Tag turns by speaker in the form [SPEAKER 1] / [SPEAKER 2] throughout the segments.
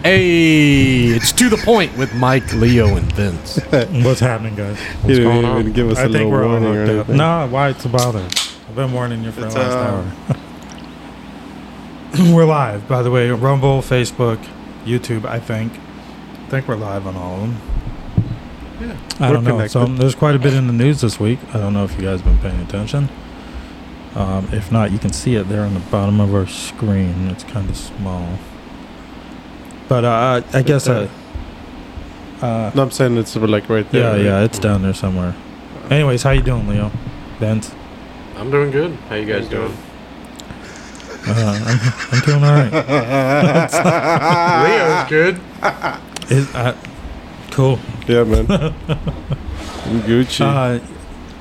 [SPEAKER 1] Hey, it's to the point with Mike, Leo, and Vince.
[SPEAKER 2] What's happening, guys?
[SPEAKER 3] You didn't
[SPEAKER 2] going
[SPEAKER 3] even
[SPEAKER 2] on?
[SPEAKER 3] give us a
[SPEAKER 2] I
[SPEAKER 3] little
[SPEAKER 2] think we're all
[SPEAKER 3] warning or
[SPEAKER 2] hooked up.
[SPEAKER 3] anything.
[SPEAKER 2] Nah, why to bother? I've been warning you for the
[SPEAKER 3] It's, uh,
[SPEAKER 2] last hour. we're live, by the way. Rumble, Facebook, YouTube. I think. I think we're live on all of them. Yeah, I
[SPEAKER 3] We're
[SPEAKER 2] don't know. So
[SPEAKER 3] connected.
[SPEAKER 2] there's quite a bit in the news this week. I don't know if you guys been paying attention. Um, if not, you can see it there on the bottom of our screen. It's kind of small. But uh, I, I guess uh,
[SPEAKER 3] there.
[SPEAKER 2] uh,
[SPEAKER 3] No, I'm saying it's like right
[SPEAKER 2] yeah,
[SPEAKER 3] there.
[SPEAKER 2] yeah, it's down there somewhere. Anyways, how you doing, Leo? Vince?
[SPEAKER 4] I'm doing good. How you guys
[SPEAKER 3] How you
[SPEAKER 4] doing?
[SPEAKER 2] Uh, I'm, I'm doing all right.
[SPEAKER 3] Ah.
[SPEAKER 4] Leo's good.
[SPEAKER 2] Is, uh, cool.
[SPEAKER 3] Yeah, man. I'm Gucci.
[SPEAKER 2] Uh,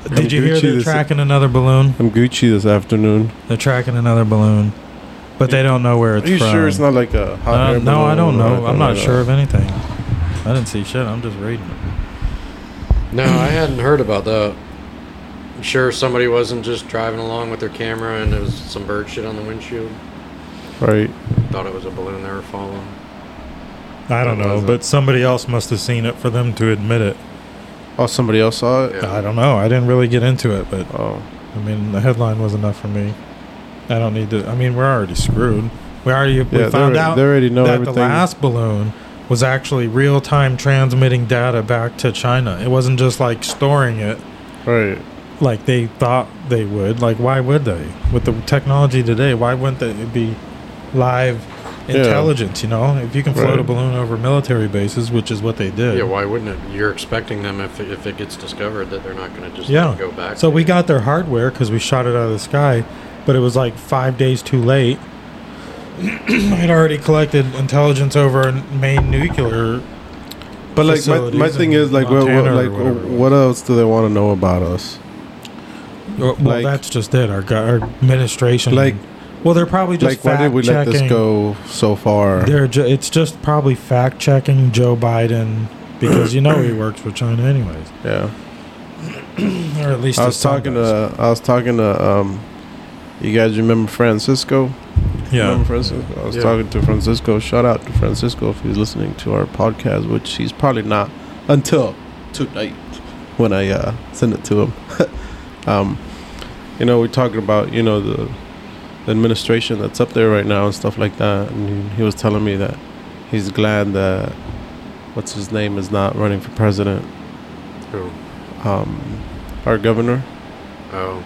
[SPEAKER 3] I'm
[SPEAKER 2] did you hear
[SPEAKER 3] Gucci
[SPEAKER 2] they're
[SPEAKER 3] this-
[SPEAKER 2] tracking another balloon?
[SPEAKER 3] I'm Gucci this afternoon.
[SPEAKER 2] They're tracking another balloon, but they don't know where it's
[SPEAKER 3] Are you
[SPEAKER 2] from.
[SPEAKER 3] sure it's not like a hot
[SPEAKER 2] Uh,
[SPEAKER 3] air
[SPEAKER 2] no, I don't
[SPEAKER 3] balloon or
[SPEAKER 2] know. I'm
[SPEAKER 3] anything
[SPEAKER 2] not
[SPEAKER 3] like
[SPEAKER 2] sure
[SPEAKER 3] that?
[SPEAKER 2] of anything. I didn't see shit. I'm just reading it.
[SPEAKER 4] No, I hadn't heard about that. I'm sure somebody wasn't just driving along with their camera and there was some bird shit on the windshield.
[SPEAKER 3] Right.
[SPEAKER 4] Thought it was a balloon they were following.
[SPEAKER 2] I don't
[SPEAKER 4] What
[SPEAKER 2] know,
[SPEAKER 4] was it?
[SPEAKER 2] but somebody else must have seen it for them to admit it.
[SPEAKER 3] Oh, somebody else saw it?
[SPEAKER 4] Yeah.
[SPEAKER 2] I don't know. I didn't really get into it, but
[SPEAKER 3] Oh.
[SPEAKER 2] I mean, the headline was enough for me. I don't need to. I mean, we're already screwed. We already
[SPEAKER 3] Yeah,
[SPEAKER 2] we
[SPEAKER 3] they
[SPEAKER 2] found
[SPEAKER 3] already-
[SPEAKER 2] out
[SPEAKER 3] they already know
[SPEAKER 2] that
[SPEAKER 3] everything.
[SPEAKER 2] the last balloon was actually real time transmitting data back to China. It wasn't just like storing it
[SPEAKER 3] right.
[SPEAKER 2] like they thought they would. Like, why would they? With the technology today, why wouldn't they it'd be live
[SPEAKER 3] Yeah.
[SPEAKER 2] intelligence? You know, if you can float
[SPEAKER 3] Right.
[SPEAKER 2] a balloon over military bases, which is what they did.
[SPEAKER 4] Yeah, why wouldn't it? You're expecting them if if it gets discovered that they're not going to just
[SPEAKER 2] Yeah.
[SPEAKER 4] go back.
[SPEAKER 2] So
[SPEAKER 4] to
[SPEAKER 2] we
[SPEAKER 4] you.
[SPEAKER 2] got their hardware because we shot it out of the sky, but it was like five days too late. I'd already collected intelligence over our main nuclear.
[SPEAKER 3] But like my, my
[SPEAKER 2] facilities
[SPEAKER 3] thing
[SPEAKER 2] in
[SPEAKER 3] is like what, what
[SPEAKER 2] Montana or
[SPEAKER 3] like
[SPEAKER 2] whatever it
[SPEAKER 3] what else do they want to know about us?
[SPEAKER 2] Well,
[SPEAKER 3] Like-
[SPEAKER 2] that's just it. Our, go- our administration.
[SPEAKER 3] Like-
[SPEAKER 2] well, they're probably
[SPEAKER 3] like
[SPEAKER 2] just
[SPEAKER 3] why did we let this
[SPEAKER 2] fact-checking-
[SPEAKER 3] go so far?
[SPEAKER 2] They're ju- it's just probably fact checking Joe Biden because you know he works for China anyways,
[SPEAKER 3] Yeah.
[SPEAKER 2] or at least
[SPEAKER 3] I
[SPEAKER 2] his
[SPEAKER 3] was
[SPEAKER 2] son
[SPEAKER 3] talking
[SPEAKER 2] does.
[SPEAKER 3] to I was talking to um you guys remember Francisco? Remember Francisco? I was
[SPEAKER 4] Yeah.
[SPEAKER 3] talking to Francisco. Shout out to Francisco if he's listening to our podcast, which he's probably not until tonight when I uh, send it to him. um, you know, we're talking about you know the, the administration that's up there right now and stuff like that, and he, he was telling me that he's glad that what's his name is not running for president.
[SPEAKER 4] Who?
[SPEAKER 3] Um, our governor,
[SPEAKER 4] Oh,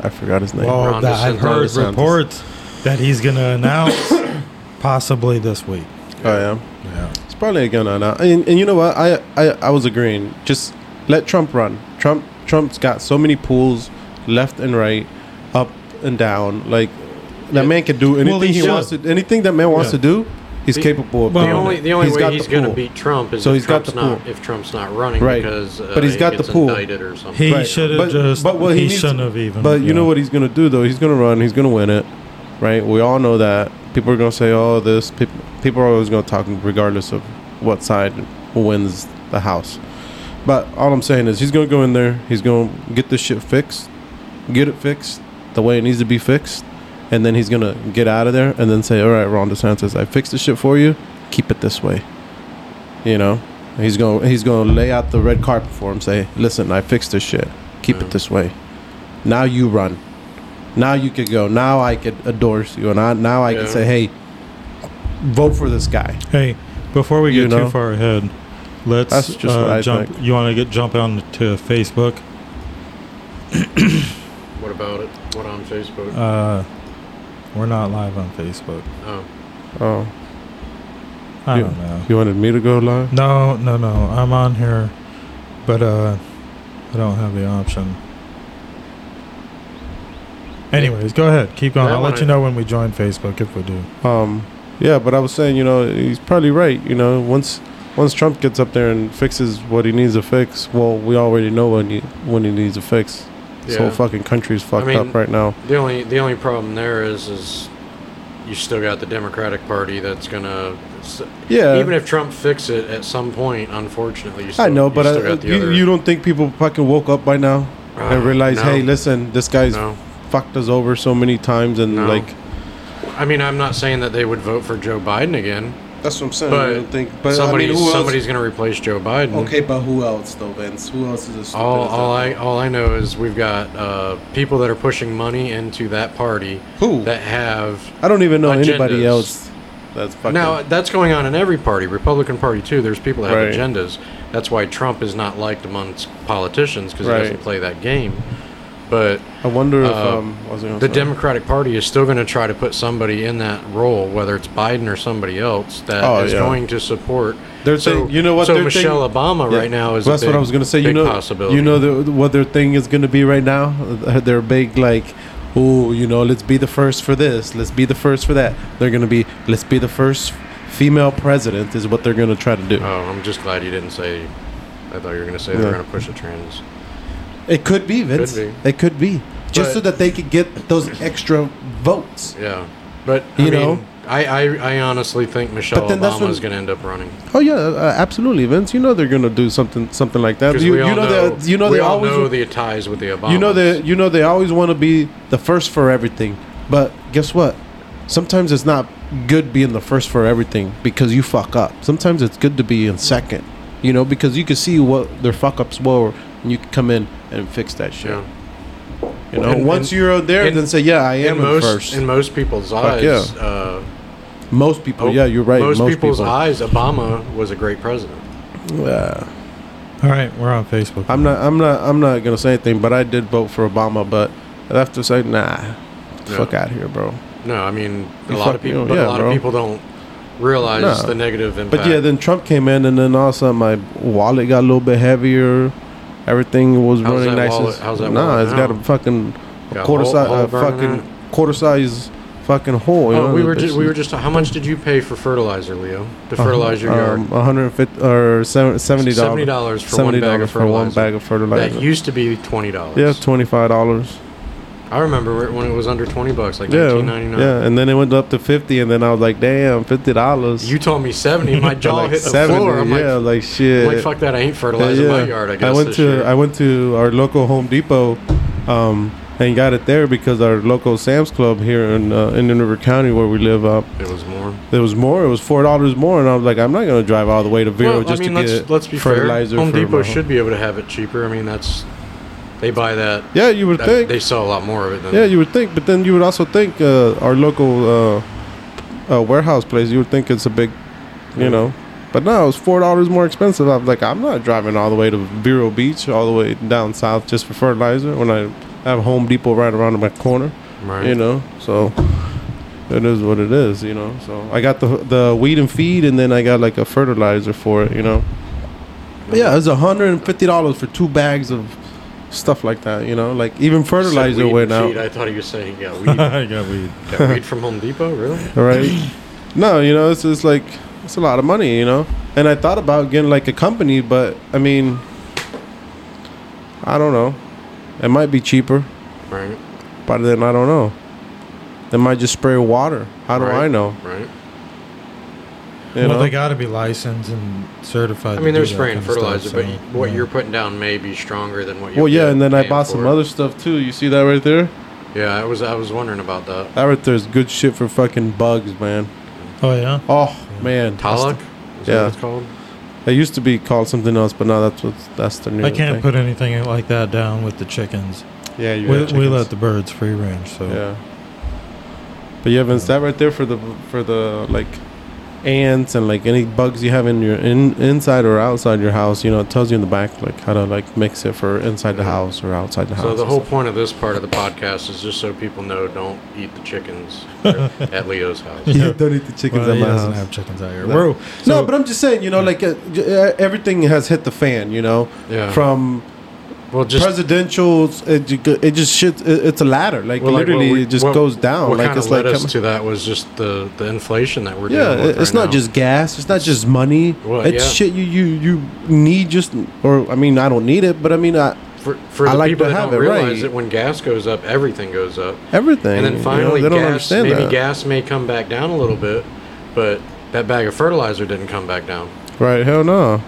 [SPEAKER 3] I forgot his name.
[SPEAKER 2] Well,
[SPEAKER 4] Ron
[SPEAKER 2] that I've
[SPEAKER 4] DeSantis.
[SPEAKER 2] heard
[SPEAKER 3] Ron DeSantis.
[SPEAKER 2] reports that he's going to announce possibly this week.
[SPEAKER 3] I am.
[SPEAKER 2] Yeah.
[SPEAKER 3] Oh, It's probably gonna not. And, and you know what? I, I I was agreeing. Just let Trump run. Trump Trump's got so many pools, left and right, up and down. Like that man can do anything
[SPEAKER 2] Well,
[SPEAKER 3] he,
[SPEAKER 2] he should.
[SPEAKER 3] wants to. Anything that man wants to
[SPEAKER 2] Yeah.
[SPEAKER 3] do, he's
[SPEAKER 4] The-
[SPEAKER 3] capable of
[SPEAKER 2] well,
[SPEAKER 4] the
[SPEAKER 3] doing.
[SPEAKER 4] only
[SPEAKER 3] it.
[SPEAKER 4] the only way
[SPEAKER 3] Oh. got
[SPEAKER 4] he's
[SPEAKER 3] the
[SPEAKER 4] going to
[SPEAKER 3] pool.
[SPEAKER 4] beat Trump is
[SPEAKER 3] So
[SPEAKER 4] if
[SPEAKER 3] he's got
[SPEAKER 4] Trump's
[SPEAKER 3] the
[SPEAKER 4] not
[SPEAKER 3] pool.
[SPEAKER 4] if Trump's not running
[SPEAKER 3] Right.
[SPEAKER 4] because uh,
[SPEAKER 3] But he's
[SPEAKER 4] he
[SPEAKER 3] got the
[SPEAKER 4] gets
[SPEAKER 3] pool.
[SPEAKER 4] indicted or something.
[SPEAKER 2] He
[SPEAKER 3] Right.
[SPEAKER 2] should have
[SPEAKER 3] But-
[SPEAKER 2] just.
[SPEAKER 3] but
[SPEAKER 2] But
[SPEAKER 3] what
[SPEAKER 2] he,
[SPEAKER 3] he needs-
[SPEAKER 2] shouldn't have even.
[SPEAKER 3] But you
[SPEAKER 2] yeah.
[SPEAKER 3] know what he's gonna do though? He's gonna run. He's gonna win it, right? We all know that. People are gonna say, "Oh, this." People, people are always gonna talk, regardless of what side wins the house. But all I'm saying is, he's gonna go in there. He's gonna get this shit fixed, get it fixed the way it needs to be fixed, and then he's gonna get out of there and then say, "All right, Ron DeSantis, I fixed the shit for you. Keep it this way." You know, he's gonna he's gonna lay out the red carpet for him. Say, "Listen, I fixed this shit. Keep
[SPEAKER 4] Yeah.
[SPEAKER 3] it this way." Now you run. Now you could go. Now I could endorse you, and I, now I can
[SPEAKER 4] Yeah.
[SPEAKER 3] say, "Hey, vote for this guy."
[SPEAKER 2] Hey, before we get
[SPEAKER 3] You know?
[SPEAKER 2] too far ahead, let's
[SPEAKER 3] That's just
[SPEAKER 2] uh,
[SPEAKER 3] what I
[SPEAKER 2] jump.
[SPEAKER 3] think.
[SPEAKER 2] You want to get jump on to Facebook?
[SPEAKER 4] What about it? What on Facebook?
[SPEAKER 2] Uh, we're not live on Facebook.
[SPEAKER 4] oh,
[SPEAKER 3] Oh,
[SPEAKER 2] I
[SPEAKER 3] Yeah.
[SPEAKER 2] don't know.
[SPEAKER 3] you wanted me to go live?
[SPEAKER 2] No, no, no. I'm on here, but uh, I don't have the option. Anyways, go ahead. Keep going.
[SPEAKER 4] That
[SPEAKER 2] I'll
[SPEAKER 4] one
[SPEAKER 2] let you
[SPEAKER 4] I-
[SPEAKER 2] know when we join Facebook if we do.
[SPEAKER 3] Um, yeah, but I was saying, you know, he's probably right. You know, once once Trump gets up there and fixes what he needs to fix, well, we already know when he when he needs to fix. This whole
[SPEAKER 4] Yeah.
[SPEAKER 3] fucking country's fucked
[SPEAKER 4] mean-
[SPEAKER 3] up right now.
[SPEAKER 4] The only the only problem there is is you still got the Democratic Party that's gonna. s-
[SPEAKER 3] Yeah,
[SPEAKER 4] Even if Trump fix it at some point, unfortunately, you still,
[SPEAKER 3] I know, but
[SPEAKER 4] you
[SPEAKER 3] I,
[SPEAKER 4] still got the
[SPEAKER 3] you,
[SPEAKER 4] other,
[SPEAKER 3] you don't think people fucking woke up by now
[SPEAKER 4] Uh,
[SPEAKER 3] and realize,
[SPEAKER 4] no.
[SPEAKER 3] hey, listen, this guy's
[SPEAKER 4] No.
[SPEAKER 3] fucked us over so many times, and
[SPEAKER 4] No.
[SPEAKER 3] like,
[SPEAKER 4] I mean, I'm not saying that they would vote for Joe Biden again.
[SPEAKER 3] That's what I'm saying.
[SPEAKER 4] But
[SPEAKER 3] I don't think. But
[SPEAKER 4] somebody,
[SPEAKER 3] I mean, who
[SPEAKER 4] somebody's
[SPEAKER 3] else?
[SPEAKER 4] going to replace Joe Biden.
[SPEAKER 3] Okay, but who else though, Vince? Who else is a stupid?
[SPEAKER 4] All,
[SPEAKER 3] as that?
[SPEAKER 4] all Oh, I all I know is we've got uh, people that are pushing money into that party
[SPEAKER 3] who?
[SPEAKER 4] that have
[SPEAKER 3] I don't even know anybody
[SPEAKER 4] agendas.
[SPEAKER 3] else. That's fucking.
[SPEAKER 4] now that's going on in every party, Republican Party too. There's people that have
[SPEAKER 3] Right.
[SPEAKER 4] agendas. That's why Trump is not liked amongst politicians because
[SPEAKER 3] Right.
[SPEAKER 4] he doesn't play that game. But
[SPEAKER 3] I wonder if
[SPEAKER 4] uh,
[SPEAKER 3] um, I was gonna
[SPEAKER 4] the
[SPEAKER 3] say-
[SPEAKER 4] Democratic Party is still going to try to put somebody in that role, whether it's Biden or somebody else, that is
[SPEAKER 3] Oh, yeah.
[SPEAKER 4] going to support.
[SPEAKER 3] They're
[SPEAKER 4] So
[SPEAKER 3] think- you know what
[SPEAKER 4] So
[SPEAKER 3] they're
[SPEAKER 4] Michelle Obama
[SPEAKER 3] Yeah.
[SPEAKER 4] right now is. a
[SPEAKER 3] That's what
[SPEAKER 4] big-
[SPEAKER 3] I was gonna say. You
[SPEAKER 4] big
[SPEAKER 3] know,
[SPEAKER 4] possibility.
[SPEAKER 3] you know the, what their thing is gonna be right now. Their big like, oh, you know, let's be the first for this. Let's be the first for that. They're gonna be let's be the first female president is what they're gonna try to do.
[SPEAKER 4] Oh, I'm just glad you didn't say. I thought you were going to say
[SPEAKER 3] Yeah.
[SPEAKER 4] they're going to push the trans.
[SPEAKER 3] It could be Vince.
[SPEAKER 4] Could
[SPEAKER 3] It could be just so that they could get those extra votes.
[SPEAKER 4] Yeah, but
[SPEAKER 3] You
[SPEAKER 4] I mean,
[SPEAKER 3] know?
[SPEAKER 4] I, I I honestly think Michelle
[SPEAKER 3] But then that's
[SPEAKER 4] Obama
[SPEAKER 3] when-
[SPEAKER 4] is going to end up running.
[SPEAKER 3] Oh yeah, uh, absolutely, Vince. You know they're gonna do something something like that.
[SPEAKER 4] 'Cause
[SPEAKER 3] You,
[SPEAKER 4] we all
[SPEAKER 3] you know,
[SPEAKER 4] know
[SPEAKER 3] they, you know
[SPEAKER 4] we
[SPEAKER 3] they
[SPEAKER 4] all
[SPEAKER 3] always
[SPEAKER 4] know the ties with the Obamas.
[SPEAKER 3] You know they you know they always want to be the first for everything. But guess what? Sometimes it's not good being the first for everything because you fuck up. Sometimes it's good to be in second. You know, because you can see what their fuck ups were and you can come in and fix that shit.
[SPEAKER 4] Yeah.
[SPEAKER 3] You know,
[SPEAKER 4] And-
[SPEAKER 3] once
[SPEAKER 4] and-
[SPEAKER 3] you're out there
[SPEAKER 4] and-
[SPEAKER 3] then say, Yeah, I am
[SPEAKER 4] In
[SPEAKER 3] in
[SPEAKER 4] most
[SPEAKER 3] first.
[SPEAKER 4] in most people's eyes,
[SPEAKER 3] yeah.
[SPEAKER 4] uh,
[SPEAKER 3] most people,
[SPEAKER 4] oh,
[SPEAKER 3] yeah, you're right.
[SPEAKER 4] Most, people's
[SPEAKER 3] people.
[SPEAKER 4] eyes, Obama was a great president.
[SPEAKER 3] Yeah.
[SPEAKER 2] All right, we're on Facebook.
[SPEAKER 3] I'm not I'm not I'm not gonna say anything, but I did vote for Obama, but I have to say, nah.
[SPEAKER 4] Yeah.
[SPEAKER 3] Fuck out here, bro.
[SPEAKER 4] No, I mean a
[SPEAKER 3] You
[SPEAKER 4] lot
[SPEAKER 3] fuck-
[SPEAKER 4] of people,
[SPEAKER 3] oh,
[SPEAKER 4] but
[SPEAKER 3] yeah,
[SPEAKER 4] a lot
[SPEAKER 3] bro.
[SPEAKER 4] of people don't realize
[SPEAKER 3] No.
[SPEAKER 4] the negative impact.
[SPEAKER 3] But yeah, then Trump came in, and then all of a sudden my wallet got a little bit heavier. Everything was
[SPEAKER 4] How's
[SPEAKER 3] running
[SPEAKER 4] that
[SPEAKER 3] nice.
[SPEAKER 4] wallet-
[SPEAKER 3] as-
[SPEAKER 4] how's that
[SPEAKER 3] Nah,
[SPEAKER 4] wallet
[SPEAKER 3] it's
[SPEAKER 4] now?
[SPEAKER 3] got a fucking
[SPEAKER 4] Got
[SPEAKER 3] quarter
[SPEAKER 4] hole-
[SPEAKER 3] size,
[SPEAKER 4] hole
[SPEAKER 3] uh,
[SPEAKER 4] burning
[SPEAKER 3] fucking
[SPEAKER 4] in it?
[SPEAKER 3] quarter size, fucking hole. You
[SPEAKER 4] Oh,
[SPEAKER 3] know,
[SPEAKER 4] we
[SPEAKER 3] the
[SPEAKER 4] were just,
[SPEAKER 3] bitch
[SPEAKER 4] we
[SPEAKER 3] is-
[SPEAKER 4] were just. How much did you pay for fertilizer, Leo, to fertilize your yard?
[SPEAKER 3] um, 150 or seven- seventy dollars.
[SPEAKER 4] Seventy dollars for
[SPEAKER 3] Seventy
[SPEAKER 4] one bag of
[SPEAKER 3] dollars for one
[SPEAKER 4] fertilizer.
[SPEAKER 3] bag of fertilizer.
[SPEAKER 4] That used to be twenty dollars.
[SPEAKER 3] yeah, twenty five dollars.
[SPEAKER 4] I remember when it was under twenty bucks, like
[SPEAKER 3] Yeah,
[SPEAKER 4] nineteen ninety nine.
[SPEAKER 3] yeah, and then it went up to fifty, and then I was like, damn, fifty dollars.
[SPEAKER 4] You told me seventy, my jaw hit the floor. I'm
[SPEAKER 3] yeah,
[SPEAKER 4] like,
[SPEAKER 3] like shit.
[SPEAKER 4] I'm like, fuck that! I ain't
[SPEAKER 3] Yeah,
[SPEAKER 4] fertilizing my
[SPEAKER 3] yeah.
[SPEAKER 4] yard. I guess
[SPEAKER 3] went
[SPEAKER 4] this
[SPEAKER 3] to
[SPEAKER 4] year.
[SPEAKER 3] I went to our local Home Depot, um, and got it there because our local Sam's Club here in uh, Indian River County where we live, uh,
[SPEAKER 4] it was more.
[SPEAKER 3] there was more. It was four dollars more, and I was like, I'm not gonna drive all the way to Vero
[SPEAKER 4] Well,
[SPEAKER 3] just
[SPEAKER 4] I mean,
[SPEAKER 3] to
[SPEAKER 4] let's
[SPEAKER 3] get
[SPEAKER 4] let's be
[SPEAKER 3] fertilizer.
[SPEAKER 4] fair. Home
[SPEAKER 3] for
[SPEAKER 4] Depot
[SPEAKER 3] my
[SPEAKER 4] should be able to have it cheaper. I mean, that's they buy that.
[SPEAKER 3] Yeah, you would
[SPEAKER 4] that-
[SPEAKER 3] think.
[SPEAKER 4] they sell a lot more of it than
[SPEAKER 3] yeah, you would think, but then you would also think uh, our local uh, uh, warehouse place. You would think it's a big, you know. But no, it was four dollars more expensive. I'm like, I'm not driving all the way to Vero Beach, all the way down south just for fertilizer. When I have Home Depot right around my corner,
[SPEAKER 4] right.
[SPEAKER 3] you know. So it is what it is, you know. So I got the the weed and feed, and then I got like a fertilizer for it, you know. But yeah, it was hundred and fifty dollars for two bags of stuff like that, you know. Like even
[SPEAKER 4] Said
[SPEAKER 3] fertilizer
[SPEAKER 4] weed
[SPEAKER 3] went out.
[SPEAKER 4] feed. I thought he was saying yeah, weed.
[SPEAKER 2] I got weed.
[SPEAKER 4] got weed from Home Depot, really?
[SPEAKER 3] right? no, you know, it's just like it's a lot of money, you know. And I thought about getting like a company, but I mean, I don't know. It might be cheaper,
[SPEAKER 4] Right,
[SPEAKER 3] but then I don't know. They might just spray water. How do
[SPEAKER 4] Right.
[SPEAKER 3] I know?
[SPEAKER 4] right.
[SPEAKER 3] You
[SPEAKER 2] well,
[SPEAKER 3] know?
[SPEAKER 2] they got to be licensed and certified.
[SPEAKER 4] I
[SPEAKER 2] to
[SPEAKER 4] mean, they're
[SPEAKER 2] do that
[SPEAKER 4] spraying
[SPEAKER 2] kind of stuff,
[SPEAKER 4] fertilizer, but
[SPEAKER 2] so,
[SPEAKER 4] y- what
[SPEAKER 2] yeah.
[SPEAKER 4] you're putting down may be stronger than what you.
[SPEAKER 3] well, yeah, and then I bought some other stuff too. You see that right there?
[SPEAKER 4] Yeah, I was I was wondering about that.
[SPEAKER 3] That right there is good shit for fucking bugs, man.
[SPEAKER 2] Oh yeah.
[SPEAKER 3] Oh man,
[SPEAKER 4] Talak? Is that
[SPEAKER 3] Yeah.
[SPEAKER 4] what it's called?
[SPEAKER 3] it used to be called something else, but now that's what that's the new.
[SPEAKER 2] I can't
[SPEAKER 3] thing.
[SPEAKER 2] put anything like that down with the chickens.
[SPEAKER 3] Yeah, you
[SPEAKER 2] we,
[SPEAKER 3] got
[SPEAKER 2] we
[SPEAKER 3] chickens.
[SPEAKER 2] let the birds free range, so
[SPEAKER 3] Yeah. But yeah, Vince, that right there for the for the like ants and like any bugs you have in your in inside or outside your house, you know, it tells you in the back like how to like mix it for inside the house or outside the house.
[SPEAKER 4] So the
[SPEAKER 3] and
[SPEAKER 4] whole
[SPEAKER 3] stuff.
[SPEAKER 4] point of this part of the podcast is just so people know don't eat the chickens at Leo's house.
[SPEAKER 3] yeah, don't eat the chickens
[SPEAKER 2] well,
[SPEAKER 3] at
[SPEAKER 2] he
[SPEAKER 3] my
[SPEAKER 2] doesn't
[SPEAKER 3] house.
[SPEAKER 2] have chickens out here.
[SPEAKER 3] No.
[SPEAKER 2] We're- so-
[SPEAKER 3] no, but I'm just saying, you know, like uh, j- uh, everything has hit the fan, you know,
[SPEAKER 4] Yeah.
[SPEAKER 3] from
[SPEAKER 4] well, just
[SPEAKER 3] presidentials. It, ju- it just shit. It, it's a ladder, like
[SPEAKER 4] well, like,
[SPEAKER 3] literally,
[SPEAKER 4] what we-
[SPEAKER 3] it just
[SPEAKER 4] what-
[SPEAKER 3] goes down.
[SPEAKER 4] What
[SPEAKER 3] like
[SPEAKER 4] kinda
[SPEAKER 3] it's like
[SPEAKER 4] led us
[SPEAKER 3] come-
[SPEAKER 4] to that was just the the inflation that we're
[SPEAKER 3] Yeah,
[SPEAKER 4] dealing with
[SPEAKER 3] it- it's
[SPEAKER 4] right
[SPEAKER 3] not
[SPEAKER 4] now.
[SPEAKER 3] just gas. It's not just money.
[SPEAKER 4] Well,
[SPEAKER 3] it's
[SPEAKER 4] yeah.
[SPEAKER 3] shit you, you you need just or I mean I don't need it, but I mean I,
[SPEAKER 4] for, for
[SPEAKER 3] I
[SPEAKER 4] the
[SPEAKER 3] like
[SPEAKER 4] people
[SPEAKER 3] to
[SPEAKER 4] that
[SPEAKER 3] have
[SPEAKER 4] don't
[SPEAKER 3] it, right.
[SPEAKER 4] realize that when gas goes up, everything goes up.
[SPEAKER 3] everything.
[SPEAKER 4] And
[SPEAKER 3] you
[SPEAKER 4] then
[SPEAKER 3] know,
[SPEAKER 4] finally,
[SPEAKER 3] they don't
[SPEAKER 4] gas
[SPEAKER 3] understand
[SPEAKER 4] maybe
[SPEAKER 3] that.
[SPEAKER 4] gas may come back down a little bit, but that bag of fertilizer didn't come back down.
[SPEAKER 3] Right? Hell no.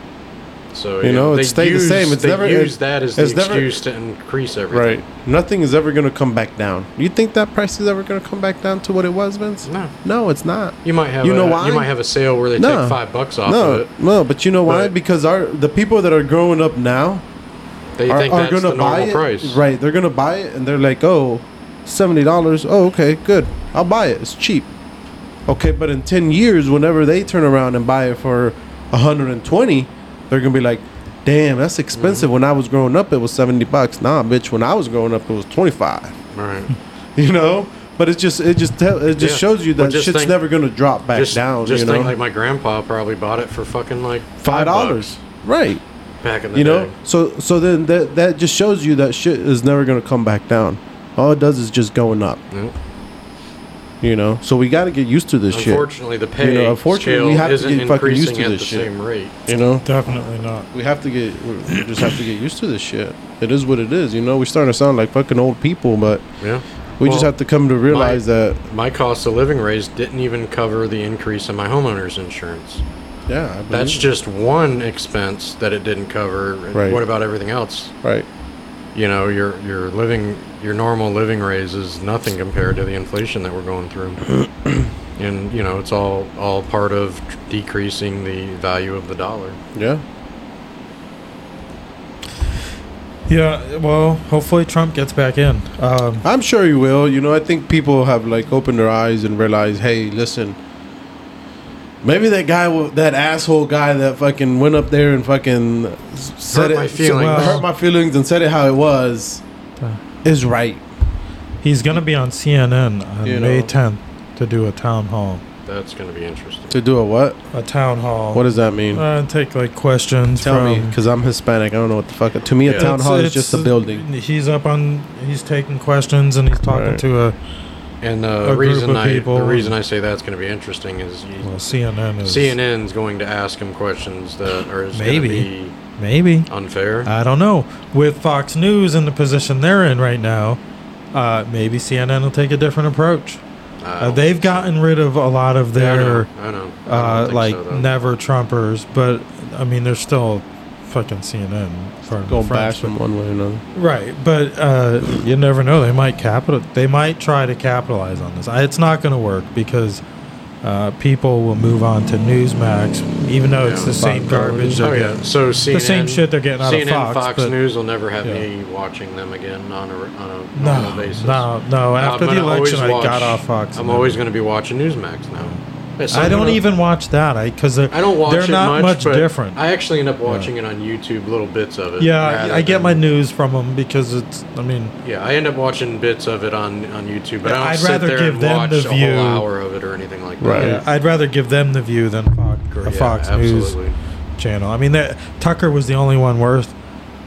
[SPEAKER 4] So
[SPEAKER 3] You
[SPEAKER 4] yeah,
[SPEAKER 3] know,
[SPEAKER 4] they
[SPEAKER 3] it's stayed the
[SPEAKER 4] use-
[SPEAKER 3] same. It's
[SPEAKER 4] they
[SPEAKER 3] never-
[SPEAKER 4] use
[SPEAKER 3] it-
[SPEAKER 4] that as the
[SPEAKER 3] it's never-
[SPEAKER 4] excuse to increase everything.
[SPEAKER 3] Right. Nothing is ever going to come back down. You think that price is ever going to come back down to what it was, Vince?
[SPEAKER 4] No,
[SPEAKER 3] No, it's not.
[SPEAKER 4] you might have
[SPEAKER 3] You
[SPEAKER 4] a,
[SPEAKER 3] know why?
[SPEAKER 4] you might have a sale where they
[SPEAKER 3] No.
[SPEAKER 4] take five bucks off
[SPEAKER 3] no,
[SPEAKER 4] of it.
[SPEAKER 3] no, but you know why?
[SPEAKER 4] Right.
[SPEAKER 3] Because our the people that are growing up now
[SPEAKER 4] They
[SPEAKER 3] are,
[SPEAKER 4] think
[SPEAKER 3] are
[SPEAKER 4] that's
[SPEAKER 3] going
[SPEAKER 4] the
[SPEAKER 3] to buy
[SPEAKER 4] normal
[SPEAKER 3] it.
[SPEAKER 4] price.
[SPEAKER 3] Right, they're going to buy it, and they're like, "Oh, seventy dollars. Oh, okay, good. I'll buy it. It's cheap." Okay, but in ten years, whenever they turn around and buy it for hundred and twenty, they're going to be like, "Damn, that's expensive." When I was growing up, it was seventy bucks. Nah, bitch. When I was growing up, it was twenty five.
[SPEAKER 4] Right.
[SPEAKER 3] You know. But it just it just tell, it just
[SPEAKER 4] Yeah.
[SPEAKER 3] shows you
[SPEAKER 4] Well,
[SPEAKER 3] that
[SPEAKER 4] just
[SPEAKER 3] shit's
[SPEAKER 4] think-
[SPEAKER 3] never gonna drop back
[SPEAKER 4] just
[SPEAKER 3] down.
[SPEAKER 4] just
[SPEAKER 3] you know?
[SPEAKER 4] think like my grandpa probably bought it for fucking like
[SPEAKER 3] five dollars, right?
[SPEAKER 4] bucks back in the
[SPEAKER 3] you
[SPEAKER 4] day.
[SPEAKER 3] know so so then that that just shows you that shit is never going to come back down all it does is just going up
[SPEAKER 4] Yep.
[SPEAKER 3] you know so we got to get used to this shit
[SPEAKER 4] Unfortunately, the pay
[SPEAKER 3] You know, unfortunately,
[SPEAKER 4] scale
[SPEAKER 3] we have to
[SPEAKER 4] isn't
[SPEAKER 3] get fucking used
[SPEAKER 4] increasing
[SPEAKER 3] to
[SPEAKER 4] at the
[SPEAKER 3] this shit.
[SPEAKER 4] same rate.
[SPEAKER 3] you know
[SPEAKER 2] Definitely not.
[SPEAKER 3] we have to get we we just have to get used to this shit it is what it is you know we're starting to sound like fucking old people but
[SPEAKER 4] Yeah.
[SPEAKER 3] we just
[SPEAKER 4] Well,
[SPEAKER 3] have to come to realize that
[SPEAKER 4] My cost of living raise didn't even cover the increase in my homeowner's insurance.
[SPEAKER 3] yeah I believe
[SPEAKER 4] That's
[SPEAKER 3] it.
[SPEAKER 4] just one expense that it didn't cover. And
[SPEAKER 3] Mm. Right.
[SPEAKER 4] What about everything else?
[SPEAKER 3] right
[SPEAKER 4] You know, your your living your normal living raise is nothing compared to the inflation that we're going through. and you know, it's all all part of decreasing the value of the dollar.
[SPEAKER 3] yeah
[SPEAKER 2] Yeah, well, hopefully Trump gets back in. Um,
[SPEAKER 3] I'm sure you will. You know, I think people have like opened their eyes and realized, hey, listen, maybe that guy, wa- that asshole guy that fucking went up there and fucking s- said
[SPEAKER 4] Hurt my
[SPEAKER 3] it,
[SPEAKER 4] feelings.
[SPEAKER 3] well, hurt my feelings and said it how it was,
[SPEAKER 2] Uh.
[SPEAKER 3] is right.
[SPEAKER 2] he's going to be on CNN on
[SPEAKER 3] You
[SPEAKER 2] May
[SPEAKER 3] know.
[SPEAKER 2] 10th to do a town hall.
[SPEAKER 4] That's going to be interesting.
[SPEAKER 3] To do a what?
[SPEAKER 2] A town hall.
[SPEAKER 3] What does that mean?
[SPEAKER 2] Uh, take like questions.
[SPEAKER 3] Tell me,
[SPEAKER 2] from,
[SPEAKER 3] because I'm Hispanic. I don't know what the fuck. To me, a
[SPEAKER 4] Yeah.
[SPEAKER 3] town
[SPEAKER 2] It's-
[SPEAKER 3] hall is
[SPEAKER 2] it's-
[SPEAKER 3] just a building.
[SPEAKER 2] He's up on. He's taking questions and he's talking
[SPEAKER 3] Right.
[SPEAKER 2] to a
[SPEAKER 4] And
[SPEAKER 2] A
[SPEAKER 4] the
[SPEAKER 2] group
[SPEAKER 4] reason
[SPEAKER 2] of
[SPEAKER 4] I
[SPEAKER 2] people.
[SPEAKER 4] the reason I say that's going to be interesting is you,
[SPEAKER 2] well, CNN. Is,
[SPEAKER 4] CNN's going to ask him questions that are is going to
[SPEAKER 2] Maybe. Uh,
[SPEAKER 4] be
[SPEAKER 2] Maybe
[SPEAKER 4] unfair.
[SPEAKER 2] I don't know. With Fox News in the position they're in right now, uh, maybe CNN will take a different approach. Uh,
[SPEAKER 4] Uh,
[SPEAKER 2] they've gotten rid of a lot of
[SPEAKER 4] I
[SPEAKER 2] their.
[SPEAKER 4] know, I know. I don't
[SPEAKER 2] uh,
[SPEAKER 4] think
[SPEAKER 2] like
[SPEAKER 4] so, though.
[SPEAKER 2] never Trumpers, but I mean they're still fucking CNN. Pardon
[SPEAKER 3] Go
[SPEAKER 2] the
[SPEAKER 3] bash
[SPEAKER 2] French,
[SPEAKER 3] them one way or another.
[SPEAKER 2] but- right? But uh, you never know. They might capital. They might try to capitalize on this. I, it's not going to work because uh, people will move on to Newsmax, even though Oh, it's
[SPEAKER 4] Yeah.
[SPEAKER 2] the same garbage.
[SPEAKER 4] Oh
[SPEAKER 2] they're
[SPEAKER 4] yeah,
[SPEAKER 2] getting.
[SPEAKER 4] so CNN,
[SPEAKER 2] The same shit they're getting out of
[SPEAKER 4] CNN,
[SPEAKER 2] Fox, but-
[SPEAKER 4] News will never have
[SPEAKER 2] Yeah.
[SPEAKER 4] me watching them again on a on a normal
[SPEAKER 2] No,
[SPEAKER 4] basis.
[SPEAKER 2] no, no.
[SPEAKER 4] I'm
[SPEAKER 2] After the
[SPEAKER 4] gonna always
[SPEAKER 2] election, I got
[SPEAKER 4] watch-
[SPEAKER 2] off Fox.
[SPEAKER 4] I'm
[SPEAKER 2] and
[SPEAKER 4] always
[SPEAKER 2] then-
[SPEAKER 4] going to be watching Newsmax now. It's
[SPEAKER 2] I
[SPEAKER 4] something
[SPEAKER 2] don't
[SPEAKER 4] that-
[SPEAKER 2] even watch that. I because they're
[SPEAKER 4] I don't watch
[SPEAKER 2] they're
[SPEAKER 4] it
[SPEAKER 2] not much,
[SPEAKER 4] but
[SPEAKER 2] different.
[SPEAKER 4] I actually end up watching it on YouTube, little bits of it.
[SPEAKER 2] yeah,
[SPEAKER 4] rather
[SPEAKER 2] I, I get
[SPEAKER 4] than-
[SPEAKER 2] my news from them because it's. I mean,
[SPEAKER 4] Yeah, I end up watching bits of it on, on YouTube, but
[SPEAKER 2] Yeah,
[SPEAKER 4] I
[SPEAKER 2] I'd
[SPEAKER 4] don't sit
[SPEAKER 2] rather
[SPEAKER 4] there
[SPEAKER 2] give
[SPEAKER 4] and
[SPEAKER 2] them
[SPEAKER 4] watch
[SPEAKER 2] the
[SPEAKER 4] a
[SPEAKER 2] view.
[SPEAKER 4] whole hour of it or anything like that.
[SPEAKER 3] Right.
[SPEAKER 2] Yeah, I'd rather give them the view than Fox, a
[SPEAKER 4] Yeah,
[SPEAKER 2] Fox News
[SPEAKER 4] absolutely.
[SPEAKER 2] channel. I mean, that Tucker was the only one worth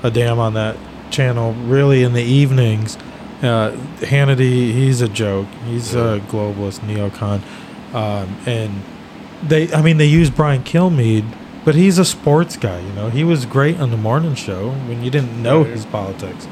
[SPEAKER 2] a damn on that channel. Really, in the evenings, uh, Hannity, he's a joke. He's a globalist neocon, um, and they. I mean, they used Brian Kilmeade, but he's a sports guy. You know, he was great on the morning show when you didn't know his politics.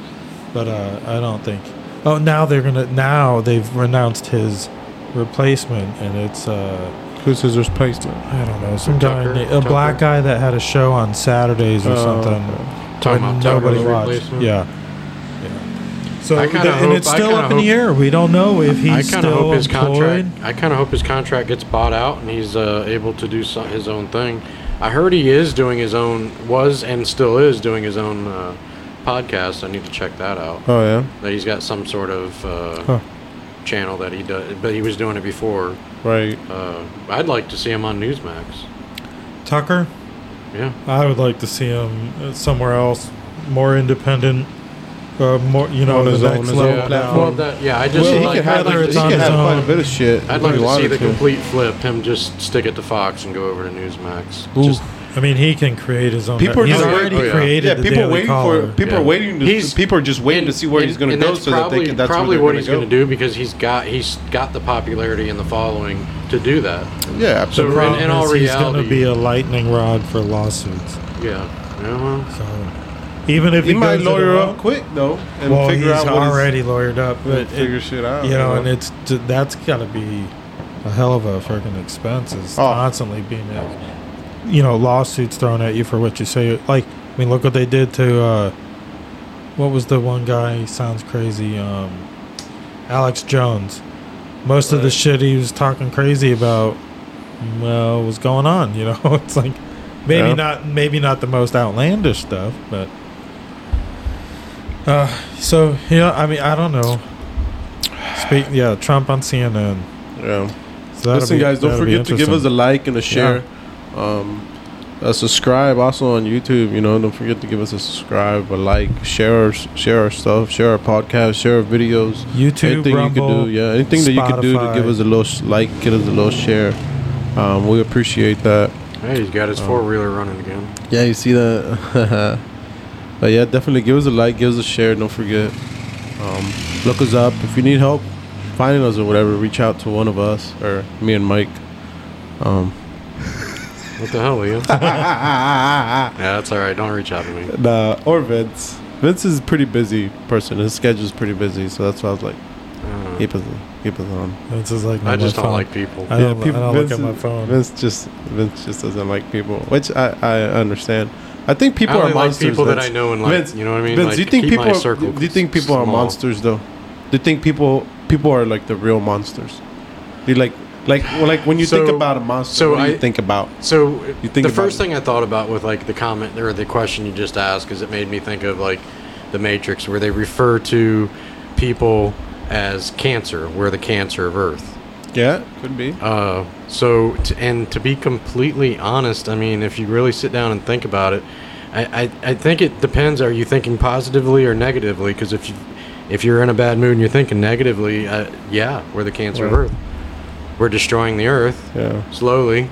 [SPEAKER 2] But uh, I don't think. Oh, now they're gonna. Now they've renounced his replacement, and it's. Uh,
[SPEAKER 3] Who's his replacement?
[SPEAKER 2] I don't know, some guy,
[SPEAKER 4] Tucker-
[SPEAKER 2] na- a black
[SPEAKER 4] Tucker?
[SPEAKER 2] guy that had a show on Saturdays or
[SPEAKER 3] Oh,
[SPEAKER 2] something.
[SPEAKER 3] okay.
[SPEAKER 4] Talking
[SPEAKER 2] when
[SPEAKER 4] about
[SPEAKER 2] nobody
[SPEAKER 4] Tucker's
[SPEAKER 2] watched.
[SPEAKER 4] replacement?
[SPEAKER 2] Yeah. yeah. So
[SPEAKER 4] I
[SPEAKER 2] th-
[SPEAKER 4] kinda
[SPEAKER 2] and
[SPEAKER 4] hope-
[SPEAKER 2] it's
[SPEAKER 4] I
[SPEAKER 2] still
[SPEAKER 4] kinda
[SPEAKER 2] up in the
[SPEAKER 4] hope-
[SPEAKER 2] air. We don't know if
[SPEAKER 4] I
[SPEAKER 2] he's
[SPEAKER 4] kind of
[SPEAKER 2] still
[SPEAKER 4] hope his
[SPEAKER 2] employed.
[SPEAKER 4] contract. I kind of hope his contract gets bought out and he's uh, able to do so, his own thing. I heard he is doing his own, was and still is doing his own uh, podcast. I need to check that out.
[SPEAKER 3] Oh yeah,
[SPEAKER 4] That he's got some sort of uh,
[SPEAKER 2] Huh.
[SPEAKER 4] channel that he does, but he was doing it before.
[SPEAKER 3] right.
[SPEAKER 4] Uh, I'd like to see him on Newsmax.
[SPEAKER 2] Tucker,
[SPEAKER 4] Yeah,
[SPEAKER 2] I would like to see him uh, somewhere else, more independent, uh, more you know,
[SPEAKER 3] On
[SPEAKER 2] the
[SPEAKER 3] his own-
[SPEAKER 2] next
[SPEAKER 3] his own
[SPEAKER 2] level.
[SPEAKER 3] platform.
[SPEAKER 4] Well, that, yeah, I just
[SPEAKER 3] Well,
[SPEAKER 4] like,
[SPEAKER 3] he could
[SPEAKER 4] I'd
[SPEAKER 3] have,
[SPEAKER 4] like
[SPEAKER 2] whether
[SPEAKER 4] to
[SPEAKER 3] he
[SPEAKER 2] it's
[SPEAKER 4] see-
[SPEAKER 2] on
[SPEAKER 3] could
[SPEAKER 2] his
[SPEAKER 3] have quite
[SPEAKER 2] own.
[SPEAKER 3] a bit of shit.
[SPEAKER 4] I'd
[SPEAKER 3] if he
[SPEAKER 4] like to see
[SPEAKER 3] wanted
[SPEAKER 4] the complete flip. Him just stick it to Fox and go over to Newsmax. Just,
[SPEAKER 2] I mean, he can create his own.
[SPEAKER 3] People are
[SPEAKER 2] he's
[SPEAKER 3] just-
[SPEAKER 2] already
[SPEAKER 4] Oh, yeah.
[SPEAKER 2] created.
[SPEAKER 3] Yeah,
[SPEAKER 2] the
[SPEAKER 3] people
[SPEAKER 2] Daily
[SPEAKER 3] waiting
[SPEAKER 2] Caller.
[SPEAKER 3] for people
[SPEAKER 4] Yeah.
[SPEAKER 3] are waiting to
[SPEAKER 4] He's-
[SPEAKER 3] people are just waiting to
[SPEAKER 4] and-
[SPEAKER 3] see where he's going to
[SPEAKER 4] and
[SPEAKER 3] go
[SPEAKER 4] that's
[SPEAKER 3] so
[SPEAKER 4] probably,
[SPEAKER 3] that they can that's
[SPEAKER 4] probably
[SPEAKER 3] where
[SPEAKER 4] what
[SPEAKER 3] they're
[SPEAKER 4] he's going to
[SPEAKER 3] gonna
[SPEAKER 4] do because he's got he's got the popularity and the following to do that.
[SPEAKER 3] go. Yeah,
[SPEAKER 2] The
[SPEAKER 4] So-
[SPEAKER 3] absolutely.
[SPEAKER 4] in- in
[SPEAKER 2] problem
[SPEAKER 4] all
[SPEAKER 2] is he's going to
[SPEAKER 4] reality-
[SPEAKER 2] be a lightning rod for lawsuits.
[SPEAKER 4] Yeah, yeah well,
[SPEAKER 2] So even if
[SPEAKER 3] He,
[SPEAKER 2] he,
[SPEAKER 3] might
[SPEAKER 2] goes it
[SPEAKER 3] lawyer
[SPEAKER 2] alone-
[SPEAKER 3] up quick though and
[SPEAKER 2] well,
[SPEAKER 3] figure
[SPEAKER 2] he's
[SPEAKER 3] out what his-
[SPEAKER 2] already lawyered up,
[SPEAKER 3] and
[SPEAKER 2] but
[SPEAKER 3] figure
[SPEAKER 2] it,
[SPEAKER 3] shit out.
[SPEAKER 2] you know, and it's t- that's got to be a hell of a freaking expense. Is
[SPEAKER 3] Oh.
[SPEAKER 2] constantly being at you know lawsuits thrown at you for what you say. Like, I mean, look what they did to uh, what was the one guy? Sounds crazy. Um, Alex Jones. Most of the
[SPEAKER 4] Right.
[SPEAKER 2] shit he was talking crazy about, well, was going on. You know, it's like maybe
[SPEAKER 3] Yeah.
[SPEAKER 2] not maybe not the most outlandish stuff, but. Uh, so yeah, I mean, I don't know. Speak, yeah, Trump on CNN.
[SPEAKER 3] Yeah.
[SPEAKER 2] So that'll
[SPEAKER 3] Listen,
[SPEAKER 2] be-
[SPEAKER 3] guys, don't
[SPEAKER 2] that'll be
[SPEAKER 3] forget to give us
[SPEAKER 2] interesting.
[SPEAKER 3] a like and a share. Um, a subscribe also on YouTube. You know, don't forget to give us a subscribe, a like, share our share our stuff, share our podcast, share our videos.
[SPEAKER 2] YouTube,
[SPEAKER 3] anything
[SPEAKER 2] Rumble,
[SPEAKER 3] you could do, yeah, anything that you could do to
[SPEAKER 2] Spotify.
[SPEAKER 3] give us a little sh- like, give us a little share. Um, we appreciate that.
[SPEAKER 4] Hey, he's
[SPEAKER 3] Oh.
[SPEAKER 4] got his four wheeler running again.
[SPEAKER 3] Yeah, you see that. but yeah, definitely give us a like, give us a share. Don't forget, um, look us up if you need help finding us or whatever. Reach out to one of us or me and Mike. Um,
[SPEAKER 4] What the hell, Leo? yeah, that's all right. Don't reach out to me.
[SPEAKER 3] Nah, or Vince. Vince is a pretty busy person. His schedule's pretty busy, so that's why I was like,
[SPEAKER 4] Uh,
[SPEAKER 3] keep us, keep us on.
[SPEAKER 2] It's just like
[SPEAKER 4] I
[SPEAKER 2] my
[SPEAKER 4] just don't
[SPEAKER 2] phone.
[SPEAKER 4] like people.
[SPEAKER 2] I don't, I don't look at
[SPEAKER 3] Vince
[SPEAKER 2] my
[SPEAKER 3] is-
[SPEAKER 2] phone.
[SPEAKER 3] Vince just Vince just doesn't like people, which I, I understand. I think people
[SPEAKER 4] I only
[SPEAKER 3] are
[SPEAKER 4] like
[SPEAKER 3] monsters.
[SPEAKER 4] people that I
[SPEAKER 3] Vince.
[SPEAKER 4] know and like.
[SPEAKER 3] Vince-
[SPEAKER 4] you know what I mean?
[SPEAKER 3] Vince,
[SPEAKER 4] like,
[SPEAKER 3] do you think
[SPEAKER 4] keep my
[SPEAKER 3] people? Are,
[SPEAKER 4] circle
[SPEAKER 3] do you think people are
[SPEAKER 4] small.
[SPEAKER 3] monsters though? Do you think people people are like the real monsters? You like like well, like when you think
[SPEAKER 4] So-
[SPEAKER 3] about a monster,
[SPEAKER 4] so
[SPEAKER 3] what do you
[SPEAKER 4] I-
[SPEAKER 3] think about?
[SPEAKER 4] So
[SPEAKER 3] You think
[SPEAKER 4] the
[SPEAKER 3] about
[SPEAKER 4] first
[SPEAKER 3] it.
[SPEAKER 4] thing I thought about with like the comment or the question you just asked is it made me think of like the Matrix where they refer to people as cancer, we're the cancer of Earth.
[SPEAKER 3] Yeah, could be.
[SPEAKER 4] Uh, so t- and to be completely honest, I mean, if you really sit down and think about it, I, I, I think it depends. Are you thinking positively or negatively? Because if you if you're in a bad mood and you're thinking negatively, uh, yeah, we're the cancer of
[SPEAKER 3] Right.
[SPEAKER 4] Earth. We're destroying the Earth
[SPEAKER 3] Yeah,
[SPEAKER 4] slowly.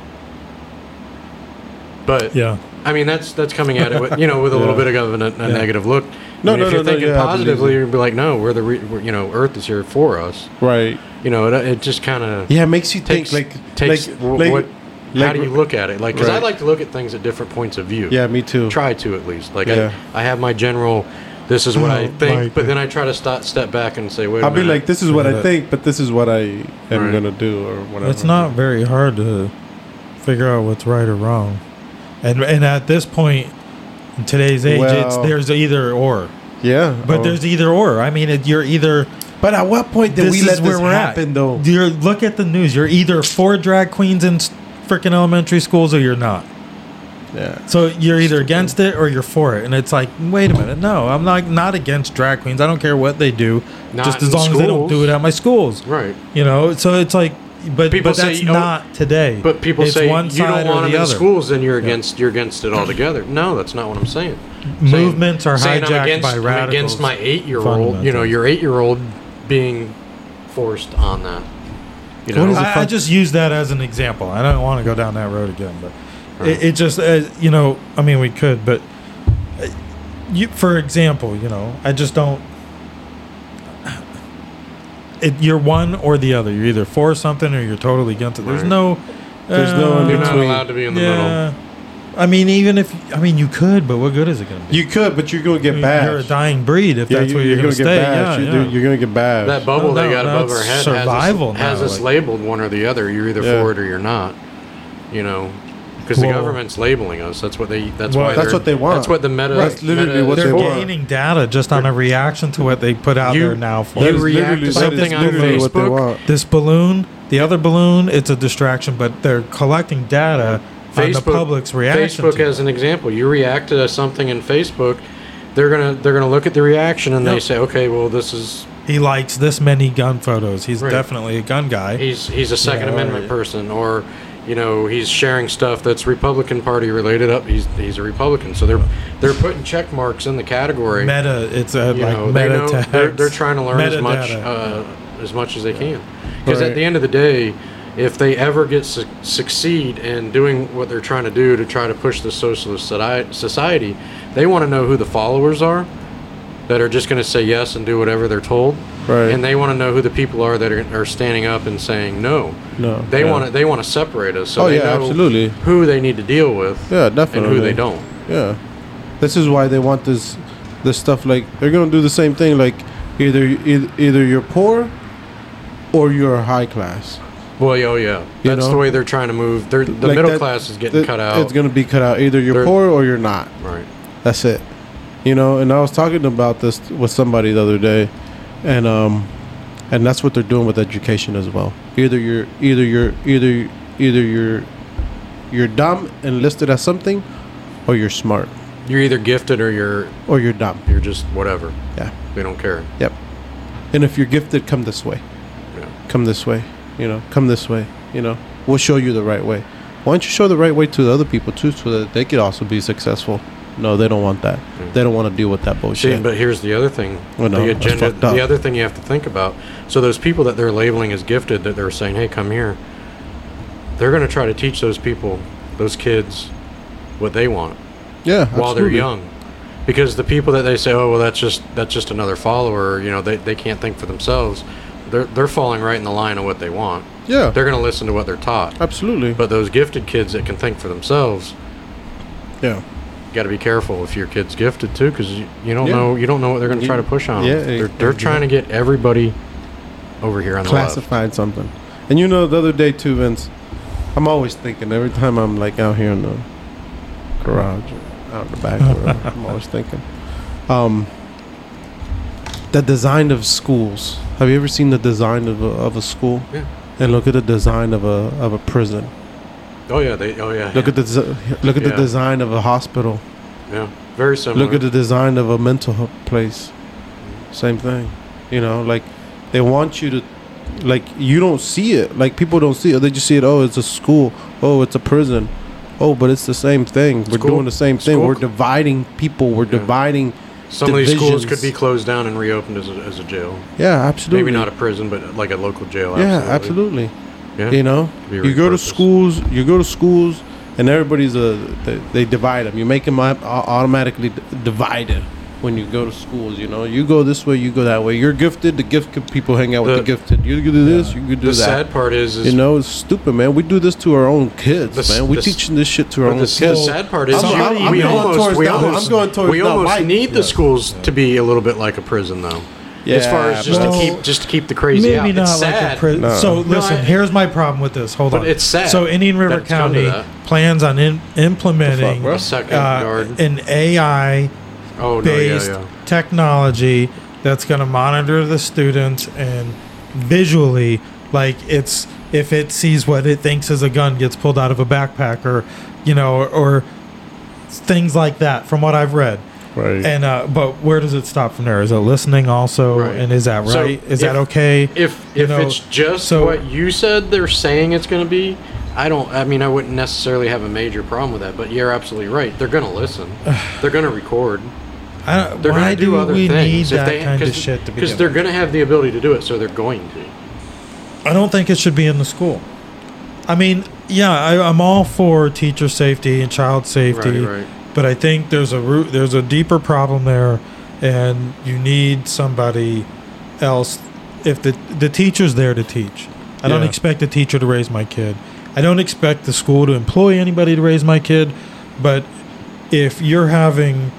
[SPEAKER 4] But
[SPEAKER 2] yeah,
[SPEAKER 4] I mean, that's that's coming at it, with, you know, with a little
[SPEAKER 3] Yeah.
[SPEAKER 4] bit of a, a
[SPEAKER 2] Yeah.
[SPEAKER 4] negative look.
[SPEAKER 3] No,
[SPEAKER 4] I mean,
[SPEAKER 3] no,
[SPEAKER 4] if you're
[SPEAKER 3] no, no,
[SPEAKER 4] thinking
[SPEAKER 3] yeah, I believe
[SPEAKER 4] positively,
[SPEAKER 3] you.
[SPEAKER 4] you're gonna be like, no, we're the re- we're, you know, Earth is here for us.
[SPEAKER 3] right.
[SPEAKER 4] You know, it, it just kind of
[SPEAKER 3] Yeah, it makes you
[SPEAKER 4] takes
[SPEAKER 3] think like
[SPEAKER 4] takes
[SPEAKER 3] like,
[SPEAKER 4] wh-
[SPEAKER 3] like-
[SPEAKER 4] what. how
[SPEAKER 3] like-
[SPEAKER 4] do you look at it? Like, because I
[SPEAKER 3] Right.
[SPEAKER 4] like to look at things at different points of view.
[SPEAKER 3] Yeah, me too.
[SPEAKER 4] Try to at least. Like,
[SPEAKER 3] Yeah.
[SPEAKER 4] I, I have my general. This is what I
[SPEAKER 2] Oh,
[SPEAKER 4] think,
[SPEAKER 2] Mike.
[SPEAKER 4] but then I try to stop, step back and say, wait. a
[SPEAKER 3] I'll be
[SPEAKER 4] minute.
[SPEAKER 3] like, this is what
[SPEAKER 2] Yeah.
[SPEAKER 3] I think, but this is what I am
[SPEAKER 4] Right.
[SPEAKER 3] gonna do or whatever.
[SPEAKER 2] it's not very hard to figure out what's right or wrong, and and at this point in today's age, it's
[SPEAKER 3] Well-
[SPEAKER 2] there's either or.
[SPEAKER 3] Yeah,
[SPEAKER 2] But
[SPEAKER 3] oh.
[SPEAKER 2] there's either or. I mean, it, you're either.
[SPEAKER 3] But at what point did
[SPEAKER 2] this
[SPEAKER 3] we
[SPEAKER 2] is
[SPEAKER 3] let
[SPEAKER 2] where
[SPEAKER 3] this
[SPEAKER 2] we're
[SPEAKER 3] happen
[SPEAKER 2] at.
[SPEAKER 3] though?
[SPEAKER 2] You're look at the news. You're either for drag queens in freaking elementary schools or you're not.
[SPEAKER 3] Yeah,
[SPEAKER 2] So you're either against it or you're for it, and it's like, wait a minute, no, I'm not not against drag queens. I don't care what they do,
[SPEAKER 4] Not
[SPEAKER 2] just as
[SPEAKER 4] in
[SPEAKER 2] long as they don't
[SPEAKER 4] schools.
[SPEAKER 2] do it at my schools,
[SPEAKER 4] right.
[SPEAKER 2] you know. So it's like, but
[SPEAKER 4] People
[SPEAKER 2] but that's
[SPEAKER 4] say, oh,
[SPEAKER 2] not today.
[SPEAKER 4] But people
[SPEAKER 2] It's
[SPEAKER 4] say
[SPEAKER 2] one
[SPEAKER 4] you
[SPEAKER 2] side
[SPEAKER 4] don't
[SPEAKER 2] or
[SPEAKER 4] want them
[SPEAKER 2] the
[SPEAKER 4] in
[SPEAKER 2] other.
[SPEAKER 4] schools, then you're against you're against it altogether. No, that's not what I'm saying. Saying-
[SPEAKER 2] Movements are
[SPEAKER 4] saying I'm
[SPEAKER 2] hijacked
[SPEAKER 4] against-
[SPEAKER 2] by
[SPEAKER 4] I'm
[SPEAKER 2] radicals.
[SPEAKER 4] against my eight year old. You know,
[SPEAKER 2] Fundamentals.
[SPEAKER 4] your eight year old being forced on that. You know,
[SPEAKER 3] What is it
[SPEAKER 2] I, I just use that as an example. I don't want to go down that road again, but
[SPEAKER 4] Right.
[SPEAKER 2] it, it just, uh, you know, I mean, we could, but uh, you, for example, you know, I just don't. It, you're one or the other. You're either for something or you're totally against it. There's
[SPEAKER 4] Right.
[SPEAKER 2] no, uh,
[SPEAKER 3] There's no in
[SPEAKER 4] you're not
[SPEAKER 3] between.
[SPEAKER 4] allowed to be in the middle.
[SPEAKER 2] yeah. I mean, even if I mean you could, but what good is it going to be?
[SPEAKER 3] you could, but you're gonna get bashed.
[SPEAKER 2] You're a dying breed if
[SPEAKER 3] yeah,
[SPEAKER 2] that's
[SPEAKER 3] you,
[SPEAKER 2] where
[SPEAKER 3] you're,
[SPEAKER 2] you're, going to
[SPEAKER 3] get
[SPEAKER 2] stay.
[SPEAKER 3] bashed.
[SPEAKER 2] yeah,
[SPEAKER 3] you
[SPEAKER 2] yeah.
[SPEAKER 3] are gonna get bashed.
[SPEAKER 4] That bubble
[SPEAKER 2] No,
[SPEAKER 4] they
[SPEAKER 2] no,
[SPEAKER 4] got
[SPEAKER 2] no,
[SPEAKER 4] above
[SPEAKER 2] it's
[SPEAKER 4] our head
[SPEAKER 2] survival
[SPEAKER 4] has us, has
[SPEAKER 2] now,
[SPEAKER 4] us
[SPEAKER 2] like-
[SPEAKER 4] labeled one or the other. You're either
[SPEAKER 3] Yeah.
[SPEAKER 4] for it or you're not. You know, because the
[SPEAKER 2] Well-
[SPEAKER 4] government's labeling us. That's what they. That's
[SPEAKER 2] Well,
[SPEAKER 4] why.
[SPEAKER 3] that's
[SPEAKER 4] they're-
[SPEAKER 3] what they want.
[SPEAKER 4] That's what the meta.
[SPEAKER 3] That's literally
[SPEAKER 4] meta
[SPEAKER 3] what
[SPEAKER 4] is
[SPEAKER 3] they
[SPEAKER 2] They're
[SPEAKER 4] for.
[SPEAKER 3] want.
[SPEAKER 2] gaining data just on a reaction to what they put out
[SPEAKER 4] You-
[SPEAKER 2] there now. For
[SPEAKER 3] That
[SPEAKER 4] you
[SPEAKER 3] is
[SPEAKER 4] react
[SPEAKER 3] literally-
[SPEAKER 4] to
[SPEAKER 3] that is
[SPEAKER 4] something on
[SPEAKER 3] literally what they
[SPEAKER 4] Facebook,
[SPEAKER 3] want.
[SPEAKER 2] this balloon, the other balloon, it's a distraction, but they're collecting data on the public's reaction.
[SPEAKER 4] Facebook
[SPEAKER 2] to it.
[SPEAKER 4] as an example, you react to something in Facebook, they're gonna they're gonna look at the reaction and they
[SPEAKER 2] Yep.
[SPEAKER 4] say, okay, well this is
[SPEAKER 2] he likes this many gun photos. He's
[SPEAKER 4] Right.
[SPEAKER 2] definitely a gun guy.
[SPEAKER 4] he's he's a Second
[SPEAKER 2] Yeah,
[SPEAKER 4] Amendment
[SPEAKER 2] right.
[SPEAKER 4] person or you know he's sharing stuff that's Republican Party related. Up he's he's a Republican, so they're they're putting check marks in the category.
[SPEAKER 2] meta, it's a,
[SPEAKER 4] you
[SPEAKER 2] like
[SPEAKER 4] know, they
[SPEAKER 2] meta
[SPEAKER 4] know
[SPEAKER 2] tags.
[SPEAKER 4] they're, they're trying to learn as much
[SPEAKER 2] Metadata.
[SPEAKER 4] uh, as much as they can. Because
[SPEAKER 3] Right.
[SPEAKER 4] at the end of the day, if they ever get su- succeed in doing what they're trying to do to try to push the socialist soci- society, they want to know who the followers are that are just going to say yes and do whatever they're told,
[SPEAKER 3] Right.
[SPEAKER 4] and they want to know who the people are that are, are standing up and saying no.
[SPEAKER 3] No,
[SPEAKER 4] They
[SPEAKER 3] yeah.
[SPEAKER 4] want to they want to separate us. So
[SPEAKER 3] Oh,
[SPEAKER 4] they
[SPEAKER 3] yeah,
[SPEAKER 4] know
[SPEAKER 3] absolutely.
[SPEAKER 4] Who they need to deal with
[SPEAKER 3] Yeah,
[SPEAKER 4] and
[SPEAKER 3] definitely.
[SPEAKER 4] who they don't.
[SPEAKER 3] Yeah, this is why they want this this stuff. Like they're gonna do the same e-, thing. Like either either, either you're poor or you're high class.
[SPEAKER 4] Well, yeah, oh, yeah.
[SPEAKER 3] You
[SPEAKER 4] That's
[SPEAKER 3] know?
[SPEAKER 4] the way they're trying to move. They're, the
[SPEAKER 3] Like
[SPEAKER 4] middle
[SPEAKER 3] that-
[SPEAKER 4] class is getting
[SPEAKER 3] that-
[SPEAKER 4] cut out.
[SPEAKER 3] It's gonna be cut out. Either you're
[SPEAKER 4] They're-
[SPEAKER 3] poor or you're not.
[SPEAKER 4] right.
[SPEAKER 3] That's it. You know, and I was talking about this with somebody the other day, and um, and that's what they're doing with education as well. Either you're either you're either either you're you're dumb and listed as something, or you're smart,
[SPEAKER 4] You're either gifted or you're
[SPEAKER 3] or you're dumb.
[SPEAKER 4] you're just whatever.
[SPEAKER 3] Yeah.
[SPEAKER 4] They don't care.
[SPEAKER 3] Yep. And if you're gifted, come this way.
[SPEAKER 4] Yeah.
[SPEAKER 3] Come this way. You know, come this way. You know, we'll show you the right way. Why don't you show the right way to the other people too, so that they could also be successful? No, they don't want that. They don't want to deal with that
[SPEAKER 4] See,
[SPEAKER 3] bullshit.
[SPEAKER 4] but here's the other thing.
[SPEAKER 3] Well, no,
[SPEAKER 4] the
[SPEAKER 3] that's
[SPEAKER 4] agenda.
[SPEAKER 3] fucked up.
[SPEAKER 4] The other thing you have to think about. So those people that they're labeling as gifted, that they're saying, "Hey, come here," they're going to try to teach those people, those kids, what they want
[SPEAKER 3] yeah,
[SPEAKER 4] while they're
[SPEAKER 3] absolutely.
[SPEAKER 4] young, because the people that they say, "Oh, well, that's just that's just another follower," you know, they, they can't think for themselves. They're they're falling right in the line of what they want.
[SPEAKER 3] Yeah,
[SPEAKER 4] They're going to listen to what they're taught.
[SPEAKER 3] absolutely.
[SPEAKER 4] But those gifted kids that can think for themselves,
[SPEAKER 3] yeah,
[SPEAKER 4] got to be careful if your kid's gifted too, because you, you don't
[SPEAKER 3] Yeah.
[SPEAKER 4] know you don't know what they're going to try to push on. 'em.
[SPEAKER 3] Yeah,
[SPEAKER 4] they're,
[SPEAKER 3] it-
[SPEAKER 4] they're trying to get everybody over here on the left.
[SPEAKER 3] classified something. And you know, the other day too, Vince. I'm always thinking every time I'm like out here in the garage, or out in the back. Or whatever, I'm always thinking. Um, the design of schools. Have you ever seen the design of a, of a school?
[SPEAKER 4] Yeah.
[SPEAKER 3] And look at the design of a of a prison.
[SPEAKER 4] Oh yeah, they oh yeah.
[SPEAKER 3] Look
[SPEAKER 4] yeah,
[SPEAKER 3] at the desi- look at the
[SPEAKER 4] Yeah.
[SPEAKER 3] design of a hospital.
[SPEAKER 4] yeah, very similar.
[SPEAKER 3] Look at the design of a mental health place. Same thing. You know, like they want you to like you don't see it. Like people don't see it. They just see it, oh, it's a school. Oh, it's a prison. Oh, but it's the same thing. We're
[SPEAKER 4] School-
[SPEAKER 3] doing the same thing.
[SPEAKER 4] school-
[SPEAKER 3] We're dividing people. We're
[SPEAKER 4] Yeah.
[SPEAKER 3] dividing
[SPEAKER 4] some of these schools could
[SPEAKER 3] divisions.
[SPEAKER 4] be closed down and reopened as a, as a jail.
[SPEAKER 3] Yeah, absolutely.
[SPEAKER 4] Maybe not a prison, but like a local jail.
[SPEAKER 3] Yeah, absolutely.
[SPEAKER 4] Yeah.
[SPEAKER 3] You know,
[SPEAKER 4] Be
[SPEAKER 3] you go to
[SPEAKER 4] repurposed.
[SPEAKER 3] schools, you go to schools, and everybody's a they, they divide them. You make them automatically d- divided when you go to schools. You know, you go this way, you go that way. You're gifted. The gifted people hang out with the,
[SPEAKER 4] The-
[SPEAKER 3] gifted. You do this, you could do
[SPEAKER 4] The
[SPEAKER 3] that.
[SPEAKER 4] sad part is, is
[SPEAKER 3] you know, it's stupid, man. We do this to our own kids,
[SPEAKER 4] The s-
[SPEAKER 3] man. We
[SPEAKER 4] the s-
[SPEAKER 3] teaching this shit to our
[SPEAKER 4] But
[SPEAKER 3] own
[SPEAKER 4] the, s- the
[SPEAKER 3] kids.
[SPEAKER 4] sad part is
[SPEAKER 3] I'm-
[SPEAKER 4] you-
[SPEAKER 3] I'm- I'm
[SPEAKER 4] we
[SPEAKER 3] going
[SPEAKER 4] almost
[SPEAKER 3] towards
[SPEAKER 4] we
[SPEAKER 3] the- I'm
[SPEAKER 4] almost,
[SPEAKER 3] going towards
[SPEAKER 4] we
[SPEAKER 3] the
[SPEAKER 4] almost
[SPEAKER 3] white-
[SPEAKER 4] need the
[SPEAKER 2] Yes.
[SPEAKER 4] schools to be a little bit like a prison though. as far as just
[SPEAKER 2] but-
[SPEAKER 4] to keep just to keep the crazy
[SPEAKER 2] Maybe
[SPEAKER 4] out.
[SPEAKER 2] not
[SPEAKER 4] it's
[SPEAKER 2] like
[SPEAKER 4] sad.
[SPEAKER 2] a prison.
[SPEAKER 3] No.
[SPEAKER 2] So listen,
[SPEAKER 4] I-
[SPEAKER 2] here's my problem with this. Hold
[SPEAKER 4] But
[SPEAKER 2] on.
[SPEAKER 4] it's sad
[SPEAKER 2] So Indian River
[SPEAKER 4] that it's come to
[SPEAKER 2] County
[SPEAKER 4] that.
[SPEAKER 2] plans on in, implementing
[SPEAKER 3] bro?
[SPEAKER 4] a second
[SPEAKER 2] uh,
[SPEAKER 4] guard.
[SPEAKER 2] an AI
[SPEAKER 4] Oh no, yeah,
[SPEAKER 2] based
[SPEAKER 4] yeah.
[SPEAKER 2] technology that's going to monitor the students and visually like it's if it sees what it thinks is a gun gets pulled out of a backpack or you know or, or things like that from what i've read
[SPEAKER 3] Right.
[SPEAKER 2] and uh, but where does it stop from there is it listening also
[SPEAKER 4] Right.
[SPEAKER 2] and is that
[SPEAKER 4] So
[SPEAKER 2] right is
[SPEAKER 4] if-
[SPEAKER 2] that okay
[SPEAKER 4] If
[SPEAKER 2] You
[SPEAKER 4] if
[SPEAKER 2] know,
[SPEAKER 4] it's just
[SPEAKER 2] so-
[SPEAKER 4] what you said they're saying it's going to be, I don't. I mean, I wouldn't necessarily have a major problem with that. But you're absolutely right. They're going to listen. they're going to record.
[SPEAKER 2] I don't,
[SPEAKER 4] They're
[SPEAKER 2] why
[SPEAKER 4] going to do,
[SPEAKER 2] do
[SPEAKER 4] other
[SPEAKER 2] we
[SPEAKER 4] things
[SPEAKER 2] need
[SPEAKER 4] if
[SPEAKER 2] that
[SPEAKER 4] they
[SPEAKER 2] kind of
[SPEAKER 4] cause,
[SPEAKER 2] shit to be
[SPEAKER 4] because
[SPEAKER 2] doing?
[SPEAKER 4] they're going to have the ability to do it. So they're going to.
[SPEAKER 2] I don't think it should be in the school. I mean, yeah, I, I'm all for teacher safety and child safety,
[SPEAKER 4] Right, right.
[SPEAKER 2] but I think there's a root, there's a deeper problem there, and you need somebody else. If the the teacher's there to teach, I don't
[SPEAKER 3] Yeah.
[SPEAKER 2] expect the teacher to raise my kid. I don't expect the school to employ anybody to raise my kid, but if you're having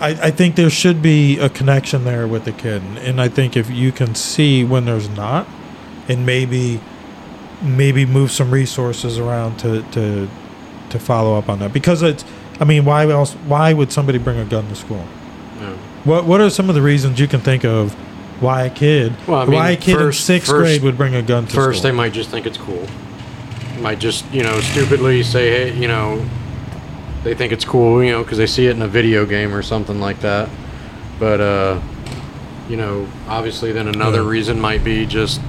[SPEAKER 2] I, I think there should be a connection there with the kid and, and i think if you can see when there's not and maybe maybe move some resources around to to to follow up on that because it's i mean why else why would somebody bring a gun to school
[SPEAKER 4] Yeah.
[SPEAKER 2] what what are some of the reasons you can think of why a kid
[SPEAKER 4] Well, I mean,
[SPEAKER 2] why a kid
[SPEAKER 4] first-
[SPEAKER 2] in sixth
[SPEAKER 4] first-
[SPEAKER 2] grade would bring a gun to
[SPEAKER 4] First,
[SPEAKER 2] school
[SPEAKER 4] they might just think it's cool. Might just, you know, stupidly say, hey, you know, they think it's cool, you know, because they see it in a video game or something like that. But, uh, you know, obviously, then another
[SPEAKER 2] Yeah.
[SPEAKER 4] reason might be just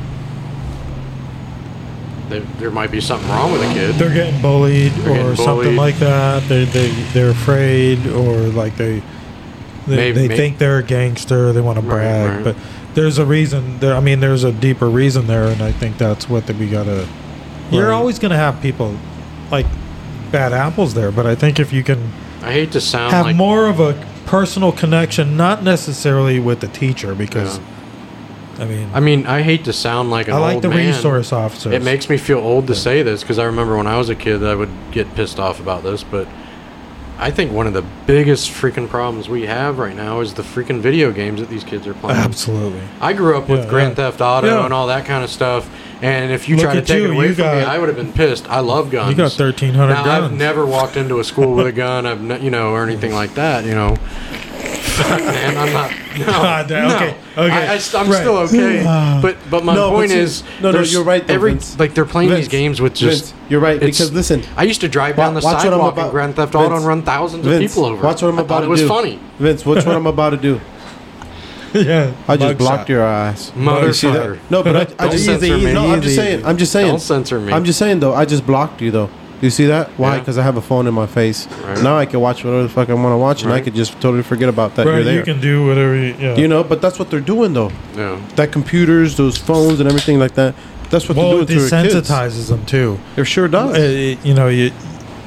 [SPEAKER 4] there there might be something wrong with a kid.
[SPEAKER 2] they're getting bullied
[SPEAKER 4] They're
[SPEAKER 2] or
[SPEAKER 4] getting
[SPEAKER 2] something
[SPEAKER 4] bullied.
[SPEAKER 2] like that they, they they're afraid or like they they,
[SPEAKER 4] May-
[SPEAKER 2] they
[SPEAKER 4] may-
[SPEAKER 2] think they're a gangster they want to
[SPEAKER 4] Right,
[SPEAKER 2] brag
[SPEAKER 4] right.
[SPEAKER 2] but there's a reason there i mean there's a deeper reason there and i think that's what that we gotta you're
[SPEAKER 3] Right.
[SPEAKER 2] always gonna have people like bad apples there but i think if you can
[SPEAKER 4] I hate to sound
[SPEAKER 2] have
[SPEAKER 4] like
[SPEAKER 2] more of a personal connection not necessarily with the teacher because
[SPEAKER 4] Yeah.
[SPEAKER 2] i mean
[SPEAKER 4] I mean, I hate to sound like an
[SPEAKER 2] i like
[SPEAKER 4] old
[SPEAKER 2] the
[SPEAKER 4] man.
[SPEAKER 2] resource officers
[SPEAKER 4] It makes me feel old to say this because I remember when I was a kid, I would get pissed off about this, but I think one of the biggest freaking problems we have right now is the freaking video games that these kids are playing.
[SPEAKER 2] Absolutely.
[SPEAKER 4] I grew up
[SPEAKER 2] Yeah,
[SPEAKER 4] with Grand
[SPEAKER 2] yeah.
[SPEAKER 4] Theft Auto
[SPEAKER 2] Yeah.
[SPEAKER 4] and all that kind of stuff. And if you
[SPEAKER 2] Look
[SPEAKER 4] try to
[SPEAKER 2] at
[SPEAKER 4] take
[SPEAKER 2] you,
[SPEAKER 4] it away
[SPEAKER 2] you
[SPEAKER 4] from me,
[SPEAKER 2] got-
[SPEAKER 4] I would have been pissed. I love guns.
[SPEAKER 2] You got 1,300
[SPEAKER 4] now, I've
[SPEAKER 2] guns.
[SPEAKER 4] never walked into a school with a gun. I've ne- you know or anything like that. You know, Fuck, man, I'm not. No,
[SPEAKER 2] God damn,
[SPEAKER 4] no.
[SPEAKER 2] okay, okay,
[SPEAKER 4] I, am
[SPEAKER 2] right.
[SPEAKER 4] still okay. But but my
[SPEAKER 3] No, but
[SPEAKER 4] point
[SPEAKER 3] see-
[SPEAKER 4] is,
[SPEAKER 3] no, no,
[SPEAKER 4] there's
[SPEAKER 3] you're right though,
[SPEAKER 4] Every
[SPEAKER 3] Vince.
[SPEAKER 4] like they're playing
[SPEAKER 3] Vince,
[SPEAKER 4] these games with
[SPEAKER 3] Vince,
[SPEAKER 4] just.
[SPEAKER 3] you're right
[SPEAKER 4] it's-
[SPEAKER 3] because listen,
[SPEAKER 4] I used to drive
[SPEAKER 3] Wa-
[SPEAKER 4] down the
[SPEAKER 3] watch what I'm
[SPEAKER 4] sidewalk in
[SPEAKER 3] about-
[SPEAKER 4] Grand Theft Auto
[SPEAKER 3] Vince,
[SPEAKER 4] and run thousands of
[SPEAKER 3] Vince,
[SPEAKER 4] people over.
[SPEAKER 3] watch what I'm
[SPEAKER 4] I thought
[SPEAKER 3] about
[SPEAKER 4] it
[SPEAKER 3] to
[SPEAKER 4] was
[SPEAKER 3] do.
[SPEAKER 4] funny.
[SPEAKER 3] Vince, watch what I'm about to do.
[SPEAKER 2] yeah.
[SPEAKER 3] I just
[SPEAKER 2] Bug
[SPEAKER 3] blocked
[SPEAKER 2] shot.
[SPEAKER 3] your ass.
[SPEAKER 2] you see
[SPEAKER 4] Motherfucker.
[SPEAKER 3] No, but I, I
[SPEAKER 4] Don't
[SPEAKER 3] just
[SPEAKER 4] censor me.
[SPEAKER 3] No, I'm just
[SPEAKER 2] Easy.
[SPEAKER 3] saying. I'm just saying.
[SPEAKER 4] Don't censor me.
[SPEAKER 3] I'm just saying though. I just blocked you though. You see that? Why?
[SPEAKER 4] Yeah.
[SPEAKER 3] Because I have a phone in my face.
[SPEAKER 4] Right.
[SPEAKER 3] Now I can watch whatever the fuck I want to watch, and I
[SPEAKER 4] Right.
[SPEAKER 3] could just totally forget about that. You're
[SPEAKER 2] Right,
[SPEAKER 3] there.
[SPEAKER 2] you can do whatever you. Yeah.
[SPEAKER 3] You know, but that's what they're doing though.
[SPEAKER 4] Yeah.
[SPEAKER 3] That computers, those phones, and everything like that. That's what
[SPEAKER 2] well,
[SPEAKER 3] they're
[SPEAKER 2] it
[SPEAKER 3] doing to our kids.
[SPEAKER 2] desensitizes them too.
[SPEAKER 3] It sure does.
[SPEAKER 2] Uh, you know, you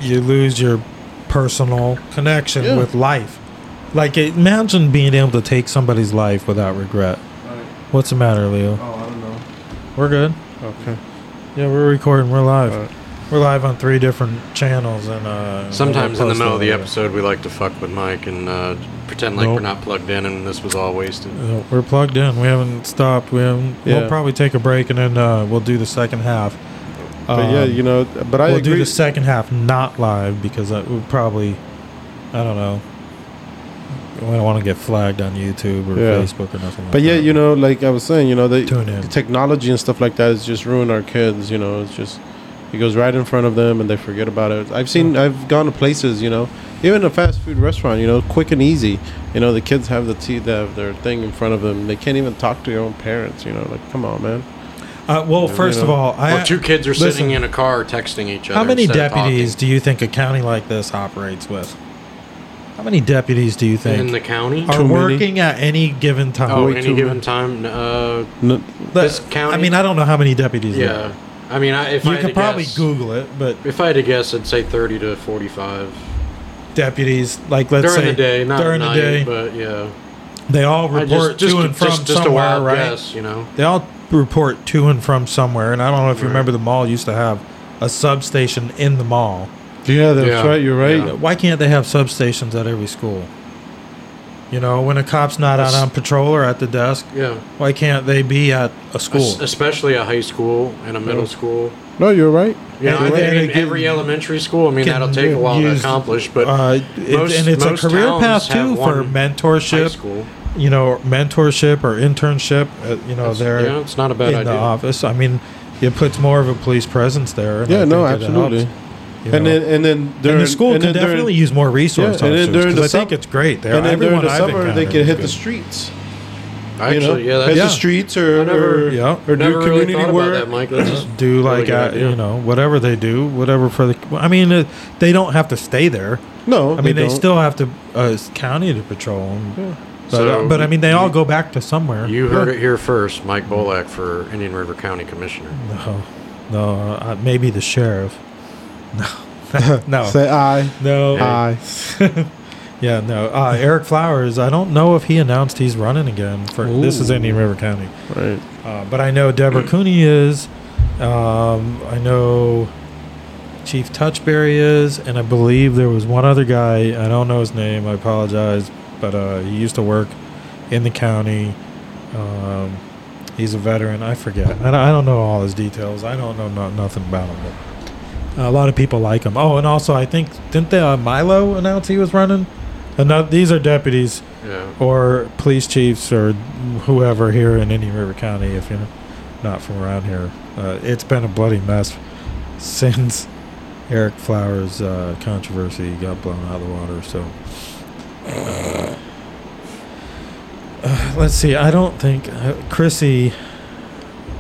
[SPEAKER 2] you lose your personal connection
[SPEAKER 3] Yeah.
[SPEAKER 2] with life. Like imagine being able to take somebody's life without regret. What's the matter, Leo?
[SPEAKER 3] Oh, I don't know.
[SPEAKER 2] We're good.
[SPEAKER 3] Okay.
[SPEAKER 2] Yeah, we're recording. We're live.
[SPEAKER 3] Alright.
[SPEAKER 2] We're live on three different channels and uh
[SPEAKER 4] Sometimes in
[SPEAKER 2] we'll post
[SPEAKER 4] the middle of the
[SPEAKER 2] them
[SPEAKER 4] episode, we like to fuck with Mike and uh, pretend like
[SPEAKER 2] Nope.
[SPEAKER 4] we're not plugged in and this was all wasted.
[SPEAKER 2] later. Uh, We're plugged in. We haven't stopped. We haven't.
[SPEAKER 3] Yeah.
[SPEAKER 2] We'll probably take a break and then uh, we'll do the second half.
[SPEAKER 3] But yeah, you know. But I
[SPEAKER 2] we'll
[SPEAKER 3] agree.
[SPEAKER 2] do the second half not live because that would probably, I don't know. We don't want to get flagged on YouTube or
[SPEAKER 3] Yeah.
[SPEAKER 2] Facebook or nothing. like
[SPEAKER 3] But yeah,
[SPEAKER 2] that.
[SPEAKER 3] you know, like I was saying, you know, the
[SPEAKER 2] Tune in.
[SPEAKER 3] technology and stuff like that has just ruined our kids. You know, it's just it goes right in front of them and they forget about it. I've seen, I've gone to places, you know, even a fast food restaurant, you know, quick and easy. You know, the kids have the tea, they have their thing in front of them. They can't even talk to their own parents. You know, like come on, man.
[SPEAKER 2] Uh, well, first
[SPEAKER 3] know.
[SPEAKER 2] of all, I,
[SPEAKER 4] Well, two kids are
[SPEAKER 2] listen.
[SPEAKER 4] sitting in a car texting each other.
[SPEAKER 2] how many
[SPEAKER 4] instead of
[SPEAKER 2] deputies do you think a county like this operates with? How many deputies do you
[SPEAKER 4] talking. in
[SPEAKER 2] think
[SPEAKER 4] the county?
[SPEAKER 2] are
[SPEAKER 3] Too many.
[SPEAKER 2] working at any given time?
[SPEAKER 4] oh,
[SPEAKER 3] way
[SPEAKER 4] any
[SPEAKER 3] too
[SPEAKER 4] given time? Uh,
[SPEAKER 3] No,
[SPEAKER 2] But-
[SPEAKER 4] this county?
[SPEAKER 2] I mean, I don't know how many deputies. there
[SPEAKER 4] yeah. I mean, I, if
[SPEAKER 2] are.
[SPEAKER 4] I
[SPEAKER 2] you
[SPEAKER 4] had
[SPEAKER 2] could
[SPEAKER 4] to
[SPEAKER 2] probably
[SPEAKER 4] guess,
[SPEAKER 2] Google it, but
[SPEAKER 4] If I had to guess, I'd say 30 to 45
[SPEAKER 2] deputies, like let's
[SPEAKER 4] during
[SPEAKER 2] say
[SPEAKER 4] the day, not
[SPEAKER 2] during
[SPEAKER 4] night,
[SPEAKER 2] the day,
[SPEAKER 4] but yeah.
[SPEAKER 2] they all
[SPEAKER 4] I
[SPEAKER 2] report
[SPEAKER 4] just, just,
[SPEAKER 2] to and from
[SPEAKER 4] just, just a
[SPEAKER 2] somewhere,
[SPEAKER 4] wild
[SPEAKER 2] right?
[SPEAKER 4] guess, you know.
[SPEAKER 2] They all report to and from somewhere, and I don't know if you
[SPEAKER 4] Right.
[SPEAKER 2] remember the mall used to have a substation in the mall.
[SPEAKER 3] yeah, that's
[SPEAKER 4] Yeah.
[SPEAKER 3] right. You're right.
[SPEAKER 4] Yeah.
[SPEAKER 2] Why can't they have substations at every school? You know, when a cop's not out on patrol or at the desk,
[SPEAKER 4] Yeah.
[SPEAKER 2] why can't they be at a school?
[SPEAKER 4] Es- Especially a high school and a middle
[SPEAKER 3] Yeah.
[SPEAKER 4] school.
[SPEAKER 3] No, you're right.
[SPEAKER 4] You know,
[SPEAKER 2] And
[SPEAKER 4] I
[SPEAKER 2] they-
[SPEAKER 4] think
[SPEAKER 2] they
[SPEAKER 4] in
[SPEAKER 2] get-
[SPEAKER 4] every elementary school, I mean,
[SPEAKER 2] get
[SPEAKER 4] that'll take a while to
[SPEAKER 2] used,
[SPEAKER 4] accomplish, but
[SPEAKER 2] Uh, it-
[SPEAKER 4] most-
[SPEAKER 2] and it's a
[SPEAKER 4] most
[SPEAKER 2] career
[SPEAKER 4] towns
[SPEAKER 2] path too for
[SPEAKER 4] have one high
[SPEAKER 2] mentorship,
[SPEAKER 4] school.
[SPEAKER 2] you know, mentorship or internship. Uh, you know, there
[SPEAKER 4] yeah, it's not a bad
[SPEAKER 2] in the
[SPEAKER 4] idea.
[SPEAKER 2] office. I mean, it puts more of a police presence there. and I
[SPEAKER 3] Yeah, no,
[SPEAKER 2] think it
[SPEAKER 3] absolutely.
[SPEAKER 2] helps, you
[SPEAKER 3] And
[SPEAKER 2] know.
[SPEAKER 3] then and then during
[SPEAKER 2] and the school
[SPEAKER 3] and
[SPEAKER 2] could
[SPEAKER 3] then during-
[SPEAKER 2] definitely use more resource
[SPEAKER 3] Yeah, and then
[SPEAKER 2] officers,
[SPEAKER 3] during
[SPEAKER 2] 'cause
[SPEAKER 3] the
[SPEAKER 2] I think
[SPEAKER 3] sum-
[SPEAKER 2] it's great. There,
[SPEAKER 3] And then during
[SPEAKER 2] everyone
[SPEAKER 3] the
[SPEAKER 2] I've
[SPEAKER 3] summer, they
[SPEAKER 2] encountered
[SPEAKER 3] could
[SPEAKER 2] is
[SPEAKER 3] hit the
[SPEAKER 2] good.
[SPEAKER 3] streets.
[SPEAKER 4] Actually,
[SPEAKER 3] you know,
[SPEAKER 4] yeah,
[SPEAKER 3] hit
[SPEAKER 4] that's
[SPEAKER 2] Yeah.
[SPEAKER 3] the streets or
[SPEAKER 4] I never-
[SPEAKER 3] or,
[SPEAKER 2] Yeah.
[SPEAKER 3] or do
[SPEAKER 4] never really
[SPEAKER 3] community
[SPEAKER 4] thought about
[SPEAKER 3] work.
[SPEAKER 4] that, Mike. That's just
[SPEAKER 2] Do
[SPEAKER 4] really
[SPEAKER 2] like
[SPEAKER 4] good
[SPEAKER 2] uh,
[SPEAKER 4] idea.
[SPEAKER 2] you know whatever they do, whatever for the. I mean, uh, they don't have to stay there.
[SPEAKER 3] No,
[SPEAKER 2] I mean, they,
[SPEAKER 3] don't.
[SPEAKER 2] still have to uh, it's county to patrol 'em.
[SPEAKER 3] Yeah.
[SPEAKER 2] But,
[SPEAKER 4] So-
[SPEAKER 2] uh, but I mean, they all go back to somewhere.
[SPEAKER 4] You heard it here first, Mike Bolak for Indian River County Commissioner.
[SPEAKER 2] no, no, uh, maybe the sheriff. No, no,
[SPEAKER 3] Say aye.
[SPEAKER 2] no.
[SPEAKER 3] Aye.
[SPEAKER 2] Yeah, no. Uh, Eric Flowers, I don't know if he announced he's running again for this is
[SPEAKER 3] Ooh.
[SPEAKER 2] Indian River County.
[SPEAKER 3] Right.
[SPEAKER 2] Uh, but I know Deborah Cooney is. Um, I know Chief Touchberry is, and I believe there was one other guy. I don't know his name. I apologize, but uh, he used to work in the county. Um, he's a veteran. I forget. I don't, I don't know all his details. I don't know no, nothing about him. But a lot of people like him. Oh, and also I think didn't they, uh, Milo announce he was running? Another, these are deputies
[SPEAKER 4] Yeah.
[SPEAKER 2] or police chiefs or whoever here in Indian River County if you're not from around here. Uh, it's been a bloody mess since Eric Flowers' uh, controversy got blown out of the water. So uh, let's see. I don't think uh, Chrissy.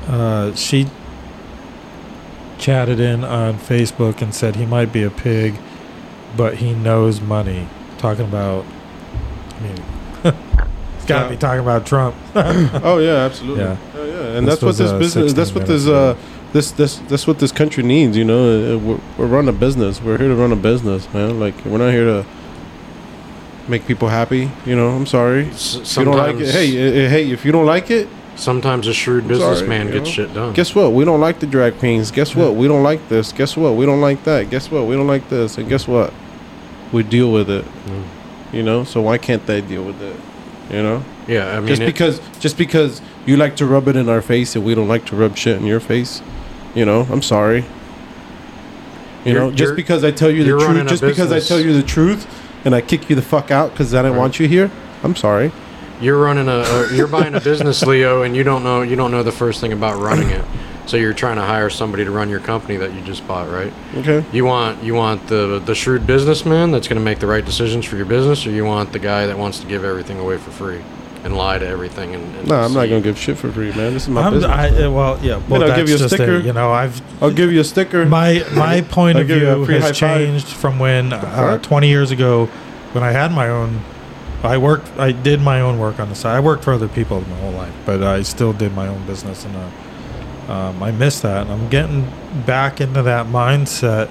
[SPEAKER 2] Uh, she chatted in on Facebook and said he might be a pig, but he knows money. Talking about, I mean, it's got to be talking about Trump.
[SPEAKER 3] Oh yeah, absolutely.
[SPEAKER 2] Yeah.
[SPEAKER 3] Yeah, yeah. And
[SPEAKER 2] This
[SPEAKER 3] that's what
[SPEAKER 2] was,
[SPEAKER 3] this
[SPEAKER 2] uh,
[SPEAKER 3] business.
[SPEAKER 2] 16
[SPEAKER 3] That's what
[SPEAKER 2] minutes
[SPEAKER 3] this. Uh, this this that's what this country needs. You know, Uh, we're, we're running a business. We're here to run a business, man. Like we're not here to make people happy. You know, I'm sorry. If
[SPEAKER 4] S-
[SPEAKER 3] you don't like it.
[SPEAKER 4] Sometimes,
[SPEAKER 3] Hey, uh, uh, hey. If you don't like it,
[SPEAKER 4] sometimes a shrewd
[SPEAKER 3] I'm sorry,
[SPEAKER 4] businessman
[SPEAKER 3] you
[SPEAKER 4] gets
[SPEAKER 3] know.
[SPEAKER 4] shit done.
[SPEAKER 3] guess what? We don't like the drag queens. Guess what? We don't like this. Guess what? We don't like that. Guess what? We don't like this. And guess what? we deal with it.
[SPEAKER 4] Mm.
[SPEAKER 3] You know, so why can't they deal with it? You know,
[SPEAKER 4] Yeah, I mean,
[SPEAKER 3] just
[SPEAKER 4] it-
[SPEAKER 3] because just because you like to rub it in our face and we don't like to rub shit in your face. You know, I'm sorry. You
[SPEAKER 4] You're-
[SPEAKER 3] know, just
[SPEAKER 4] you're-
[SPEAKER 3] because I tell you the
[SPEAKER 4] you're
[SPEAKER 3] truth,
[SPEAKER 4] running a
[SPEAKER 3] just because I
[SPEAKER 4] business.
[SPEAKER 3] tell you the truth, and I kick you the fuck out because I didn't
[SPEAKER 4] Right.
[SPEAKER 3] want you here. I'm sorry.
[SPEAKER 4] you're running a, a you're buying a business, Leo, and you don't know you don't know the first thing about running it. So you're trying to hire somebody to run your company that you just bought, right?
[SPEAKER 3] Okay.
[SPEAKER 4] You want you want the the shrewd businessman that's going to make the right decisions for your business, or you want the guy that wants to give everything away for free and lie to everything? And, and
[SPEAKER 3] No, I'm not
[SPEAKER 4] see-
[SPEAKER 3] gonna give shit for free, man. This is my
[SPEAKER 2] I'm,
[SPEAKER 3] business.
[SPEAKER 2] I, uh, well, yeah. Well,
[SPEAKER 3] I'll
[SPEAKER 2] that's
[SPEAKER 3] give you a
[SPEAKER 2] just
[SPEAKER 3] sticker.
[SPEAKER 2] It, you know, I've
[SPEAKER 3] I'll give you a sticker.
[SPEAKER 2] my my point
[SPEAKER 3] I'll
[SPEAKER 2] of
[SPEAKER 3] give you a
[SPEAKER 2] view
[SPEAKER 3] free high
[SPEAKER 2] has
[SPEAKER 3] five.
[SPEAKER 2] changed from when uh,
[SPEAKER 3] fuck?
[SPEAKER 2] 20 years ago, when I had my own. I worked. I did my own work on the side. I worked for other people my whole life, but I still did my own business, and uh, um, I miss that. I'm getting back into that mindset,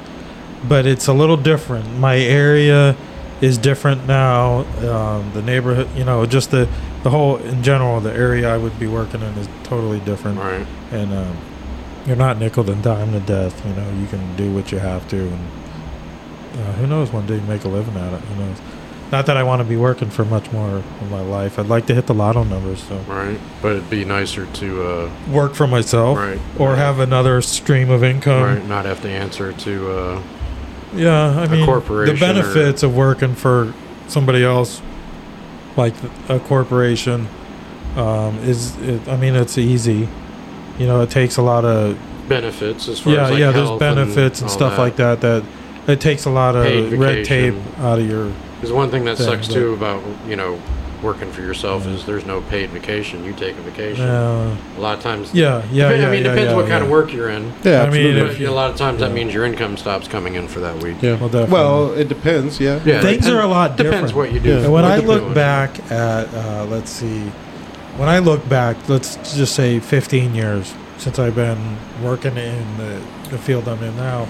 [SPEAKER 2] but it's a little different. My area is different now. Um, the neighborhood, you know, just the the whole in general, the area I would be working in is totally different
[SPEAKER 4] Right.
[SPEAKER 2] and um, you're not nickel and dime to death. You know, you can do what you have to, and uh, who knows, one day you make a living at it. Who knows? Not that I want to be working for much more in my life. I'd like to hit the lotto numbers, so
[SPEAKER 4] Right, but it'd be nicer to uh,
[SPEAKER 2] work for myself
[SPEAKER 4] right
[SPEAKER 2] or have um, another stream of income.
[SPEAKER 4] right not have to answer to uh,
[SPEAKER 2] Yeah, I mean, the
[SPEAKER 4] corporation
[SPEAKER 2] benefits of working for somebody else, like a corporation, um, is it, I mean, it's easy. You know, it takes a lot of
[SPEAKER 4] benefits as far
[SPEAKER 2] yeah,
[SPEAKER 4] as like
[SPEAKER 2] yeah. There's
[SPEAKER 4] health and
[SPEAKER 2] benefits and,
[SPEAKER 4] all
[SPEAKER 2] stuff like that that it takes a lot of
[SPEAKER 4] Paid
[SPEAKER 2] red tape
[SPEAKER 4] vacation.
[SPEAKER 2] out of your.
[SPEAKER 4] Because one thing that
[SPEAKER 2] thing,
[SPEAKER 4] sucks
[SPEAKER 2] but-
[SPEAKER 4] too about you know working for yourself
[SPEAKER 2] Yeah.
[SPEAKER 4] is there's no paid vacation. You take a vacation.
[SPEAKER 2] Uh,
[SPEAKER 4] A lot of times.
[SPEAKER 2] yeah, yeah,
[SPEAKER 4] Depend-
[SPEAKER 2] yeah.
[SPEAKER 4] I mean,
[SPEAKER 2] yeah,
[SPEAKER 4] depends
[SPEAKER 2] yeah,
[SPEAKER 4] what kind
[SPEAKER 2] yeah.
[SPEAKER 4] of work you're in.
[SPEAKER 3] yeah,
[SPEAKER 2] I mean,
[SPEAKER 3] absolutely.
[SPEAKER 2] if
[SPEAKER 4] But
[SPEAKER 2] you-
[SPEAKER 4] a lot of times
[SPEAKER 2] yeah.
[SPEAKER 4] that means your income stops coming in for that week.
[SPEAKER 3] yeah.
[SPEAKER 2] Well, definitely.
[SPEAKER 3] Well, it depends. Yeah.
[SPEAKER 4] Yeah,
[SPEAKER 2] Things are a lot
[SPEAKER 4] Depends
[SPEAKER 2] different.
[SPEAKER 4] what you do.
[SPEAKER 3] Yeah.
[SPEAKER 2] And when
[SPEAKER 4] what
[SPEAKER 2] I
[SPEAKER 4] you're
[SPEAKER 2] look
[SPEAKER 4] doing.
[SPEAKER 2] back at, uh, let's see, when I look back, let's just say 15 years since I've been working in the, the field I'm in now,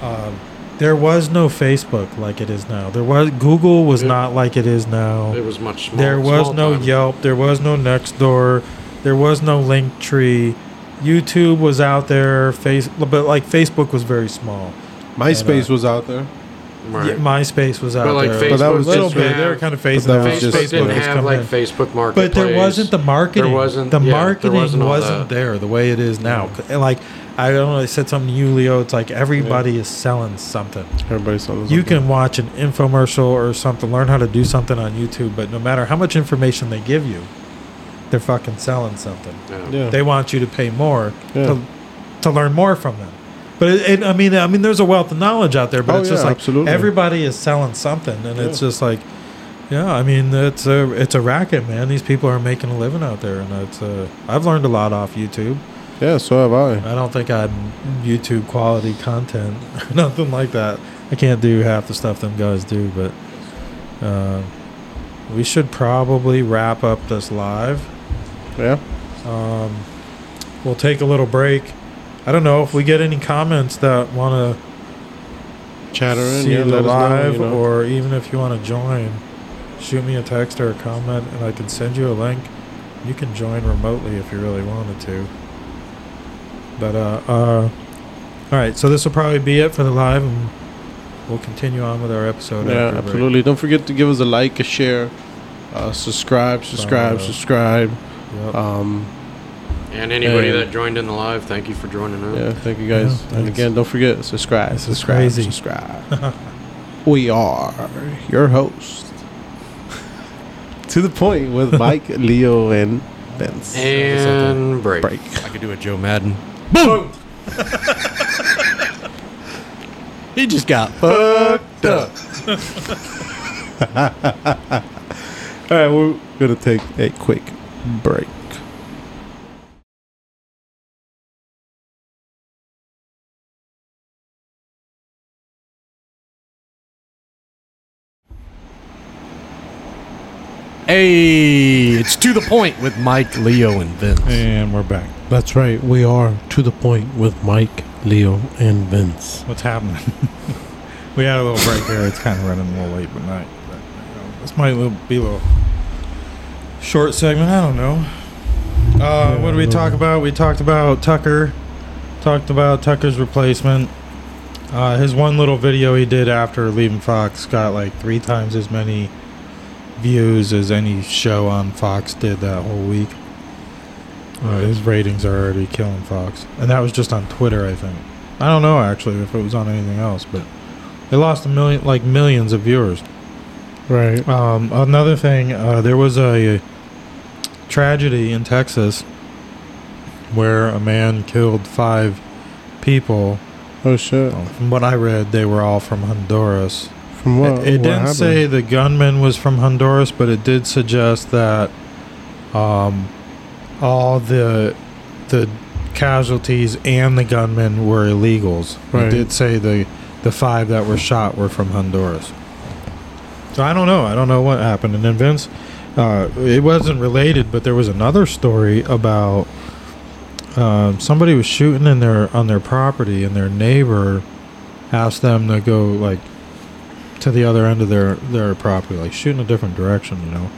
[SPEAKER 2] um, there was no Facebook like it is now. There was Google was
[SPEAKER 4] Yeah.
[SPEAKER 2] not like it is now.
[SPEAKER 4] it was much. Small,
[SPEAKER 2] There was
[SPEAKER 4] small
[SPEAKER 2] no
[SPEAKER 4] time.
[SPEAKER 2] Yelp. There was no Nextdoor. There was no Linktree. YouTube was out there. Face, but like Facebook was very small.
[SPEAKER 3] MySpace was out there.
[SPEAKER 4] Right.
[SPEAKER 2] Yeah, MySpace was out
[SPEAKER 4] But like
[SPEAKER 2] there.
[SPEAKER 4] Facebook
[SPEAKER 3] that was
[SPEAKER 2] little
[SPEAKER 4] didn't
[SPEAKER 3] just-
[SPEAKER 2] bit. They were
[SPEAKER 4] have,
[SPEAKER 2] kind of phasing
[SPEAKER 3] that
[SPEAKER 2] out.
[SPEAKER 3] was
[SPEAKER 4] Facebook
[SPEAKER 3] just-
[SPEAKER 4] didn't
[SPEAKER 2] was
[SPEAKER 4] have
[SPEAKER 2] coming
[SPEAKER 4] like
[SPEAKER 2] in.
[SPEAKER 4] Facebook
[SPEAKER 2] But
[SPEAKER 4] Marketplace.
[SPEAKER 2] there wasn't the marketing.
[SPEAKER 4] wasn't-
[SPEAKER 2] the
[SPEAKER 4] yeah, there
[SPEAKER 2] marketing
[SPEAKER 4] wasn't
[SPEAKER 2] wasn't,
[SPEAKER 4] all that.
[SPEAKER 2] there the way it is now. And like I don't know, I said something to you, Leo. It's like everybody is selling something.
[SPEAKER 3] Everybody's on.
[SPEAKER 2] You can watch an infomercial or something, learn how to do something on YouTube, but no matter how much information they give you, they're fucking selling something.
[SPEAKER 4] Yeah.
[SPEAKER 3] Yeah.
[SPEAKER 2] They want you to pay more
[SPEAKER 3] Yeah.
[SPEAKER 2] to, to learn more from them. But it, it, I mean, I mean, there's a wealth of knowledge out there, but
[SPEAKER 3] Oh,
[SPEAKER 2] it's just
[SPEAKER 3] yeah,
[SPEAKER 2] like
[SPEAKER 3] absolutely.
[SPEAKER 2] everybody is selling something, and it's
[SPEAKER 3] Yeah.
[SPEAKER 2] just like, yeah, I mean, it's a it's a racket, man. These people are making a living out there, and it's uh, I've learned a lot off YouTube.
[SPEAKER 3] Yeah. So have I.
[SPEAKER 2] I don't think I'm YouTube quality content, nothing like that. I can't do half the stuff them guys do, but uh, we should probably wrap up this live.
[SPEAKER 3] Yeah.
[SPEAKER 2] Um, we'll take a little break. I don't know if we get any comments that want to
[SPEAKER 3] Chatter in.
[SPEAKER 2] see
[SPEAKER 3] Yeah.
[SPEAKER 2] the
[SPEAKER 3] Let us know,
[SPEAKER 2] live,
[SPEAKER 3] you know.
[SPEAKER 2] or even if you want to join, shoot me a text or a comment, and I can send you a link. You can join remotely if you really wanted to. But uh, uh all right, so this will probably be it for the live, and we'll continue on with our episode.
[SPEAKER 3] yeah,
[SPEAKER 2] after break.
[SPEAKER 3] absolutely. Don't forget to give us a like, a share, uh, subscribe, subscribe,
[SPEAKER 2] Follow.
[SPEAKER 3] subscribe.
[SPEAKER 2] Yep.
[SPEAKER 3] Um,
[SPEAKER 4] And anybody
[SPEAKER 3] Yeah.
[SPEAKER 4] that joined in the live, thank you for joining us.
[SPEAKER 3] yeah, thank you guys.
[SPEAKER 2] Yeah,
[SPEAKER 3] and
[SPEAKER 2] thanks.
[SPEAKER 3] again, don't forget subscribe,
[SPEAKER 2] This is
[SPEAKER 3] subscribe,
[SPEAKER 2] crazy.
[SPEAKER 3] subscribe. we are your host to the point with Mike, Leo, and Vince.
[SPEAKER 4] And break.
[SPEAKER 3] break.
[SPEAKER 1] I could do a Joe Madden.
[SPEAKER 3] Boom.
[SPEAKER 1] He just got
[SPEAKER 3] Fucked up. All right, we're gonna take a quick break.
[SPEAKER 1] Hey, it's to the point with Mike, Leo, and Vince.
[SPEAKER 2] and we're back.
[SPEAKER 3] That's right. We are to the point with Mike, Leo, and Vince.
[SPEAKER 2] What's happening? we had a little break here. It's kind of running a little late, but not. But, you know, this might little- be a little short segment. I don't know. Uh, what did we talk about? We talked about Tucker. Talked about Tucker's replacement. Uh, his one little video he did after leaving Fox got like three times as many views as any show on Fox did that whole week. Uh, his ratings are already killing Fox, and that was just on Twitter, I think. I don't know actually if it was on anything else, but they lost a million, like millions of viewers.
[SPEAKER 5] Right.
[SPEAKER 2] Um, another thing, uh, there was a tragedy in Texas where a man killed five people.
[SPEAKER 5] Oh shit.
[SPEAKER 2] Well, From what I read, they were all from Honduras.
[SPEAKER 5] From what?
[SPEAKER 2] it it
[SPEAKER 5] what
[SPEAKER 2] didn't
[SPEAKER 5] happened?
[SPEAKER 2] say the gunman was from Honduras, but it did suggest that um, all the the casualties and the gunman were illegals.
[SPEAKER 5] Right.
[SPEAKER 2] It did say the the five that were shot were from Honduras. So I don't know. I don't know what happened. And then Vince, uh, it wasn't related, but there was another story about um, somebody was shooting in their on their property, and their neighbor asked them to go like to the other end of their their property, like shoot in a different direction, you know.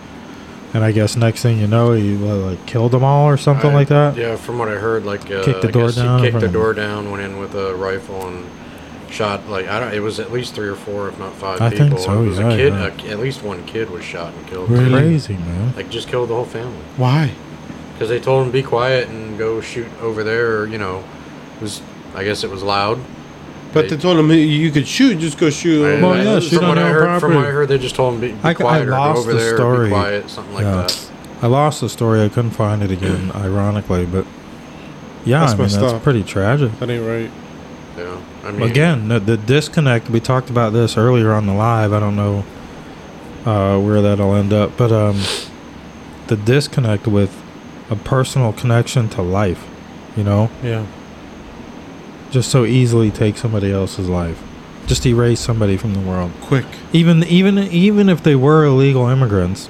[SPEAKER 2] And I guess next thing you know, he uh, like killed them all or something
[SPEAKER 4] I-
[SPEAKER 2] like that.
[SPEAKER 4] Yeah, from what I heard, like uh,
[SPEAKER 2] Kicked the
[SPEAKER 4] I
[SPEAKER 2] door
[SPEAKER 4] guess
[SPEAKER 2] down in
[SPEAKER 4] He kicked
[SPEAKER 2] front
[SPEAKER 4] the
[SPEAKER 2] of him.
[SPEAKER 4] door down, went in with a rifle and shot. Like I don't. It was at least three or four, if not five
[SPEAKER 2] I think
[SPEAKER 4] people.
[SPEAKER 2] so,
[SPEAKER 4] It was
[SPEAKER 2] yeah,
[SPEAKER 4] a kid.
[SPEAKER 2] yeah.
[SPEAKER 4] a- at least one kid was shot and killed.
[SPEAKER 2] Crazy man.
[SPEAKER 4] Like just killed the whole family
[SPEAKER 5] Why?
[SPEAKER 4] because they told him be quiet and go shoot over there. Or, you know, it was I guess it was loud.
[SPEAKER 3] But they told him "Hey, you could shoot, just go shoot.
[SPEAKER 4] I-
[SPEAKER 2] Well,
[SPEAKER 4] I-
[SPEAKER 2] yeah, shoot
[SPEAKER 4] from
[SPEAKER 2] on
[SPEAKER 4] what I
[SPEAKER 2] your
[SPEAKER 4] heard, from what
[SPEAKER 2] property.
[SPEAKER 4] I heard, they just told him be, be
[SPEAKER 2] I- I
[SPEAKER 4] quiet or go
[SPEAKER 2] lost
[SPEAKER 4] over
[SPEAKER 2] the
[SPEAKER 4] there,
[SPEAKER 2] story.
[SPEAKER 4] be quiet, something like
[SPEAKER 2] Yeah.
[SPEAKER 4] that.
[SPEAKER 2] I lost the story. I couldn't find it again, ironically. But yeah,
[SPEAKER 3] That's
[SPEAKER 2] I mean
[SPEAKER 3] messed
[SPEAKER 2] that's
[SPEAKER 3] up.
[SPEAKER 2] pretty tragic.
[SPEAKER 3] That ain't right.
[SPEAKER 4] Yeah, I mean,
[SPEAKER 2] Again, the, the disconnect. We talked about this earlier on the live. I don't know uh, where that'll end up, but um, the disconnect with a personal connection to life, you know,
[SPEAKER 3] Yeah.
[SPEAKER 2] just so easily take somebody else's life, just erase somebody from the world.
[SPEAKER 3] Quick.
[SPEAKER 2] Even even even if they were illegal immigrants.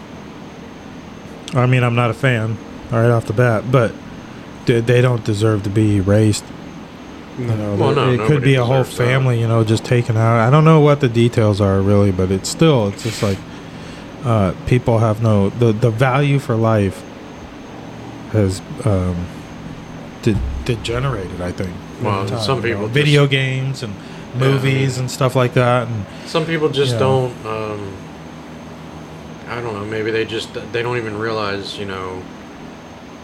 [SPEAKER 2] I mean, I'm not a fan right off the bat, but they, they don't deserve to be erased. You know,
[SPEAKER 4] Well, no,
[SPEAKER 2] it could
[SPEAKER 4] nobody
[SPEAKER 2] be a whole
[SPEAKER 4] deserves that.
[SPEAKER 2] family, you know, just taken out. I don't know what the details are really, but it's still it's just like uh, people have no the the value for life has um, de- degenerated. I think.
[SPEAKER 4] Well,
[SPEAKER 2] over time,
[SPEAKER 4] some
[SPEAKER 2] you
[SPEAKER 4] people
[SPEAKER 2] know,
[SPEAKER 4] just-
[SPEAKER 2] video games and
[SPEAKER 4] I
[SPEAKER 2] movies and stuff like that, and
[SPEAKER 4] Some people just
[SPEAKER 2] Yeah.
[SPEAKER 4] don't. Um, I don't know. Maybe they just they don't even realize, you know,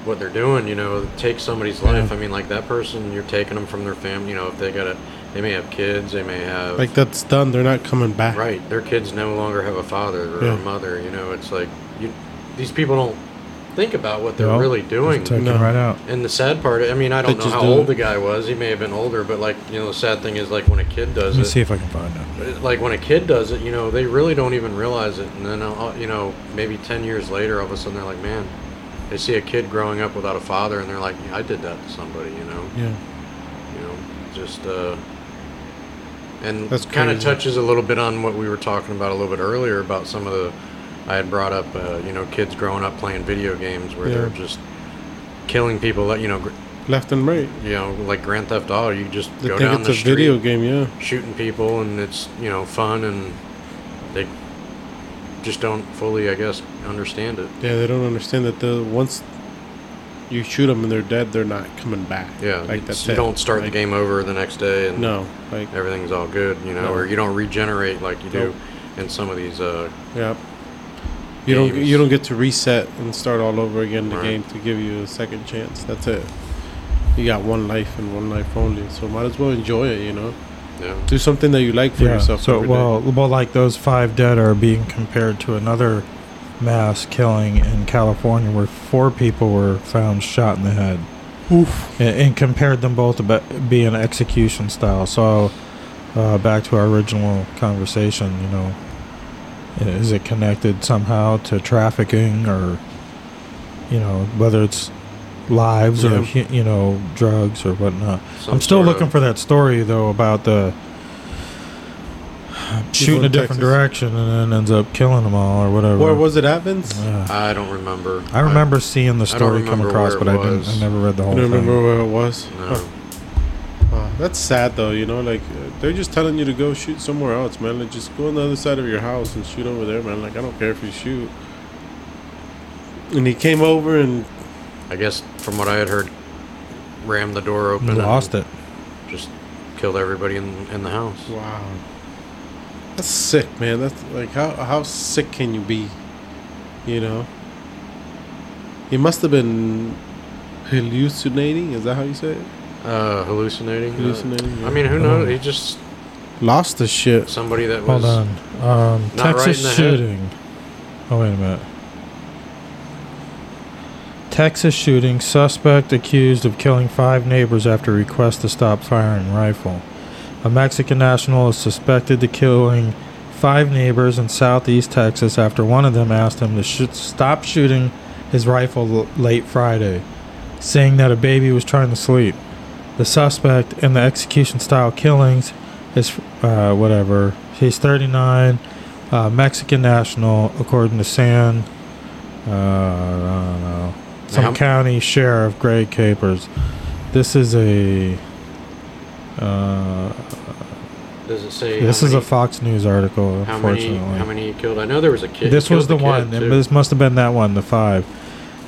[SPEAKER 4] what they're doing. You know, take somebody's life. I mean, like that person, you're taking them from their family. You know, if they got a, they may have kids. They may have
[SPEAKER 3] Like that's done. They're not coming back.
[SPEAKER 4] right. Their kids no longer have a father or
[SPEAKER 3] Yeah.
[SPEAKER 4] a mother. You know, it's like you, these people don't think about what they're
[SPEAKER 2] Nope.
[SPEAKER 4] really doing.
[SPEAKER 2] taken
[SPEAKER 3] No.
[SPEAKER 2] right out.
[SPEAKER 4] And the sad part, I mean, I
[SPEAKER 3] They
[SPEAKER 4] don't know
[SPEAKER 3] just
[SPEAKER 4] how
[SPEAKER 3] do
[SPEAKER 4] old
[SPEAKER 3] it.
[SPEAKER 4] the guy was. He may have been older, but like, you know, the sad thing is like when a kid
[SPEAKER 2] Let
[SPEAKER 4] does
[SPEAKER 2] me
[SPEAKER 4] it,
[SPEAKER 2] see if I can find it.
[SPEAKER 4] like when a kid does it, you know, they really don't even realize it. And then, uh, you know, maybe 10 years later, all of a sudden they're like, man, they see a kid growing up without a father and they're like, yeah, I did that to somebody, you know,
[SPEAKER 3] Yeah.
[SPEAKER 4] you know, just, uh, and
[SPEAKER 3] That's
[SPEAKER 4] kind of
[SPEAKER 3] crazy.
[SPEAKER 4] touches a little bit on what we were talking about a little bit earlier about some of the, I had brought up, uh, you know, kids growing up playing video games where they're
[SPEAKER 3] Yeah.
[SPEAKER 4] just killing people that, you know, gr-
[SPEAKER 3] Left and right.
[SPEAKER 4] you know, like Grand Theft Auto, you just
[SPEAKER 3] They
[SPEAKER 4] go
[SPEAKER 3] think
[SPEAKER 4] down
[SPEAKER 3] it's
[SPEAKER 4] the
[SPEAKER 3] a
[SPEAKER 4] street
[SPEAKER 3] video game. Yeah.
[SPEAKER 4] shooting people, and it's you know fun, and they just don't fully, I guess, understand it.
[SPEAKER 3] Yeah. They don't understand that the once you shoot them and they're dead, they're not coming back.
[SPEAKER 4] Yeah,
[SPEAKER 3] Like
[SPEAKER 4] it's-
[SPEAKER 3] that's
[SPEAKER 4] you
[SPEAKER 3] it.
[SPEAKER 4] don't start
[SPEAKER 3] Like,
[SPEAKER 4] the game over the next day, and
[SPEAKER 3] No. Like
[SPEAKER 4] everything's all good, you know,
[SPEAKER 3] No.
[SPEAKER 4] or you don't regenerate like you
[SPEAKER 3] Nope.
[SPEAKER 4] do in some of these. Uh,
[SPEAKER 3] yeah. You don't
[SPEAKER 4] Games.
[SPEAKER 3] you don't get to reset and start all over again the
[SPEAKER 4] Right.
[SPEAKER 3] game to give you a second chance. That's it. You got one life and one life only, so might as well enjoy it. You know,
[SPEAKER 4] yeah,
[SPEAKER 3] do something that you like for yourself.
[SPEAKER 2] So
[SPEAKER 3] every day.
[SPEAKER 2] well, well, like those five dead are being compared to another mass killing in California where four people were found shot in the head. Oof. And, and compared them both to be- being execution style. So uh, back to our original conversation, you know, is it connected somehow to trafficking or you know whether it's lives or
[SPEAKER 3] Yeah.
[SPEAKER 2] hu- you know drugs or whatnot?
[SPEAKER 4] some
[SPEAKER 2] I'm still
[SPEAKER 4] sort
[SPEAKER 2] looking
[SPEAKER 4] of-
[SPEAKER 2] for that story though about the shooting a
[SPEAKER 3] in
[SPEAKER 2] different
[SPEAKER 3] Texas.
[SPEAKER 2] direction and then ends up killing them all or whatever.
[SPEAKER 3] Where was it, Evans?
[SPEAKER 2] Yeah.
[SPEAKER 4] I don't remember.
[SPEAKER 2] I remember seeing the
[SPEAKER 4] don't
[SPEAKER 2] story come
[SPEAKER 4] remember
[SPEAKER 2] across,
[SPEAKER 4] where
[SPEAKER 2] but
[SPEAKER 4] it
[SPEAKER 2] I didn't.
[SPEAKER 4] was.
[SPEAKER 2] I never read the
[SPEAKER 3] I
[SPEAKER 2] whole
[SPEAKER 3] don't
[SPEAKER 2] thing.
[SPEAKER 3] remember where it was.
[SPEAKER 4] no.
[SPEAKER 3] Wow, that's sad though. You know, like uh, they're just telling you to go shoot somewhere else, man. Like just go on the other side of your house and shoot over there, man. Like I don't care if you shoot. And he came over and
[SPEAKER 4] I guess from what I had heard, rammed the door open.
[SPEAKER 2] You
[SPEAKER 4] and
[SPEAKER 2] lost it.
[SPEAKER 4] Just killed everybody in, in the house.
[SPEAKER 3] Wow. That's sick, man. That's like how how sick can you be? You know. He must have been hallucinating. Is that how you say it?
[SPEAKER 4] Uh, hallucinating. uh,
[SPEAKER 3] Hallucinating. yeah.
[SPEAKER 4] I mean, who knows? He just
[SPEAKER 3] lost the shit.
[SPEAKER 4] somebody that was.
[SPEAKER 2] Oh. Hold on. Um,
[SPEAKER 4] Not right
[SPEAKER 2] Texas
[SPEAKER 4] in the head.
[SPEAKER 2] shooting. Oh, wait a minute. Texas shooting. Suspect accused of killing five neighbors after request to stop firing rifle. A Mexican national is suspected of killing five neighbors in southeast Texas after one of them asked him to shoot stop shooting his rifle l- late Friday, saying that a baby was trying to sleep. The suspect in the execution style killings is uh, whatever. He's 39, uh, Mexican national, according to San, uh, I don't know, some
[SPEAKER 4] Now-
[SPEAKER 2] county sheriff Greg Capers. This is a. Uh,
[SPEAKER 4] Does it say?
[SPEAKER 2] this
[SPEAKER 4] how
[SPEAKER 2] is a
[SPEAKER 4] many-
[SPEAKER 2] Fox News article.
[SPEAKER 4] How many?
[SPEAKER 2] unfortunately,
[SPEAKER 4] How many he killed? I know there was a kid. he
[SPEAKER 2] this
[SPEAKER 4] killed
[SPEAKER 2] was the, one.
[SPEAKER 4] Kid
[SPEAKER 2] and
[SPEAKER 4] too.
[SPEAKER 2] This must have been that one, the five.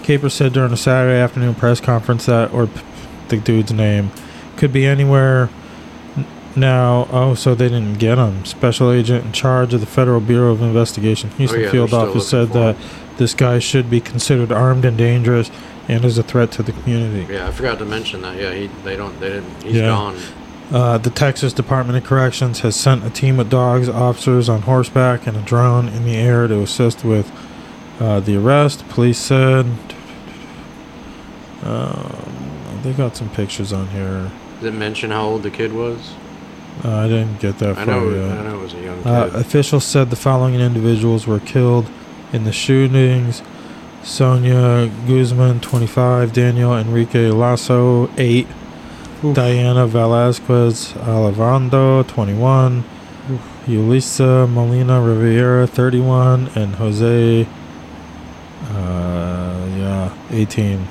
[SPEAKER 2] Caper said during a Saturday afternoon press conference that, or p- the dude's name, could be anywhere n- now. Oh, so they didn't get him. Special agent in charge of the Federal Bureau of Investigation, Houston
[SPEAKER 4] Oh, yeah, they're
[SPEAKER 2] Field
[SPEAKER 4] still
[SPEAKER 2] Office,
[SPEAKER 4] looking
[SPEAKER 2] said
[SPEAKER 4] for
[SPEAKER 2] that this guy should be considered armed and dangerous and is a threat to the community.
[SPEAKER 4] Yeah, I forgot to mention that. Yeah, he. They don't. They didn't. He's
[SPEAKER 2] Yeah.
[SPEAKER 4] gone.
[SPEAKER 2] Uh, the Texas Department of Corrections has sent a team of dogs, officers on horseback, and a drone in the air to assist with uh, the arrest. Police said. Um, they got some pictures on here.
[SPEAKER 4] Did it mention how old the kid was?
[SPEAKER 2] Uh, I didn't get that
[SPEAKER 4] I
[SPEAKER 2] far
[SPEAKER 4] know.
[SPEAKER 2] yet.
[SPEAKER 4] I know it was a young kid.
[SPEAKER 2] Uh, officials said the following individuals were killed in the shootings Sonia Guzman, 25, Daniel Enrique Lasso, 8, Diana Velasquez Alevando, 21, Yulisa Molina Riviera, 31, and Jose, uh, yeah, 18.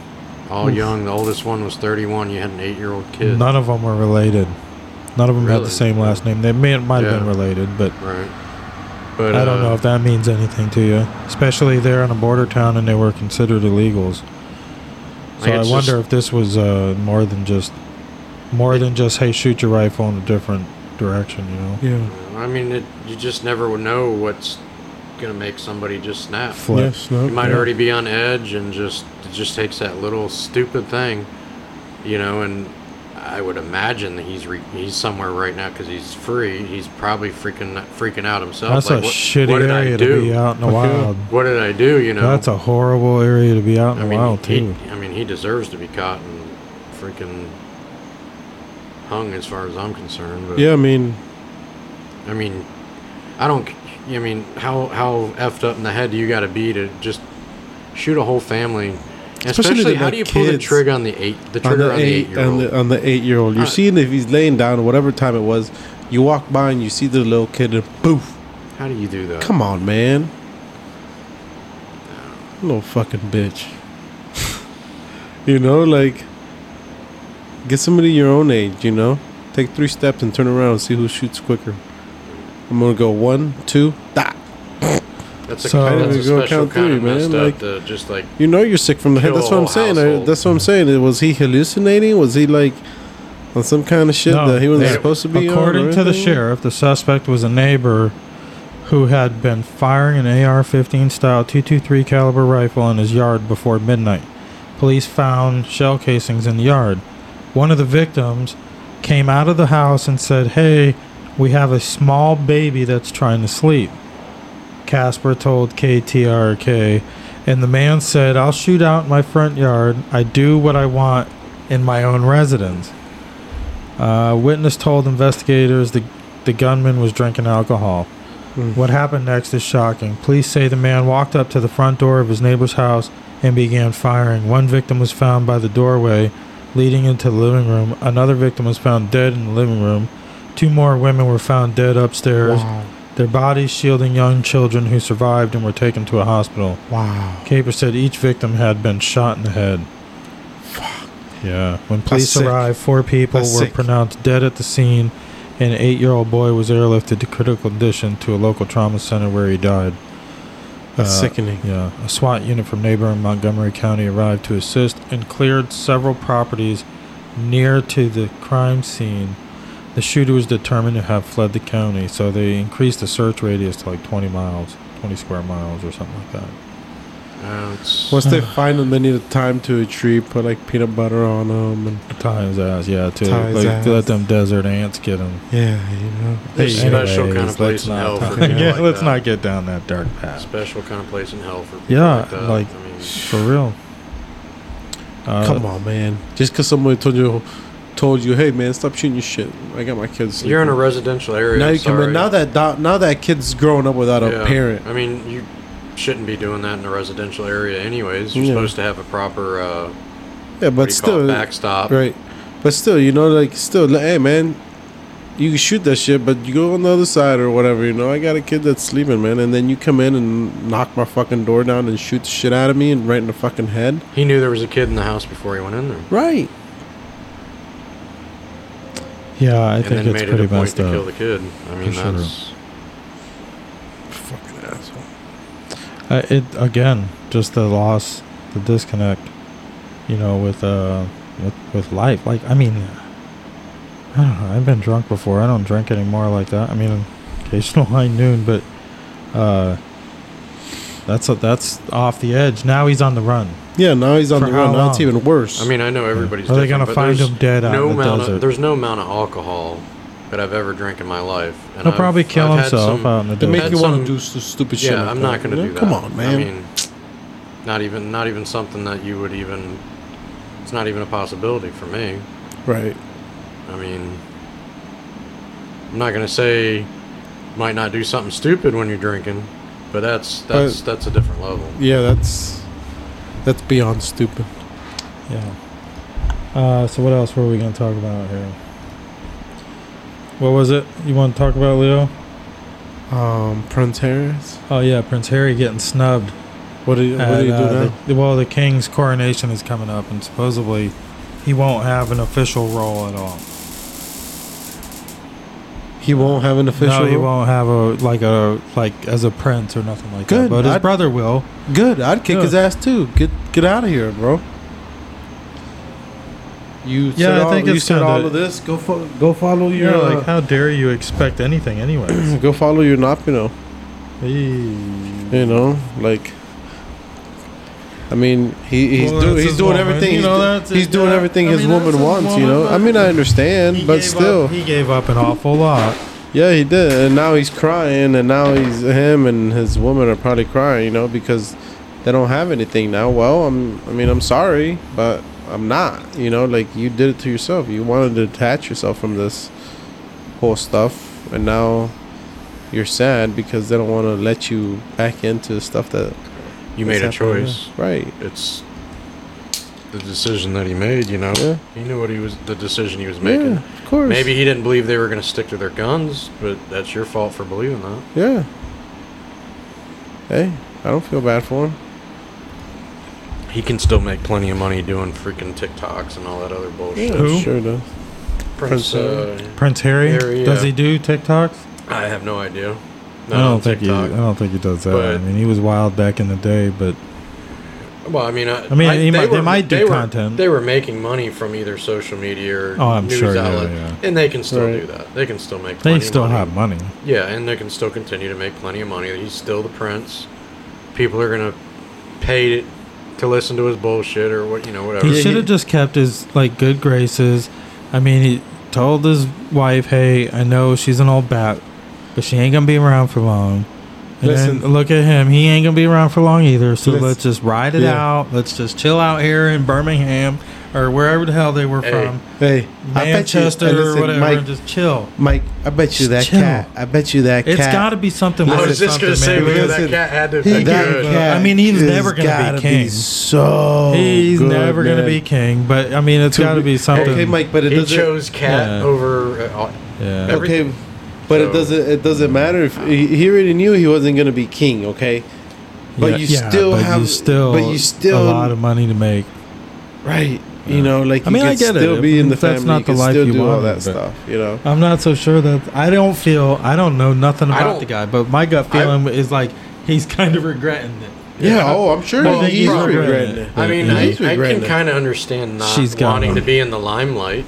[SPEAKER 4] All young. The oldest one was 31. You had an eight-year-old kid.
[SPEAKER 2] None of them were related. None of them had
[SPEAKER 4] Really?
[SPEAKER 2] the same last name. They may, might have been
[SPEAKER 4] Yeah.
[SPEAKER 2] related, but
[SPEAKER 4] right. But
[SPEAKER 2] I don't
[SPEAKER 4] uh,
[SPEAKER 2] know if that means anything to you, especially they're in a border town and they were considered illegals. So
[SPEAKER 4] Like,
[SPEAKER 2] I
[SPEAKER 4] it's
[SPEAKER 2] wonder if this was uh, more than just more than just hey shoot your rifle in a different direction, you know?
[SPEAKER 5] Yeah.
[SPEAKER 4] I mean, it, you just never would know what's gonna make somebody just snap.
[SPEAKER 2] Flip.
[SPEAKER 5] Yes. No.
[SPEAKER 4] You might
[SPEAKER 2] Yeah.
[SPEAKER 4] already be on edge, and just it just takes that little stupid thing, you know. And I would imagine that he's re- he's somewhere right now because he's free. He's probably freaking freaking out himself.
[SPEAKER 2] That's
[SPEAKER 4] like,
[SPEAKER 2] a
[SPEAKER 4] what,
[SPEAKER 2] shitty
[SPEAKER 4] what did
[SPEAKER 2] area to
[SPEAKER 4] I do?
[SPEAKER 2] be out in the
[SPEAKER 5] Okay.
[SPEAKER 2] wild.
[SPEAKER 4] What did I do? You know.
[SPEAKER 2] That's a horrible area to be out in
[SPEAKER 4] I
[SPEAKER 2] the
[SPEAKER 4] mean,
[SPEAKER 2] wild
[SPEAKER 4] he,
[SPEAKER 2] too.
[SPEAKER 4] I mean, he deserves to be caught and freaking hung, as far as I'm concerned. But
[SPEAKER 3] Yeah, I mean,
[SPEAKER 4] I mean, I don't. I mean, how how effed up in the head do you got to be to just shoot a whole family? Especially,
[SPEAKER 3] Especially the
[SPEAKER 4] how do you pull the
[SPEAKER 3] kids.
[SPEAKER 4] trigger on the eight? The
[SPEAKER 3] on
[SPEAKER 4] trigger
[SPEAKER 3] the
[SPEAKER 4] on the eight
[SPEAKER 3] eight
[SPEAKER 4] year
[SPEAKER 3] on
[SPEAKER 4] old.
[SPEAKER 3] the, on the eight year old, you're
[SPEAKER 4] Uh,
[SPEAKER 3] seeing if he's laying down, whatever time it was. You walk by and you see the little kid, and poof!
[SPEAKER 4] How do you do that?
[SPEAKER 3] Come on, man. Little fucking bitch. you know, like, get somebody your own age, you know? Take three steps and turn around and see who shoots quicker. I'm gonna go one, two, da.
[SPEAKER 4] That's a,
[SPEAKER 2] So- How do
[SPEAKER 4] that's
[SPEAKER 3] we
[SPEAKER 4] a
[SPEAKER 3] go
[SPEAKER 4] special
[SPEAKER 3] count
[SPEAKER 4] kind of
[SPEAKER 3] three, man?
[SPEAKER 4] messed
[SPEAKER 3] Like-
[SPEAKER 4] up. The, just like
[SPEAKER 3] You know you're sick from the head.
[SPEAKER 4] Kill
[SPEAKER 3] That's
[SPEAKER 4] a
[SPEAKER 3] what I'm
[SPEAKER 4] whole
[SPEAKER 3] saying. I,
[SPEAKER 4] household.
[SPEAKER 3] that's what I'm saying. Was he hallucinating? Was he like on some kind of shit
[SPEAKER 2] No,
[SPEAKER 3] that he wasn't
[SPEAKER 4] they-
[SPEAKER 3] supposed to be on or
[SPEAKER 2] According to the
[SPEAKER 3] anything?
[SPEAKER 2] sheriff, the suspect was a neighbor who had been firing an AR-15 style 223 caliber rifle in his yard before midnight. Police found shell casings in the yard. One of the victims came out of the house and said, "Hey, we have a small baby that's trying to sleep." Casper told KTRK, and the man said, "I'll shoot out in my front yard. I do what I want in my own residence." Uh, witness told investigators the, the gunman was drinking alcohol.
[SPEAKER 3] Mm.
[SPEAKER 2] What happened next is shocking. Police say the man walked up to the front door of his neighbor's house and began firing. One victim was found by the doorway leading into the living room. Another victim was found dead in the living room. Two more women were found dead upstairs,
[SPEAKER 5] Wow.
[SPEAKER 2] their bodies shielding young children who survived and were taken to a hospital.
[SPEAKER 5] Wow.
[SPEAKER 2] Caper said each victim had been shot in the head. Yeah. When police
[SPEAKER 3] sick.
[SPEAKER 2] arrived, four people
[SPEAKER 3] That's
[SPEAKER 2] were
[SPEAKER 3] sick.
[SPEAKER 2] pronounced dead at the scene, and an eight-year-old boy was airlifted to critical condition to a local trauma center where he died.
[SPEAKER 3] That's
[SPEAKER 2] Uh,
[SPEAKER 3] sickening.
[SPEAKER 2] Yeah. A SWAT unit from neighboring Montgomery County arrived to assist and cleared several properties near to the crime scene. The shooter was determined to have fled the county, so they increased the search radius to like 20 miles, 20 square miles or something like that.
[SPEAKER 4] Uh, it's,
[SPEAKER 3] Once they find them, they need a time to retrieve. Put like peanut butter on them, and
[SPEAKER 2] Times ass, yeah, too.
[SPEAKER 3] Tie his
[SPEAKER 2] Like,
[SPEAKER 3] ass.
[SPEAKER 2] let them desert ants get him.
[SPEAKER 3] yeah, you know.
[SPEAKER 4] there's a
[SPEAKER 2] Hey,
[SPEAKER 4] special
[SPEAKER 2] anyways,
[SPEAKER 4] kind of
[SPEAKER 2] let's
[SPEAKER 4] place in
[SPEAKER 2] not
[SPEAKER 4] hell
[SPEAKER 2] talk-
[SPEAKER 4] for people
[SPEAKER 2] yeah,
[SPEAKER 4] like
[SPEAKER 2] let's
[SPEAKER 4] that.
[SPEAKER 2] not get down that dark path.
[SPEAKER 4] Special kind of place in hell for people
[SPEAKER 2] Yeah,
[SPEAKER 4] like that.
[SPEAKER 2] like-
[SPEAKER 4] I mean,
[SPEAKER 2] For real. Uh,
[SPEAKER 3] Come on, man. Just because somebody told you, told you, hey, man, stop shooting your shit. I got my kids.
[SPEAKER 4] you're in a
[SPEAKER 3] sleeping."
[SPEAKER 4] residential area.
[SPEAKER 3] Now
[SPEAKER 4] I'm
[SPEAKER 3] you come in.
[SPEAKER 4] sorry.
[SPEAKER 3] Now that do- now that kid's growing up without a
[SPEAKER 4] Yeah.
[SPEAKER 3] parent.
[SPEAKER 4] I mean, you shouldn't be doing that in a residential area, anyways. You're
[SPEAKER 3] Yeah.
[SPEAKER 4] supposed to have a proper, uh, what
[SPEAKER 3] Yeah,
[SPEAKER 4] do you call
[SPEAKER 3] but
[SPEAKER 4] it,
[SPEAKER 3] still,
[SPEAKER 4] backstop.
[SPEAKER 3] right? But still, you know, like still, like, hey, man, you can shoot that shit, but you go on the other side or whatever. You know, I got a kid that's sleeping, man, and then you come in and knock my fucking door down and shoot the shit out of me and right in the fucking head.
[SPEAKER 4] He knew there was a kid in the house before he went in there,
[SPEAKER 3] Right.
[SPEAKER 2] yeah, I
[SPEAKER 4] and
[SPEAKER 2] think
[SPEAKER 4] then
[SPEAKER 2] it's
[SPEAKER 4] made it
[SPEAKER 2] pretty
[SPEAKER 4] a point
[SPEAKER 2] messed
[SPEAKER 4] to kill
[SPEAKER 2] up.
[SPEAKER 4] the kid. I
[SPEAKER 2] For
[SPEAKER 4] mean,
[SPEAKER 2] sure.
[SPEAKER 4] that's
[SPEAKER 3] Fucking asshole.
[SPEAKER 2] Uh, it again, just the loss, the disconnect, you know, with uh, with with life. Like, I mean, I don't know. I've been drunk before. I don't drink anymore like that. I mean, occasional high noon, but uh, that's a, that's off the edge. Now he's on the run.
[SPEAKER 3] Yeah, now he's on
[SPEAKER 2] For
[SPEAKER 3] the
[SPEAKER 2] how
[SPEAKER 3] run. Now it's
[SPEAKER 2] long?
[SPEAKER 3] even worse.
[SPEAKER 4] I mean, I know everybody's.
[SPEAKER 2] Are they gonna
[SPEAKER 4] different, but
[SPEAKER 2] find
[SPEAKER 4] there's
[SPEAKER 2] him dead out
[SPEAKER 4] no
[SPEAKER 2] in the
[SPEAKER 4] amount
[SPEAKER 2] desert?
[SPEAKER 4] Of, there's no amount of alcohol that I've ever drank in my life. And
[SPEAKER 2] He'll
[SPEAKER 4] I've-
[SPEAKER 2] probably kill
[SPEAKER 4] I've had
[SPEAKER 2] himself
[SPEAKER 4] some-
[SPEAKER 2] out in the
[SPEAKER 3] they
[SPEAKER 2] desert.
[SPEAKER 3] make
[SPEAKER 4] That's
[SPEAKER 3] you want
[SPEAKER 4] some-
[SPEAKER 3] to do st- stupid shit.
[SPEAKER 4] yeah,
[SPEAKER 3] like
[SPEAKER 4] I'm
[SPEAKER 3] that,
[SPEAKER 4] not going to
[SPEAKER 3] you
[SPEAKER 4] do
[SPEAKER 3] know?
[SPEAKER 4] that.
[SPEAKER 3] Come on, man.
[SPEAKER 4] I mean, not even not even something that you would even. It's not even a possibility for me.
[SPEAKER 3] right.
[SPEAKER 4] I mean, I'm not going to say you might not do something stupid when you're drinking, but that's that's that's a different level.
[SPEAKER 3] Yeah, that's that's beyond stupid.
[SPEAKER 2] Yeah. Uh, so what else were we gonna talk about here? What was it you want to talk about, Leo?
[SPEAKER 3] Um, Prince Harris.
[SPEAKER 2] Oh yeah, Prince Harry getting snubbed.
[SPEAKER 3] What do you, what do you
[SPEAKER 2] at,
[SPEAKER 3] do
[SPEAKER 2] uh,
[SPEAKER 3] now?
[SPEAKER 2] the- well, the king's coronation is coming up, and supposedly he won't have an official role at all.
[SPEAKER 3] he won't have an official.
[SPEAKER 2] no, he
[SPEAKER 3] role?
[SPEAKER 2] won't have a like a like as a prince or nothing like that.
[SPEAKER 3] Good,
[SPEAKER 2] But his
[SPEAKER 3] I'd-
[SPEAKER 2] brother will.
[SPEAKER 3] Good. I'd kick
[SPEAKER 2] Yeah.
[SPEAKER 3] his ass too. Get get out of here, bro. You
[SPEAKER 2] Yeah,
[SPEAKER 3] said
[SPEAKER 2] I
[SPEAKER 3] all,
[SPEAKER 2] think
[SPEAKER 3] you
[SPEAKER 2] it's
[SPEAKER 3] said
[SPEAKER 2] kinda-
[SPEAKER 3] all of this. Go fo- go follow
[SPEAKER 2] You're
[SPEAKER 3] your
[SPEAKER 2] like, how dare you expect anything, anyways?
[SPEAKER 3] uh, go follow your Napino.
[SPEAKER 2] Hey.
[SPEAKER 3] You know, like. I mean, he, he's,
[SPEAKER 2] Well,
[SPEAKER 3] do,
[SPEAKER 2] that's
[SPEAKER 3] he's
[SPEAKER 2] his
[SPEAKER 3] doing
[SPEAKER 2] woman.
[SPEAKER 3] everything.
[SPEAKER 2] You
[SPEAKER 3] he's
[SPEAKER 2] know,
[SPEAKER 3] do-
[SPEAKER 2] that's
[SPEAKER 3] he's
[SPEAKER 2] his-
[SPEAKER 3] doing
[SPEAKER 2] that-
[SPEAKER 3] everything
[SPEAKER 2] I
[SPEAKER 3] his
[SPEAKER 2] mean,
[SPEAKER 3] woman
[SPEAKER 2] that's his
[SPEAKER 3] wants. you
[SPEAKER 2] woman,
[SPEAKER 3] know, I
[SPEAKER 2] but-
[SPEAKER 3] mean, I understand,
[SPEAKER 2] He
[SPEAKER 3] but
[SPEAKER 2] gave up-
[SPEAKER 3] still,
[SPEAKER 2] he gave up an awful lot.
[SPEAKER 3] Yeah, he did, and now he's crying, and now he's him and his woman are probably crying, you know, because they don't have anything now. Well, I'm, I mean, I'm sorry, but I'm not, you know, like you did it to yourself. You wanted to detach yourself from this whole stuff, and now you're sad because they don't want to let you back into stuff that
[SPEAKER 4] You made a
[SPEAKER 3] that's happening.
[SPEAKER 4] choice.
[SPEAKER 3] right?
[SPEAKER 4] It's the decision that he made. You know,
[SPEAKER 3] Yeah.
[SPEAKER 4] he knew what he was. The decision he was making.
[SPEAKER 3] Yeah, of course.
[SPEAKER 4] Maybe he didn't believe they were going to stick to their guns, but that's your fault for believing that.
[SPEAKER 3] Yeah. Hey, I don't feel bad for him.
[SPEAKER 4] He can still make plenty of money doing freaking TikToks and all that other bullshit.
[SPEAKER 2] Who?
[SPEAKER 3] Sure does.
[SPEAKER 4] Prince, uh,
[SPEAKER 2] Prince Harry,
[SPEAKER 4] Harry,
[SPEAKER 2] does
[SPEAKER 4] yeah.
[SPEAKER 2] he do TikToks?
[SPEAKER 4] I have no idea.
[SPEAKER 2] I
[SPEAKER 4] Not on
[SPEAKER 2] don't think he. I don't think he does that. I
[SPEAKER 4] But-
[SPEAKER 2] mean, he was wild back in the day, but
[SPEAKER 4] Well, I mean, I,
[SPEAKER 2] I mean, he might- they might do
[SPEAKER 4] they were-
[SPEAKER 2] content.
[SPEAKER 4] they were making money from either social media or
[SPEAKER 2] Oh, I'm
[SPEAKER 4] news
[SPEAKER 2] sure, yeah,
[SPEAKER 4] outlet,
[SPEAKER 2] yeah.
[SPEAKER 4] and they can still
[SPEAKER 3] Right.
[SPEAKER 4] do that. They can still make.
[SPEAKER 2] they
[SPEAKER 4] plenty of
[SPEAKER 2] still
[SPEAKER 4] money.
[SPEAKER 2] have money.
[SPEAKER 4] Yeah, and they can still continue to make plenty of money. He's still the prince. People are gonna pay it to listen to his bullshit or what you know whatever.
[SPEAKER 2] He should have just kept his like good graces. I mean, he told his wife, "Hey, I know she's an old bat, but she ain't gonna be around for long." And then
[SPEAKER 3] Listen.
[SPEAKER 2] look at him; he ain't gonna be around for long either. So
[SPEAKER 3] Listen.
[SPEAKER 2] let's just ride it
[SPEAKER 3] Yeah.
[SPEAKER 2] out. Let's just chill out here in Birmingham or wherever the hell they were
[SPEAKER 4] Hey.
[SPEAKER 2] from,
[SPEAKER 3] Hey, I bet you- hey,
[SPEAKER 2] Manchester
[SPEAKER 3] listen,
[SPEAKER 2] or whatever.
[SPEAKER 3] Mike,
[SPEAKER 2] and just chill.
[SPEAKER 3] Mike, I bet you
[SPEAKER 2] Just
[SPEAKER 3] that
[SPEAKER 2] chill.
[SPEAKER 3] cat. I bet you that
[SPEAKER 2] It's
[SPEAKER 3] cat.
[SPEAKER 2] got to be something.
[SPEAKER 4] I
[SPEAKER 2] with
[SPEAKER 4] was just gonna say
[SPEAKER 2] something, man.
[SPEAKER 4] man,
[SPEAKER 3] Listen,
[SPEAKER 4] that cat had to.
[SPEAKER 3] He
[SPEAKER 4] That
[SPEAKER 3] got
[SPEAKER 4] good.
[SPEAKER 3] cat.
[SPEAKER 2] I mean,
[SPEAKER 3] is
[SPEAKER 2] he's never gonna be
[SPEAKER 3] gotta
[SPEAKER 2] king.
[SPEAKER 3] so
[SPEAKER 2] He's
[SPEAKER 3] Oh, good,
[SPEAKER 2] never gonna
[SPEAKER 3] man.
[SPEAKER 2] be king, but I mean, it's
[SPEAKER 3] To
[SPEAKER 2] got to
[SPEAKER 3] be-
[SPEAKER 2] be something.
[SPEAKER 3] Okay, Mike, but it
[SPEAKER 4] He
[SPEAKER 3] doesn't.
[SPEAKER 4] chose cat
[SPEAKER 2] Yeah.
[SPEAKER 4] over. Uh,
[SPEAKER 2] Yeah.
[SPEAKER 4] Every-
[SPEAKER 3] okay, but it
[SPEAKER 4] So-
[SPEAKER 3] doesn't. It doesn't matter if he he already knew he wasn't gonna be king. Okay, but
[SPEAKER 2] Yeah,
[SPEAKER 3] you
[SPEAKER 2] yeah,
[SPEAKER 3] still
[SPEAKER 2] but
[SPEAKER 3] have.
[SPEAKER 2] you still,
[SPEAKER 3] But you still
[SPEAKER 2] a lot of money to make.
[SPEAKER 3] right.
[SPEAKER 2] Yeah.
[SPEAKER 3] You know, like
[SPEAKER 2] I mean,
[SPEAKER 3] you
[SPEAKER 2] I
[SPEAKER 3] can
[SPEAKER 2] get it.
[SPEAKER 3] still
[SPEAKER 2] I
[SPEAKER 3] be
[SPEAKER 2] mean,
[SPEAKER 3] in the
[SPEAKER 2] that's
[SPEAKER 3] family.
[SPEAKER 2] not
[SPEAKER 3] you
[SPEAKER 2] the
[SPEAKER 3] can
[SPEAKER 2] life
[SPEAKER 3] still
[SPEAKER 2] you
[SPEAKER 3] do all
[SPEAKER 2] wanted,
[SPEAKER 3] that
[SPEAKER 2] but-
[SPEAKER 3] stuff. You know.
[SPEAKER 2] I'm not so sure that I don't feel I don't know nothing
[SPEAKER 4] I
[SPEAKER 2] about
[SPEAKER 4] don't-
[SPEAKER 2] the guy, but my gut
[SPEAKER 4] I-
[SPEAKER 2] feeling is like he's kind of regretting it.
[SPEAKER 3] Yeah. oh, I'm sure
[SPEAKER 4] Well, I think
[SPEAKER 3] he's
[SPEAKER 4] he's
[SPEAKER 3] regretting
[SPEAKER 2] regretting
[SPEAKER 3] it.
[SPEAKER 4] I mean,
[SPEAKER 3] Yeah.
[SPEAKER 4] I,
[SPEAKER 3] He's
[SPEAKER 4] I
[SPEAKER 3] regretting
[SPEAKER 4] can
[SPEAKER 3] it.
[SPEAKER 4] kind of understand not
[SPEAKER 2] She's got
[SPEAKER 4] wanting
[SPEAKER 2] one.
[SPEAKER 4] to be in the limelight.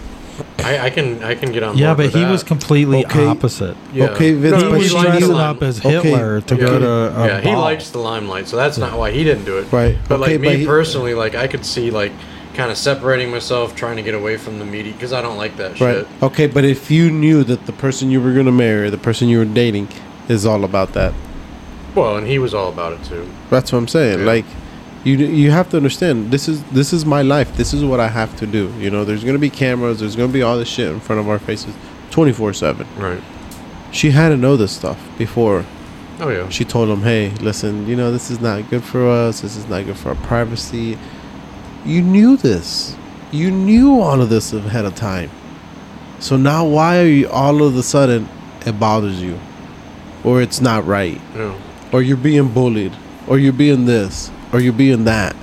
[SPEAKER 4] I, I can I can get on.
[SPEAKER 2] yeah,
[SPEAKER 4] board
[SPEAKER 2] but
[SPEAKER 4] with
[SPEAKER 2] he
[SPEAKER 4] that.
[SPEAKER 2] was completely
[SPEAKER 5] Okay.
[SPEAKER 2] opposite.
[SPEAKER 4] Yeah.
[SPEAKER 5] Okay, Vince,
[SPEAKER 2] he
[SPEAKER 4] No,
[SPEAKER 5] but
[SPEAKER 2] was
[SPEAKER 4] he likes
[SPEAKER 2] dressing
[SPEAKER 4] the
[SPEAKER 2] up as
[SPEAKER 5] Okay.
[SPEAKER 2] Hitler to
[SPEAKER 4] Yeah.
[SPEAKER 2] go to a
[SPEAKER 4] yeah, he
[SPEAKER 2] ball.
[SPEAKER 4] likes the limelight, so that's not why he didn't do it.
[SPEAKER 5] Right.
[SPEAKER 4] But
[SPEAKER 5] Okay, but
[SPEAKER 4] like me
[SPEAKER 5] he-
[SPEAKER 4] personally, like I could see like kind of separating myself, trying to get away from the media because I don't like that
[SPEAKER 3] Right.
[SPEAKER 4] shit.
[SPEAKER 3] Okay, but if you knew that the person you were gonna marry, the person you were dating, is all about that,
[SPEAKER 4] Well, and he was all about it too.
[SPEAKER 3] that's what I'm saying.
[SPEAKER 4] Yeah.
[SPEAKER 3] Like, you you have to understand this is this is my life. This is what I have to do. You know, there's gonna be cameras. There's gonna be all this shit in front of our faces, twenty four seven.
[SPEAKER 4] Right.
[SPEAKER 3] She had to know this stuff before
[SPEAKER 4] Oh yeah.
[SPEAKER 3] she told him, "Hey, listen, you know this is not good for us. This is not good for our privacy." You knew this. You knew all of this ahead of time. So now, why are you all of a sudden it bothers you, or it's not right,
[SPEAKER 4] Yeah.
[SPEAKER 3] or you're being bullied, or you're being this, or you're being that?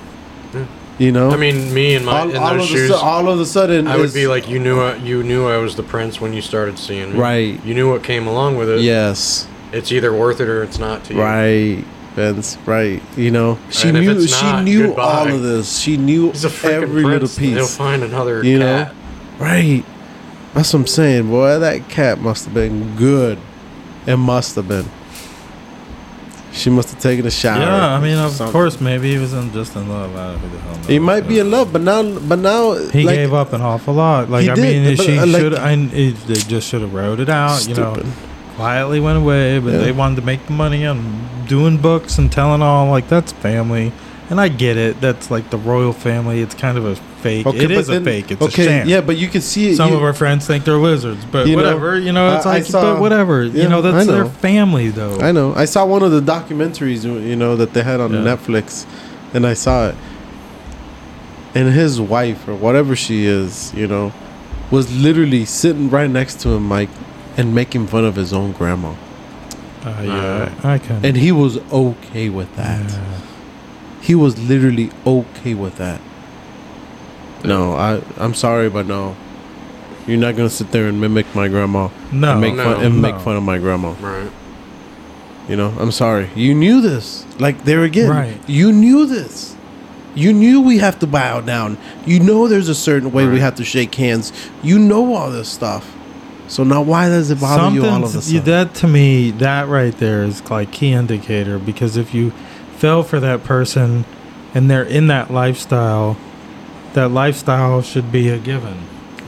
[SPEAKER 4] Yeah.
[SPEAKER 3] You know,
[SPEAKER 4] I mean, me and my
[SPEAKER 3] all,
[SPEAKER 4] in
[SPEAKER 3] all
[SPEAKER 4] those
[SPEAKER 3] of
[SPEAKER 4] shoes,
[SPEAKER 3] a, su- all of a sudden,
[SPEAKER 4] I would
[SPEAKER 3] it's-
[SPEAKER 4] be like, you knew, I, you knew I was the prince when you started seeing me.
[SPEAKER 3] right?
[SPEAKER 4] You knew what came along with it.
[SPEAKER 3] Yes,
[SPEAKER 4] It's either worth it or it's not to you.
[SPEAKER 3] right. Vince, right? You know, she
[SPEAKER 4] And if
[SPEAKER 3] knew.
[SPEAKER 4] it's
[SPEAKER 3] She
[SPEAKER 4] not,
[SPEAKER 3] knew
[SPEAKER 4] goodbye.
[SPEAKER 3] all of this. She knew
[SPEAKER 4] He's a freaking
[SPEAKER 3] every little
[SPEAKER 4] prince. He'll
[SPEAKER 3] piece.
[SPEAKER 4] find another
[SPEAKER 3] You know?
[SPEAKER 4] cat.
[SPEAKER 3] Right. That's what I'm saying, boy. That cat must have been good. It must have been. She must have taken a shower.
[SPEAKER 2] Yeah, I mean, of
[SPEAKER 3] Something.
[SPEAKER 2] course, maybe he was in, just in love. I don't know who the hell
[SPEAKER 3] He
[SPEAKER 2] knows,
[SPEAKER 3] might be
[SPEAKER 2] but-
[SPEAKER 3] in love, but now, but now
[SPEAKER 2] He gave up an awful lot. Like
[SPEAKER 3] He
[SPEAKER 2] I
[SPEAKER 3] did,
[SPEAKER 2] mean,
[SPEAKER 3] but,
[SPEAKER 2] she
[SPEAKER 3] uh, like-
[SPEAKER 2] should. I it, they just should have wrote it out. You know,
[SPEAKER 3] Stupid.
[SPEAKER 2] quietly went away, but
[SPEAKER 3] Yeah.
[SPEAKER 2] they wanted to make the money on doing books and telling all like that's family. And I get it. That's like the royal family. It's kind of a fake. it
[SPEAKER 3] but
[SPEAKER 2] is
[SPEAKER 3] then-
[SPEAKER 2] a fake. It's
[SPEAKER 3] okay,
[SPEAKER 2] a sham.
[SPEAKER 3] yeah, but you can see it.
[SPEAKER 2] Some
[SPEAKER 3] you-
[SPEAKER 2] of our friends think they're lizards, but
[SPEAKER 3] You know,
[SPEAKER 2] whatever. you know, it's
[SPEAKER 3] I- I
[SPEAKER 2] like,
[SPEAKER 3] saw-
[SPEAKER 2] but whatever.
[SPEAKER 3] yeah,
[SPEAKER 2] you know,
[SPEAKER 3] I
[SPEAKER 2] that's their
[SPEAKER 3] know.
[SPEAKER 2] family, though.
[SPEAKER 3] I know. I saw one of the documentaries, you know, that they had on
[SPEAKER 2] Yeah.
[SPEAKER 3] Netflix, and I saw it. And his wife, or whatever she is, you know, was literally sitting right next to him, Mike, and making fun of his own grandma.
[SPEAKER 2] Uh, yeah, I can.
[SPEAKER 3] And he was okay with that. He was literally okay with that. No, I I'm sorry, but no. You're not gonna sit there and mimic my grandma
[SPEAKER 2] no,
[SPEAKER 3] and make
[SPEAKER 4] no,
[SPEAKER 3] fun and
[SPEAKER 2] no.
[SPEAKER 3] make fun of my grandma.
[SPEAKER 4] Right.
[SPEAKER 3] You know, I'm sorry. You knew this. Like there again,
[SPEAKER 2] Right.
[SPEAKER 3] you knew this. You knew we have to bow down. You know there's a certain way we
[SPEAKER 4] Right.
[SPEAKER 3] have to shake hands. You know all this stuff. So now why does it bother you all of a
[SPEAKER 2] Something's- you-
[SPEAKER 3] sudden?
[SPEAKER 2] That to me, that right there is like key indicator because if you fell for that person and they're in that lifestyle, that lifestyle should be a given.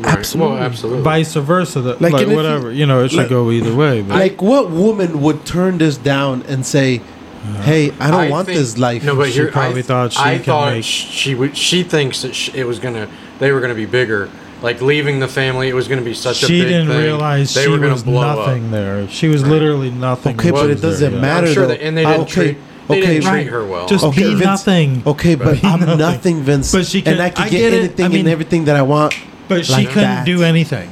[SPEAKER 4] right.
[SPEAKER 3] Absolutely.
[SPEAKER 4] Well, absolutely.
[SPEAKER 2] Vice versa, that,
[SPEAKER 3] Like, and
[SPEAKER 2] like,
[SPEAKER 3] if you-
[SPEAKER 2] whatever you, know, it should
[SPEAKER 3] like-
[SPEAKER 2] go either way. But
[SPEAKER 3] like what woman would turn this down and say, "Hey, I don't want
[SPEAKER 4] think-
[SPEAKER 3] this life."
[SPEAKER 4] No, but
[SPEAKER 2] She
[SPEAKER 4] here,
[SPEAKER 2] probably
[SPEAKER 4] I,
[SPEAKER 2] thought she
[SPEAKER 4] I
[SPEAKER 2] could
[SPEAKER 4] thought
[SPEAKER 2] make-
[SPEAKER 4] she would. She thinks that sh it was gonna. They were gonna be bigger. Like leaving the family, it was gonna be such a.
[SPEAKER 2] she
[SPEAKER 4] big
[SPEAKER 2] didn't
[SPEAKER 4] thing.
[SPEAKER 2] realize
[SPEAKER 4] they
[SPEAKER 2] she
[SPEAKER 4] were gonna
[SPEAKER 2] was
[SPEAKER 4] blow
[SPEAKER 2] nothing
[SPEAKER 4] Up.
[SPEAKER 2] there. She was
[SPEAKER 4] Right.
[SPEAKER 2] literally nothing.
[SPEAKER 3] okay,
[SPEAKER 2] when
[SPEAKER 3] but
[SPEAKER 2] she
[SPEAKER 3] it
[SPEAKER 2] was there,
[SPEAKER 3] doesn't
[SPEAKER 2] yeah.
[SPEAKER 3] matter
[SPEAKER 4] I'm sure
[SPEAKER 3] though. Ah,
[SPEAKER 4] that, and they didn't
[SPEAKER 3] okay,
[SPEAKER 4] treat. They
[SPEAKER 3] okay,
[SPEAKER 4] didn't
[SPEAKER 2] Right.
[SPEAKER 4] treat her well.
[SPEAKER 2] Just
[SPEAKER 3] Okay,
[SPEAKER 2] be
[SPEAKER 3] Vince-
[SPEAKER 2] nothing.
[SPEAKER 3] Okay, but
[SPEAKER 2] Be
[SPEAKER 3] I'm
[SPEAKER 2] nothing.
[SPEAKER 3] nothing, Vince.
[SPEAKER 2] But she can-
[SPEAKER 3] and I can
[SPEAKER 2] I
[SPEAKER 3] get,
[SPEAKER 2] get it.
[SPEAKER 3] anything
[SPEAKER 2] I mean-
[SPEAKER 3] and everything that I want.
[SPEAKER 2] but she
[SPEAKER 3] like
[SPEAKER 2] couldn't
[SPEAKER 3] that.
[SPEAKER 2] do anything.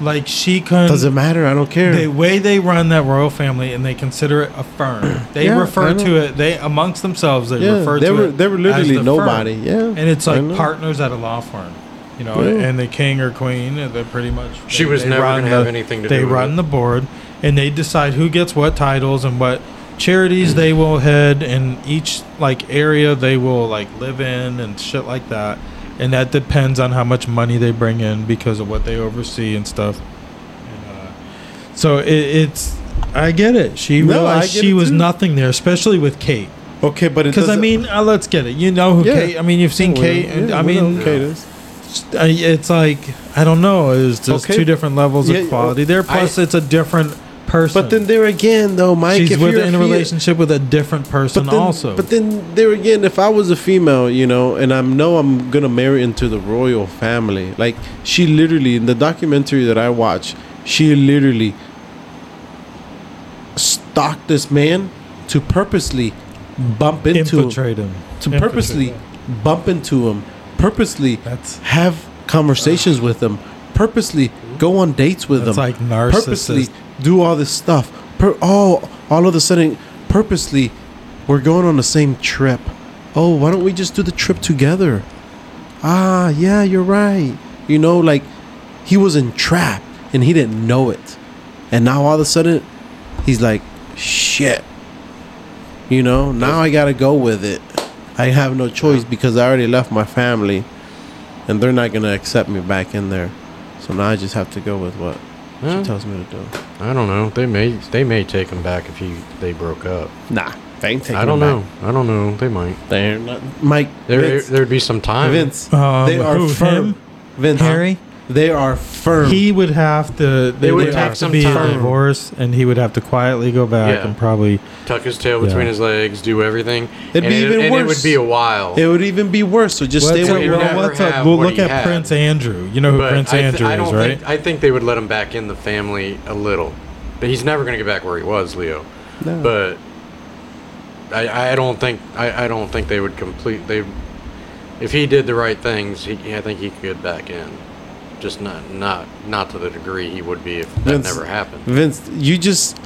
[SPEAKER 2] Like she couldn't.
[SPEAKER 3] Doesn't matter. I don't care.
[SPEAKER 2] The way they run that royal family and they consider it a firm. They
[SPEAKER 3] Yeah, I
[SPEAKER 2] refer
[SPEAKER 3] know.
[SPEAKER 2] to it. They amongst themselves they
[SPEAKER 3] yeah,
[SPEAKER 2] refer
[SPEAKER 3] they
[SPEAKER 2] to
[SPEAKER 3] were
[SPEAKER 2] it.
[SPEAKER 3] they were
[SPEAKER 2] as
[SPEAKER 3] literally
[SPEAKER 2] the firm.
[SPEAKER 3] nobody. Yeah,
[SPEAKER 2] And it's
[SPEAKER 3] I
[SPEAKER 2] like
[SPEAKER 3] know.
[SPEAKER 2] partners at a law firm, you know.
[SPEAKER 3] Yeah.
[SPEAKER 2] And the king or queen, uh, they're pretty much.
[SPEAKER 4] She
[SPEAKER 2] they-
[SPEAKER 4] was
[SPEAKER 2] they
[SPEAKER 4] never
[SPEAKER 2] run
[SPEAKER 4] gonna have
[SPEAKER 2] the-
[SPEAKER 4] anything to
[SPEAKER 2] They
[SPEAKER 4] do with
[SPEAKER 2] run
[SPEAKER 4] it.
[SPEAKER 2] the board, and they decide who gets what titles and what charities they will head, and each like area they will like live in and shit like that. And that depends on how much money they bring in because of what they oversee and stuff. And, uh, so it, it's, I get it. She
[SPEAKER 3] No, I
[SPEAKER 2] realized
[SPEAKER 3] get
[SPEAKER 2] she
[SPEAKER 3] it
[SPEAKER 2] was
[SPEAKER 3] too.
[SPEAKER 2] nothing there, especially with Kate.
[SPEAKER 3] Okay, but it
[SPEAKER 2] Because I
[SPEAKER 3] doesn't-
[SPEAKER 2] mean, uh, let's get it. You know who
[SPEAKER 3] Yeah.
[SPEAKER 2] Kate? I mean, you've seen
[SPEAKER 3] Yeah,
[SPEAKER 2] Kate. And,
[SPEAKER 3] yeah,
[SPEAKER 2] I
[SPEAKER 3] we know
[SPEAKER 2] mean,
[SPEAKER 3] who Kate is.
[SPEAKER 2] I- it's like I don't know. It's just
[SPEAKER 3] Okay.
[SPEAKER 2] two different levels
[SPEAKER 3] Yeah,
[SPEAKER 2] of quality there. Plus,
[SPEAKER 4] I-
[SPEAKER 2] it's a different person.
[SPEAKER 3] But then there again, though, Mike,
[SPEAKER 2] she's
[SPEAKER 3] if
[SPEAKER 2] with,
[SPEAKER 3] you're
[SPEAKER 2] in a
[SPEAKER 3] fe-
[SPEAKER 2] relationship with a different person
[SPEAKER 3] But then,
[SPEAKER 2] also.
[SPEAKER 3] but then there again, if I was a female, you know, and I know I'm gonna marry into the royal family, like she literally in the documentary that I watched, she literally stalked this man to purposely bump into him,
[SPEAKER 2] infiltrate him.
[SPEAKER 3] to
[SPEAKER 2] Infiltrate
[SPEAKER 3] purposely
[SPEAKER 2] him.
[SPEAKER 3] bump into him, purposely
[SPEAKER 2] That's
[SPEAKER 3] have conversations with him, purposely go on dates with
[SPEAKER 2] that's
[SPEAKER 3] him,
[SPEAKER 2] like narcissist.
[SPEAKER 3] purposely do all this stuff. Per- oh, all of a sudden, purposely, we're going on the same trip. Oh, why don't we just do the trip together? Ah, yeah, you're right. You know, like he was entrapped and he didn't know it. And now all of a sudden, he's like, shit. You know, now I gotta go with it. I have no choice because I already left my family and they're not gonna accept me back in there. So now I just have to go with what
[SPEAKER 4] Eh,
[SPEAKER 3] she tells me to do.
[SPEAKER 4] I don't know. They may they may take him back if he they broke up.
[SPEAKER 3] Nah, they ain't taking
[SPEAKER 4] I don't
[SPEAKER 3] it back.
[SPEAKER 4] know. I don't know. They might.
[SPEAKER 3] They're not. Mike,
[SPEAKER 4] There
[SPEAKER 3] Vince,
[SPEAKER 4] there'd be some time.
[SPEAKER 3] Vince,
[SPEAKER 2] Um,
[SPEAKER 3] they are
[SPEAKER 2] who,
[SPEAKER 3] firm.
[SPEAKER 2] him?
[SPEAKER 3] Vince,
[SPEAKER 2] Harry?
[SPEAKER 3] they are firm.
[SPEAKER 2] He would have to. They,
[SPEAKER 4] would
[SPEAKER 2] would,
[SPEAKER 4] take
[SPEAKER 2] have to
[SPEAKER 4] some
[SPEAKER 2] be
[SPEAKER 4] time.
[SPEAKER 2] divorced, and he would have to quietly go back
[SPEAKER 4] Yeah.
[SPEAKER 2] and probably.
[SPEAKER 4] Tuck his tail between
[SPEAKER 2] Yeah.
[SPEAKER 4] his legs, do everything.
[SPEAKER 3] It'd
[SPEAKER 4] and
[SPEAKER 3] be
[SPEAKER 4] it,
[SPEAKER 3] even
[SPEAKER 4] and it
[SPEAKER 3] worse.
[SPEAKER 4] would be a while.
[SPEAKER 3] it would even be worse. So just
[SPEAKER 2] Let's-
[SPEAKER 3] stay
[SPEAKER 4] what
[SPEAKER 3] with
[SPEAKER 4] you
[SPEAKER 2] well,
[SPEAKER 4] have.
[SPEAKER 2] let's
[SPEAKER 4] Never
[SPEAKER 2] up-
[SPEAKER 4] have
[SPEAKER 2] we'll
[SPEAKER 4] what
[SPEAKER 2] look
[SPEAKER 4] he
[SPEAKER 2] at
[SPEAKER 4] had.
[SPEAKER 2] Prince Andrew. You know who
[SPEAKER 4] But
[SPEAKER 2] Prince
[SPEAKER 4] I, th-
[SPEAKER 2] Andrew
[SPEAKER 4] I don't
[SPEAKER 2] is, right?
[SPEAKER 4] think I think they would let him back in the family a little, but he's never going to get back where he was, Leo.
[SPEAKER 3] No.
[SPEAKER 4] But I, I don't think I, I don't think they would complete they. If he did the right things, he, I think he could get back in. Just not not not to the degree he would be if that
[SPEAKER 3] Vince-
[SPEAKER 4] never happened.
[SPEAKER 3] Vince, you just.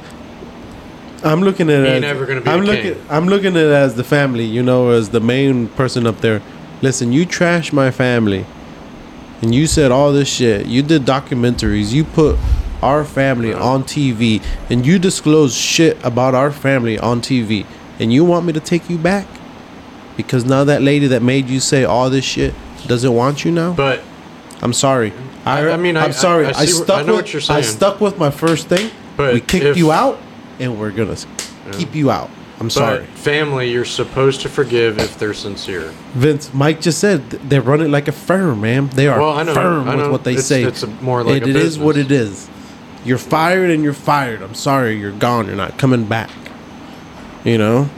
[SPEAKER 3] I'm looking at it.
[SPEAKER 4] He
[SPEAKER 3] as,
[SPEAKER 4] never gonna be
[SPEAKER 3] I'm
[SPEAKER 4] the
[SPEAKER 3] looking.
[SPEAKER 4] king.
[SPEAKER 3] I'm looking at it as the family, you know, as the main person up there. Listen, you trash my family, and you said all this shit. You did documentaries. You put our family on TV, and you disclose shit about our family on TV. And you want me to take you back because now that lady that made you say all this shit doesn't want you now.
[SPEAKER 4] But
[SPEAKER 3] I'm sorry. I,
[SPEAKER 4] I- I
[SPEAKER 3] I
[SPEAKER 4] mean,
[SPEAKER 3] mean,
[SPEAKER 4] I-
[SPEAKER 3] I'm sorry.
[SPEAKER 4] I-
[SPEAKER 3] I,
[SPEAKER 4] I see wh-
[SPEAKER 3] stuck
[SPEAKER 4] I know
[SPEAKER 3] with
[SPEAKER 4] what you're
[SPEAKER 3] I
[SPEAKER 4] saying.
[SPEAKER 3] stuck with my first thing.
[SPEAKER 4] But
[SPEAKER 3] we kicked
[SPEAKER 4] if-
[SPEAKER 3] you out, and we're gonna s- keep you out. I'm
[SPEAKER 4] but
[SPEAKER 3] sorry,
[SPEAKER 4] family, you're supposed to forgive if they're sincere.
[SPEAKER 3] Vince. Mike just said th- they run it like a firm, man. They are
[SPEAKER 4] Well, I know-
[SPEAKER 3] firm
[SPEAKER 4] I know.
[SPEAKER 3] with what they
[SPEAKER 4] It's-
[SPEAKER 3] say.
[SPEAKER 4] it's a- more like
[SPEAKER 3] And it
[SPEAKER 4] a
[SPEAKER 3] is what it
[SPEAKER 4] business.
[SPEAKER 3] is. You're fired and you're fired. I'm sorry. You're gone. You're not coming back. You know.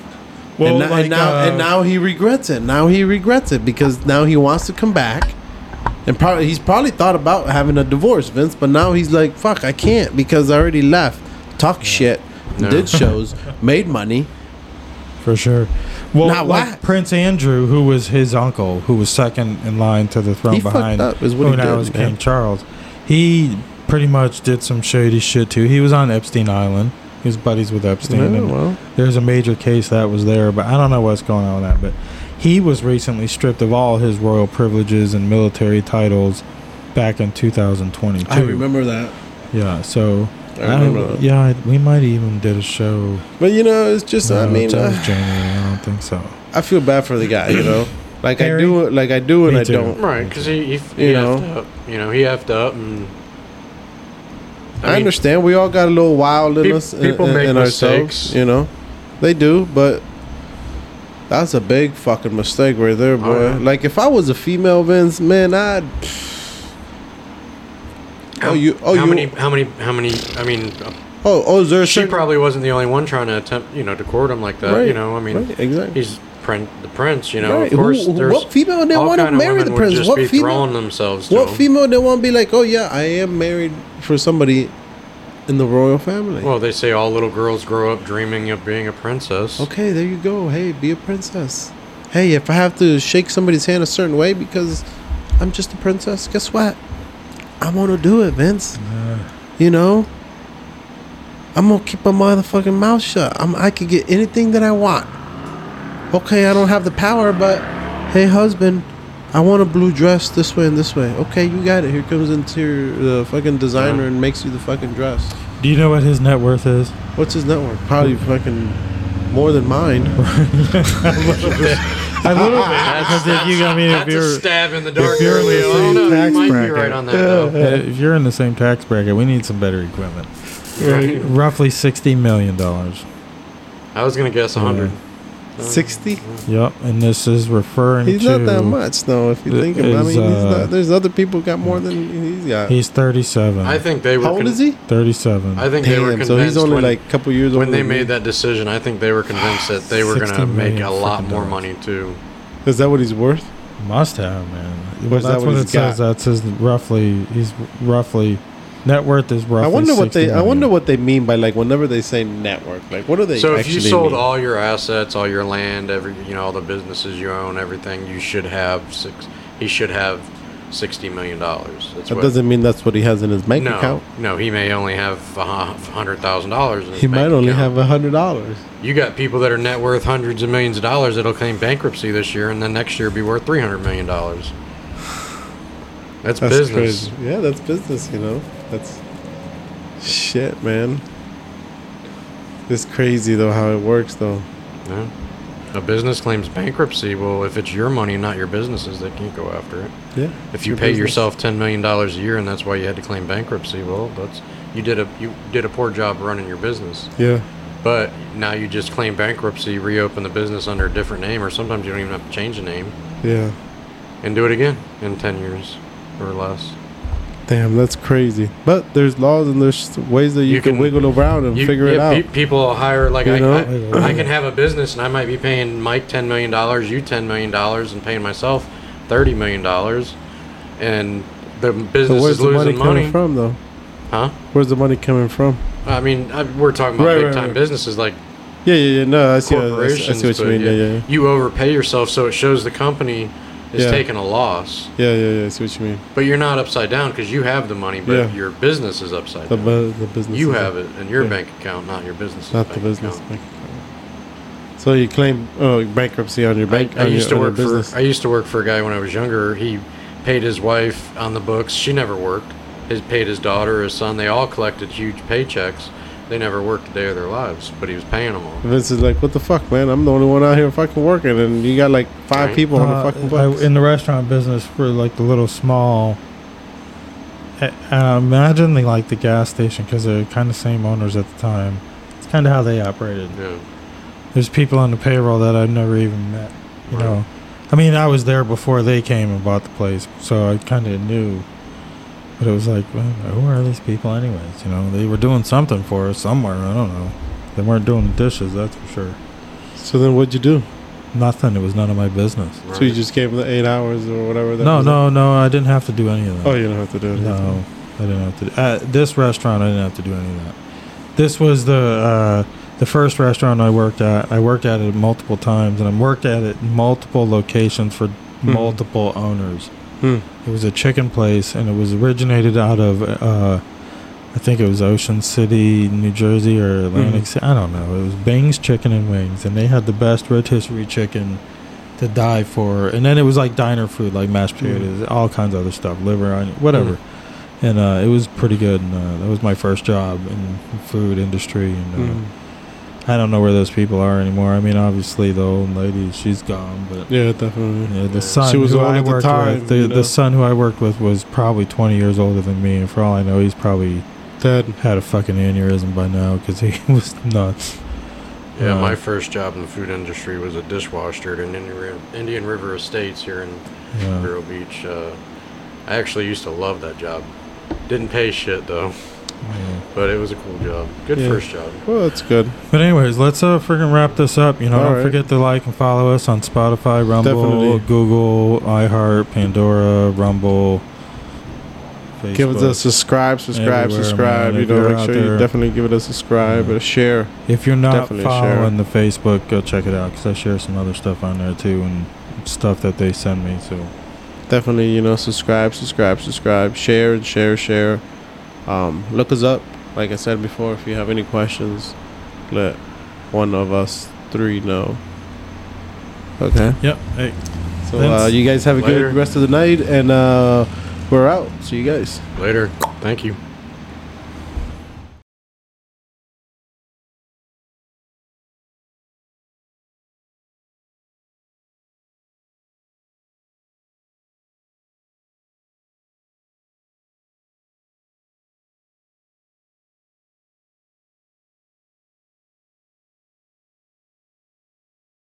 [SPEAKER 2] Well,
[SPEAKER 3] and, no- and
[SPEAKER 2] like,
[SPEAKER 3] now
[SPEAKER 2] uh,
[SPEAKER 3] and now he regrets it. Now he regrets it because now he wants to come back, and probably he's probably thought about having a divorce, Vince. But now he's like, "Fuck, I can't because I already left, talked shit,
[SPEAKER 4] No.
[SPEAKER 3] did shows, made money."
[SPEAKER 2] for sure. Well,
[SPEAKER 3] Now
[SPEAKER 2] like
[SPEAKER 3] what?
[SPEAKER 2] Prince Andrew, who was his uncle, who was second in line to the throne
[SPEAKER 3] He fucked
[SPEAKER 2] behind
[SPEAKER 3] up is what
[SPEAKER 2] who
[SPEAKER 3] he
[SPEAKER 2] now
[SPEAKER 3] did,
[SPEAKER 2] is
[SPEAKER 3] man.
[SPEAKER 2] King Charles, he pretty much did some shady shit too. He was on Epstein Island. He was buddies with Epstein. and
[SPEAKER 3] well,
[SPEAKER 2] there's a major case that was there, but I don't know what's going on with that. But he was recently stripped of all his royal privileges and military titles back in 2022.
[SPEAKER 3] I remember that.
[SPEAKER 2] Yeah, so
[SPEAKER 3] I remember that.
[SPEAKER 2] yeah, I- we might even did a show.
[SPEAKER 3] But you know, it's just I
[SPEAKER 2] uh,
[SPEAKER 3] mean,
[SPEAKER 2] that was
[SPEAKER 3] uh,
[SPEAKER 2] January. I don't think so.
[SPEAKER 3] I feel bad for the guy. You know, like I
[SPEAKER 2] Harry?
[SPEAKER 3] do, like I do, and
[SPEAKER 2] Me
[SPEAKER 3] I
[SPEAKER 2] too.
[SPEAKER 3] don't.
[SPEAKER 4] Right, because he, he, he
[SPEAKER 3] You
[SPEAKER 4] you
[SPEAKER 3] know.
[SPEAKER 4] up. You know, he effed up, and
[SPEAKER 3] I,
[SPEAKER 4] mean,
[SPEAKER 3] understand. We all got a little wild in
[SPEAKER 4] Peop-
[SPEAKER 3] us.
[SPEAKER 4] people
[SPEAKER 3] in,
[SPEAKER 4] make
[SPEAKER 3] in
[SPEAKER 4] mistakes.
[SPEAKER 3] ourselves, you know. They do, but that's a big fucking mistake right there, boy.
[SPEAKER 4] Oh, yeah.
[SPEAKER 3] Like if I was a female Vince, man, I'd. Oh, you. Oh,
[SPEAKER 4] how
[SPEAKER 3] you.
[SPEAKER 4] many? How many? How many? I mean,
[SPEAKER 3] oh, oh, is there a
[SPEAKER 4] she
[SPEAKER 3] certain-
[SPEAKER 4] probably wasn't the only one trying to attempt, you know, to court him like that.
[SPEAKER 3] Right,
[SPEAKER 4] you know, I mean,
[SPEAKER 3] right, exactly.
[SPEAKER 4] he's prin- the prince. You know,
[SPEAKER 3] Right.
[SPEAKER 4] of course,
[SPEAKER 3] Who- who-
[SPEAKER 4] there's
[SPEAKER 3] what female didn't
[SPEAKER 4] all
[SPEAKER 3] want to
[SPEAKER 4] kind of
[SPEAKER 3] marry
[SPEAKER 4] women
[SPEAKER 3] the
[SPEAKER 4] would
[SPEAKER 3] prince?
[SPEAKER 4] just
[SPEAKER 3] What
[SPEAKER 4] be
[SPEAKER 3] female?
[SPEAKER 4] throwing themselves to
[SPEAKER 3] What
[SPEAKER 4] him.
[SPEAKER 3] female didn't want to be like, oh yeah, I am married for somebody in the royal family?
[SPEAKER 4] Well, they say all little girls grow up dreaming of being a princess.
[SPEAKER 3] Okay, there you go. Hey, be a princess. Hey, if I have to shake somebody's hand a certain way because I'm just a princess, guess what? I'm gonna do it, Vince.
[SPEAKER 2] Uh,
[SPEAKER 3] You know? I'm gonna keep my motherfucking mouth shut. I'm, I can get anything that I want. Okay, I don't have the power, but hey, husband, I want a blue dress this way and this way. Okay, you got it. Here comes interior, the fucking designer and makes you the fucking dress.
[SPEAKER 2] Do you know what his net worth is?
[SPEAKER 3] What's his network? Probably fucking more than mine.
[SPEAKER 2] A little bit.
[SPEAKER 4] That's-
[SPEAKER 2] Because if you, I mean, if
[SPEAKER 4] That's a
[SPEAKER 2] you're
[SPEAKER 4] stab in the dark.
[SPEAKER 2] you're in the
[SPEAKER 4] Leo. I don't
[SPEAKER 2] same
[SPEAKER 4] know. You
[SPEAKER 5] tax
[SPEAKER 4] might be
[SPEAKER 5] bracket.
[SPEAKER 4] right on that. though.
[SPEAKER 2] uh, if you're in the same tax bracket, we need some better equipment.
[SPEAKER 5] Right.
[SPEAKER 2] Roughly sixty million dollars.
[SPEAKER 4] I was gonna guess 100.
[SPEAKER 3] Sixty.
[SPEAKER 2] Yep, and this is referring
[SPEAKER 3] He's
[SPEAKER 2] to
[SPEAKER 3] not that much though. If you
[SPEAKER 2] Th-
[SPEAKER 3] think about, it. I
[SPEAKER 2] is,
[SPEAKER 3] mean, he's
[SPEAKER 2] uh,
[SPEAKER 3] not, there's other people got more than he's got.
[SPEAKER 2] He's 37.
[SPEAKER 4] I think they were.
[SPEAKER 3] How old
[SPEAKER 4] con-
[SPEAKER 3] is he?
[SPEAKER 2] 37.
[SPEAKER 4] I think they were
[SPEAKER 3] Damn,
[SPEAKER 4] convinced
[SPEAKER 3] so he's only
[SPEAKER 4] when,
[SPEAKER 3] like a couple years old.
[SPEAKER 4] when they made that decision. I think they were convinced that they were gonna
[SPEAKER 2] 16
[SPEAKER 4] make
[SPEAKER 2] million
[SPEAKER 4] a lot
[SPEAKER 2] freaking
[SPEAKER 4] more
[SPEAKER 2] dollars.
[SPEAKER 4] money too.
[SPEAKER 3] Is that what he's worth?
[SPEAKER 2] Must have, man.
[SPEAKER 3] Or is
[SPEAKER 2] That's
[SPEAKER 3] that
[SPEAKER 2] what,
[SPEAKER 3] what he's
[SPEAKER 2] it says.
[SPEAKER 3] got?
[SPEAKER 2] That says roughly. He's roughly net worth is roughly.
[SPEAKER 3] I wonder what
[SPEAKER 2] 60
[SPEAKER 3] they. I
[SPEAKER 2] million.
[SPEAKER 3] wonder what they mean by like whenever they say network. Like, what are they?
[SPEAKER 4] So if
[SPEAKER 3] actually
[SPEAKER 4] you sold
[SPEAKER 3] mean?
[SPEAKER 4] all your assets, all your land, every you know all the businesses you own, everything, you should have six. He should have sixty million dollars. That's
[SPEAKER 3] that
[SPEAKER 4] what.
[SPEAKER 3] doesn't mean that's what he has in his bank
[SPEAKER 4] no,
[SPEAKER 3] account.
[SPEAKER 4] no, he may only have a hundred thousand dollars.
[SPEAKER 3] He might only have a hundred dollars.
[SPEAKER 4] You got people that are net worth hundreds of millions of dollars that'll claim bankruptcy this year, and then next year be worth three hundred million dollars. That's,
[SPEAKER 3] That's
[SPEAKER 4] business.
[SPEAKER 3] crazy. Yeah, that's business. You know, that's shit, man. It's crazy though how it works though.
[SPEAKER 4] Yeah. a business claims bankruptcy, well, if it's your money, not your business's, they can't go after it.
[SPEAKER 3] Yeah.
[SPEAKER 4] If you
[SPEAKER 3] Your
[SPEAKER 4] pay
[SPEAKER 3] business.
[SPEAKER 4] yourself ten million dollars a year and that's why you had to claim bankruptcy, well, that's you did a you did a poor job running your business.
[SPEAKER 5] Yeah.
[SPEAKER 4] But now you just claim bankruptcy, reopen the business under a different name, or sometimes you don't even have to change the name
[SPEAKER 5] Yeah.
[SPEAKER 4] and do it again in ten years or less.
[SPEAKER 5] Damn, that's crazy.
[SPEAKER 3] But there's laws and there's ways that you,
[SPEAKER 4] You
[SPEAKER 3] can,
[SPEAKER 4] can-
[SPEAKER 3] wiggle around and
[SPEAKER 4] You-
[SPEAKER 3] figure it
[SPEAKER 4] yeah,
[SPEAKER 3] out.
[SPEAKER 4] pe- people hire like
[SPEAKER 3] You
[SPEAKER 4] I,
[SPEAKER 3] know?
[SPEAKER 4] I, I can have a business and I might be paying Mike ten million dollars, you ten million dollars, and paying myself thirty million dollars, and the
[SPEAKER 3] So
[SPEAKER 4] business
[SPEAKER 3] where's
[SPEAKER 4] is
[SPEAKER 3] the money
[SPEAKER 4] losing
[SPEAKER 3] coming
[SPEAKER 4] money,
[SPEAKER 3] from, though?
[SPEAKER 4] huh?
[SPEAKER 3] Where's the money coming from?
[SPEAKER 4] I mean, I, we're talking about
[SPEAKER 3] Right,
[SPEAKER 4] big
[SPEAKER 3] right,
[SPEAKER 4] time
[SPEAKER 3] right.
[SPEAKER 4] businesses like
[SPEAKER 3] Yeah, yeah, yeah. No, I see. I, I
[SPEAKER 4] corporations.
[SPEAKER 3] see what you
[SPEAKER 4] but
[SPEAKER 3] mean. Yeah, yeah, yeah.
[SPEAKER 4] You overpay yourself, so it shows the company is
[SPEAKER 3] Yeah.
[SPEAKER 4] taking a loss,
[SPEAKER 3] Yeah, yeah, yeah. I see what you mean.
[SPEAKER 4] but you're not upside down because you have the money, but
[SPEAKER 3] Yeah.
[SPEAKER 4] your business is upside
[SPEAKER 3] The,
[SPEAKER 4] down.
[SPEAKER 3] bu- the business.
[SPEAKER 4] You
[SPEAKER 3] is-
[SPEAKER 4] have it in your
[SPEAKER 3] Yeah.
[SPEAKER 4] bank account, not your business.
[SPEAKER 3] Not the business. Bank account. So you claim oh, bankruptcy on your bank.
[SPEAKER 4] I, I
[SPEAKER 3] on
[SPEAKER 4] used
[SPEAKER 3] your,
[SPEAKER 4] to
[SPEAKER 3] on
[SPEAKER 4] work
[SPEAKER 3] your business.
[SPEAKER 4] for I used to work for a guy when I was younger. He paid his wife on the books. She never worked. His paid his daughter, his son. They all collected huge paychecks. They never worked a day of their lives, but he was paying them all.
[SPEAKER 3] Vince is like, what the fuck, man? I'm the only one out here fucking working, and you got like five
[SPEAKER 4] Right.
[SPEAKER 3] people on
[SPEAKER 2] Uh,
[SPEAKER 3] the fucking
[SPEAKER 2] I-
[SPEAKER 3] books.
[SPEAKER 2] in the restaurant business for like the little small. I- I imagine they like the gas station because they're kind of same owners at the time. It's kind of how they operated.
[SPEAKER 4] Yeah,
[SPEAKER 2] There's people on the payroll that I've never even met. You
[SPEAKER 4] Right.
[SPEAKER 2] know, I mean, I was there before they came and bought the place, so I kind of knew. But it was like, well, who are these people, anyways? You know, they were doing something for us somewhere. I don't know. They weren't doing the dishes, that's for sure.
[SPEAKER 3] so then, what'd you do?
[SPEAKER 2] Nothing. It was none of my business.
[SPEAKER 4] right.
[SPEAKER 3] So you just gave them the eight hours or whatever. That
[SPEAKER 2] No,
[SPEAKER 3] was
[SPEAKER 2] no, no. I didn't have to do any of that.
[SPEAKER 3] Oh, you don't have to do it.
[SPEAKER 2] No, I didn't have to. Do, uh, this restaurant, I didn't have to do any of that. This was the uh, the first restaurant I worked at. I worked at it multiple times, and I worked at it in multiple locations for multiple owners.
[SPEAKER 3] Hmm.
[SPEAKER 2] It was a chicken place, and it was originated out of. Uh, I think it was Ocean City, New Jersey, or Atlantic City. I don't know. It was Bing's Chicken and Wings, and they had the best rotisserie chicken to die for. And then it was like diner food, like mashed potatoes, all kinds of other stuff, liver, onion, whatever. And uh, it was pretty good. And, uh, that was my first job in the food industry. And uh,
[SPEAKER 3] Mhm.
[SPEAKER 2] I don't know where those people are anymore. I mean, obviously the old lady, she's gone, but
[SPEAKER 3] Yeah, definitely.
[SPEAKER 2] yeah, the
[SPEAKER 4] Yeah.
[SPEAKER 2] son
[SPEAKER 3] She was
[SPEAKER 2] who
[SPEAKER 3] old
[SPEAKER 2] I
[SPEAKER 3] at the
[SPEAKER 2] worked
[SPEAKER 3] time,
[SPEAKER 2] with, the,
[SPEAKER 3] you know?
[SPEAKER 2] the son who I worked with was probably 20 years older than me, and for all I know, he's probably
[SPEAKER 3] Dad.
[SPEAKER 2] had a fucking aneurysm by now because he was nuts.
[SPEAKER 4] yeah.
[SPEAKER 2] Uh,
[SPEAKER 4] My first job in the food industry was a dishwasher at an Indian, Ri- Indian River Estates here in
[SPEAKER 2] yeah.
[SPEAKER 3] Oh.
[SPEAKER 4] Vero Beach. Uh, I actually used to love that job. Didn't pay shit though,
[SPEAKER 2] yeah.
[SPEAKER 4] but it was a cool job. Good
[SPEAKER 3] Yeah.
[SPEAKER 4] first job.
[SPEAKER 3] Well, that's good.
[SPEAKER 2] But anyways, let's uh freaking wrap this up. You know,
[SPEAKER 3] All
[SPEAKER 2] don't
[SPEAKER 3] right.
[SPEAKER 2] forget to like and follow us on Spotify, Rumble,
[SPEAKER 3] Definitely.
[SPEAKER 2] Google, iHeart, Pandora, Rumble. Facebook.
[SPEAKER 3] Give us a subscribe, subscribe,
[SPEAKER 2] Everywhere,
[SPEAKER 3] subscribe.
[SPEAKER 2] man.
[SPEAKER 3] You
[SPEAKER 2] If
[SPEAKER 3] know,
[SPEAKER 2] you're
[SPEAKER 3] make
[SPEAKER 2] out
[SPEAKER 3] sure you
[SPEAKER 2] there-
[SPEAKER 3] definitely give it a subscribe
[SPEAKER 2] Yeah.
[SPEAKER 3] and a share.
[SPEAKER 2] If you're not
[SPEAKER 3] Definitely share.
[SPEAKER 2] following the Facebook, go check it out because I share some other stuff on there too and stuff that they send me. So
[SPEAKER 3] Definitely, you know, subscribe, subscribe, subscribe, share and share, share. Um, look us up. Like I said before, if you have any questions, let one of us three know. Okay.
[SPEAKER 2] yep, hey,
[SPEAKER 3] So uh,
[SPEAKER 2] Thanks.
[SPEAKER 3] you guys have a
[SPEAKER 4] Later.
[SPEAKER 3] good rest of the night, and uh, we're out. See you guys.
[SPEAKER 4] Later. Thank you.